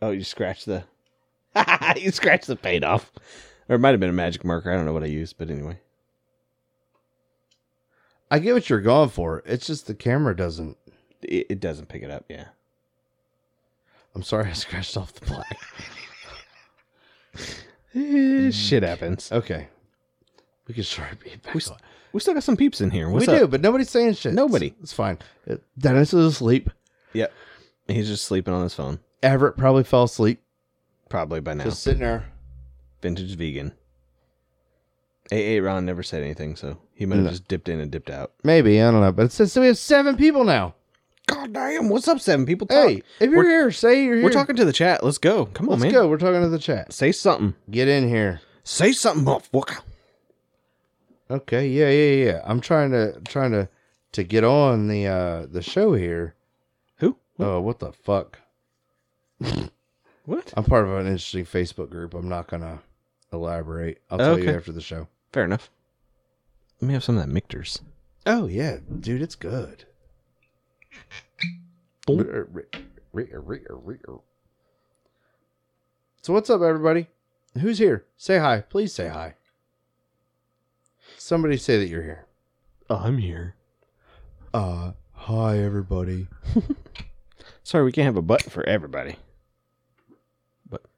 Oh, you scratched the. you scratched the paint off, or it might have been a magic marker. I don't know what I used, but anyway. I get what you're going for. It's just the camera doesn't. it, it doesn't pick it up. Yeah. I'm sorry, I scratched off the black. Shit happens. Okay, we can sharpie it back. Mm. We on. s- We still got some peeps in here. What's we up? do, but nobody's saying shit. Nobody. It's, it's fine. Uh, Dennis is asleep. He's just sleeping on his phone, Everett probably fell asleep. probably by now. Just sitting there. Vintage vegan. AA Ron never said anything, so he might have No. just dipped in and dipped out. Maybe I don't know, but it says so we have seven people now. God damn, what's up, seven people? Talk. Hey, if you're We're- here, say you're here. we're talking to the chat. Let's go. Come on, Let's man. go. We're talking to the chat. Say something. Get in here. Say something, motherfucker. Okay. Yeah. Yeah. Yeah. I'm trying to trying to to get on the uh the show here. Who? Oh, what the fuck? What? I'm part of an interesting Facebook group. I'm not gonna elaborate. I'll tell you Okay. after the show. Fair enough. Let me have some of that Mictors. Oh yeah, dude, it's good. So what's up, everybody? Who's here? Say hi, please. Say hi. Somebody say that you're here. Oh, I'm here. Uh, hi, everybody. Sorry, we can't have a button for everybody.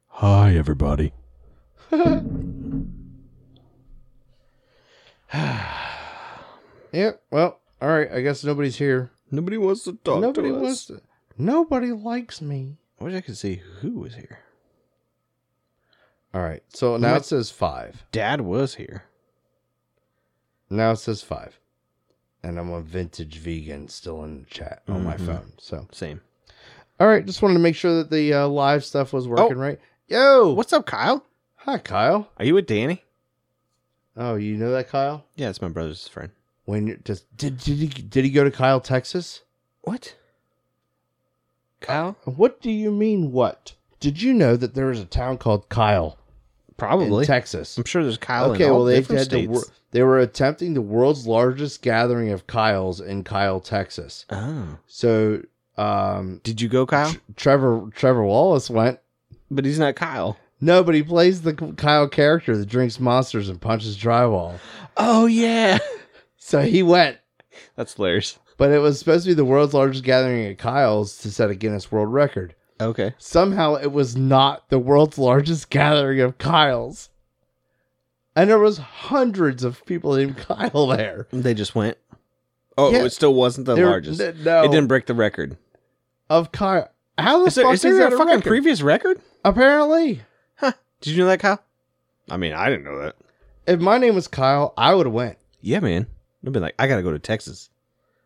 Hi, everybody. Yeah. Well, all right. I guess nobody's here. Nobody wants to talk Nobody wants. To, nobody likes me. I wish I could see who was here. All right. So now it says five. Dad was here. Now it says five. And I'm a vintage vegan still in the chat on my Mhm. phone. So, Same. all right, just wanted to make sure that the uh, live stuff was working right. Yo, Oh. What's up, Kyle? Hi, Kyle. Are you with Danny? Oh, you know that Kyle? Yeah, it's my brother's friend. When you're just did did he did he go to Kyle, Texas? What? Kyle? What do you mean? What did you know that there is a town called Kyle Uh, Probably. in Texas? I'm sure there's Kyle Okay, in all well they different had to, states. wor- they were attempting the world's largest gathering of Kyles in Kyle, Texas. Oh. So, um, Did you go, Kyle? Tr- Trevor Trevor Wallace went. but he's not Kyle. No, but he plays the Kyle character that drinks monsters and punches drywall. Oh, yeah. So he went. That's hilarious. But it was supposed to be the world's largest gathering at Kyle's to set a Guinness World Record. Okay. Somehow it was not the world's largest gathering of Kyle's. And there was hundreds of people named Kyle there. They just went. Oh, Yeah. it still wasn't the There- largest. n- no, It didn't break the record. of Kyle. How the Is there, fuck is there that a fucking previous record? Apparently, Did you know that, Kyle? I mean, I didn't know that. if my name was Kyle, I would have went. Yeah, man. I've been like, I gotta go to Texas.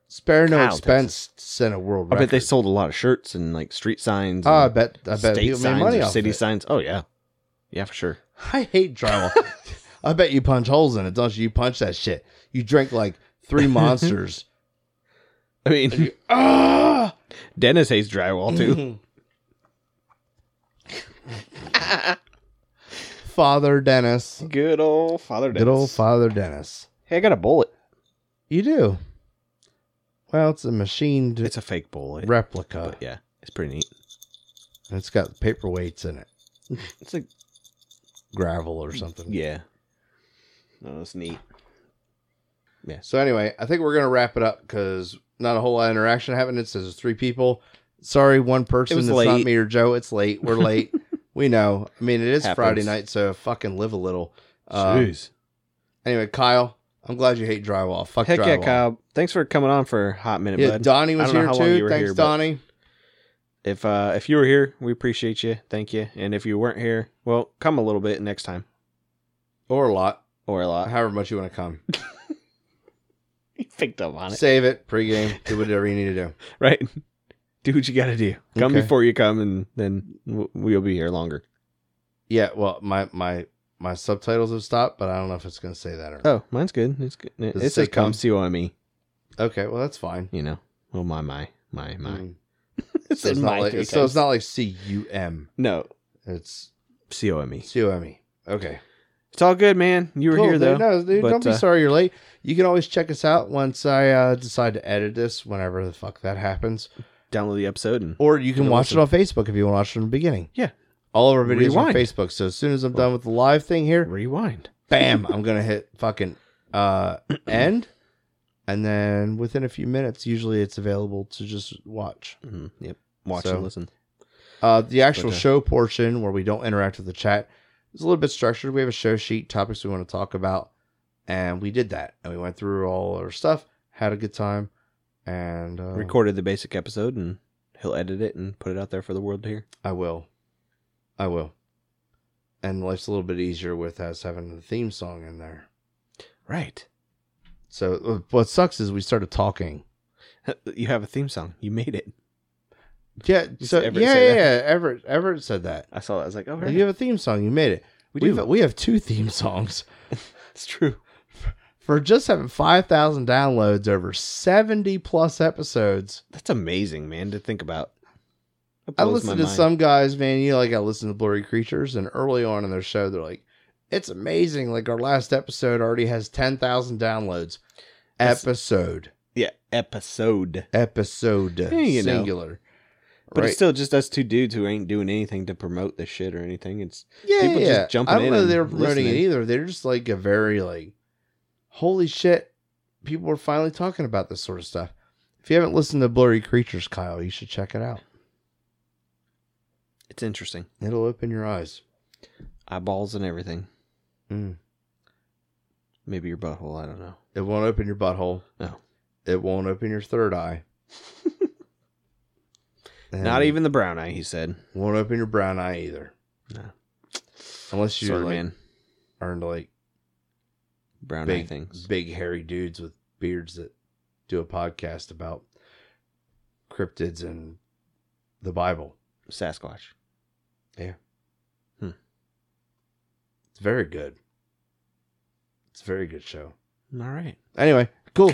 Spare no Kyle, expense to send a world I record. bet they sold a lot of shirts and like street signs. Oh, I and bet I bet state people made signs money or off city it. signs. Oh yeah, yeah for sure. I hate drywall. I bet you punch holes in it, don't you? You punch that shit. You drink like three monsters. I mean, ah! Dennis hates drywall too. Father Dennis. Good old Father Good old Father Dennis. Hey, I got a bullet. You do. Well, it's a machined it's a fake bullet, replica. but yeah, it's pretty neat. And It's got paperweights in it, It's like gravel or something. yeah, no, it's neat. So anyway, I think we're gonna wrap it up because not a whole lot of interaction happened. It says three people. Sorry, one person. was It's not late. me or Joe. It's late. We're late. we know. I mean, it is Happens. Friday night, so fucking live a little. Um, anyway, Kyle, I'm glad you hate drywall. Fuck Heck drywall. yeah, Kyle. Thanks for coming on for a hot minute, Yeah, bud. Donnie was I don't know here how long you too. were Thanks, here, but- Donnie. if uh if you were here, we appreciate you. Thank you. And if you weren't here, well, come a little bit next time Or a lot, or a lot. however much you want to come. You picked up on Save it pregame. Do whatever you need to do. right? Do what you got to do. Come Okay. before you come, and then w- we'll be here longer. Yeah. Well, my my my subtitles have stopped, but I don't know if it's gonna say that or not. Oh, mine's good. It's good. It, Does it it say says come come? see on me. Oh. Okay. Well, that's fine. You know. Oh my my my my. Mm. It So said it's not my like three so it's times. not like C U M. no It's C O M E. C O M E. Okay. It's all good, man. You were Cool, here dude. though. No, dude, but, don't be uh, sorry you're late. You can always check us out once I uh, decide to edit this, whenever the fuck that happens. Download the episode and Or you can Go watch it on Facebook if you want to watch it from the beginning. Yeah. All of our videos Rewind. are on Facebook. So as soon as I'm done with the live thing here, rewind. bam, I'm gonna hit fucking uh end. And then within a few minutes, usually it's available to just watch. Mm-hmm. Mhm, yep, watch So- and listen. Uh, the actual But, uh, show portion where we don't interact with the chat is a little bit structured. We have a show sheet, topics we want to talk about, and we did that. And we went through all our stuff, had a good time, and uh, Recorded the basic episode and he'll edit it and put it out there for the world to hear. I will, I will. And life's a little bit easier with us having the theme song in there. Right. So uh, what sucks is we started talking. You have a theme song. You made it. Yeah, Just so, yeah, Everett yeah, said yeah. Everett, Everett said that. I saw that. I was like, oh, Like, right. you have a theme song. You made it. we We've- do. We have two theme songs It's true. for just having five thousand downloads over seventy plus episodes. That's amazing, man, to think about. That I blows my listen to mind. some guys, man. You know, like I listen to Blurry Creatures, and early on in their show, they're like, "It's amazing! Like our last episode already has ten thousand downloads." That's- episode, Yeah, episode. episode, Yeah, you know. singular. But Right. it's still just us two dudes who ain't doing anything to promote this shit or anything. It's yeah, people yeah. just yeah. jumping I don't in know and they're promoting it listening. either. They're just like a very like, holy shit! People are finally talking about this sort of stuff. If you haven't listened to Blurry Creatures, Kyle, you should check it out. it's interesting. It'll open your eyes. Eyeballs and everything. Maybe your butthole. I don't know. It won't open your butthole. No. It won't open your third eye. And Not even the brown eye. He said. won't open your brown eye either. No. Unless you Sorry, like, man. are into like Brown eye big things. big hairy dudes with beards that do a podcast about cryptids and the Bible. Sasquatch. It's very good. It's a very good show. All right. Anyway, cool.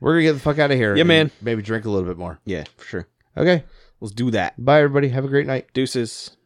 We're gonna get the fuck out of here. Yeah, and man. Maybe drink a little bit more. Yeah, for sure. Okay. Let's do that. Bye everybody. Have a great night. Deuces.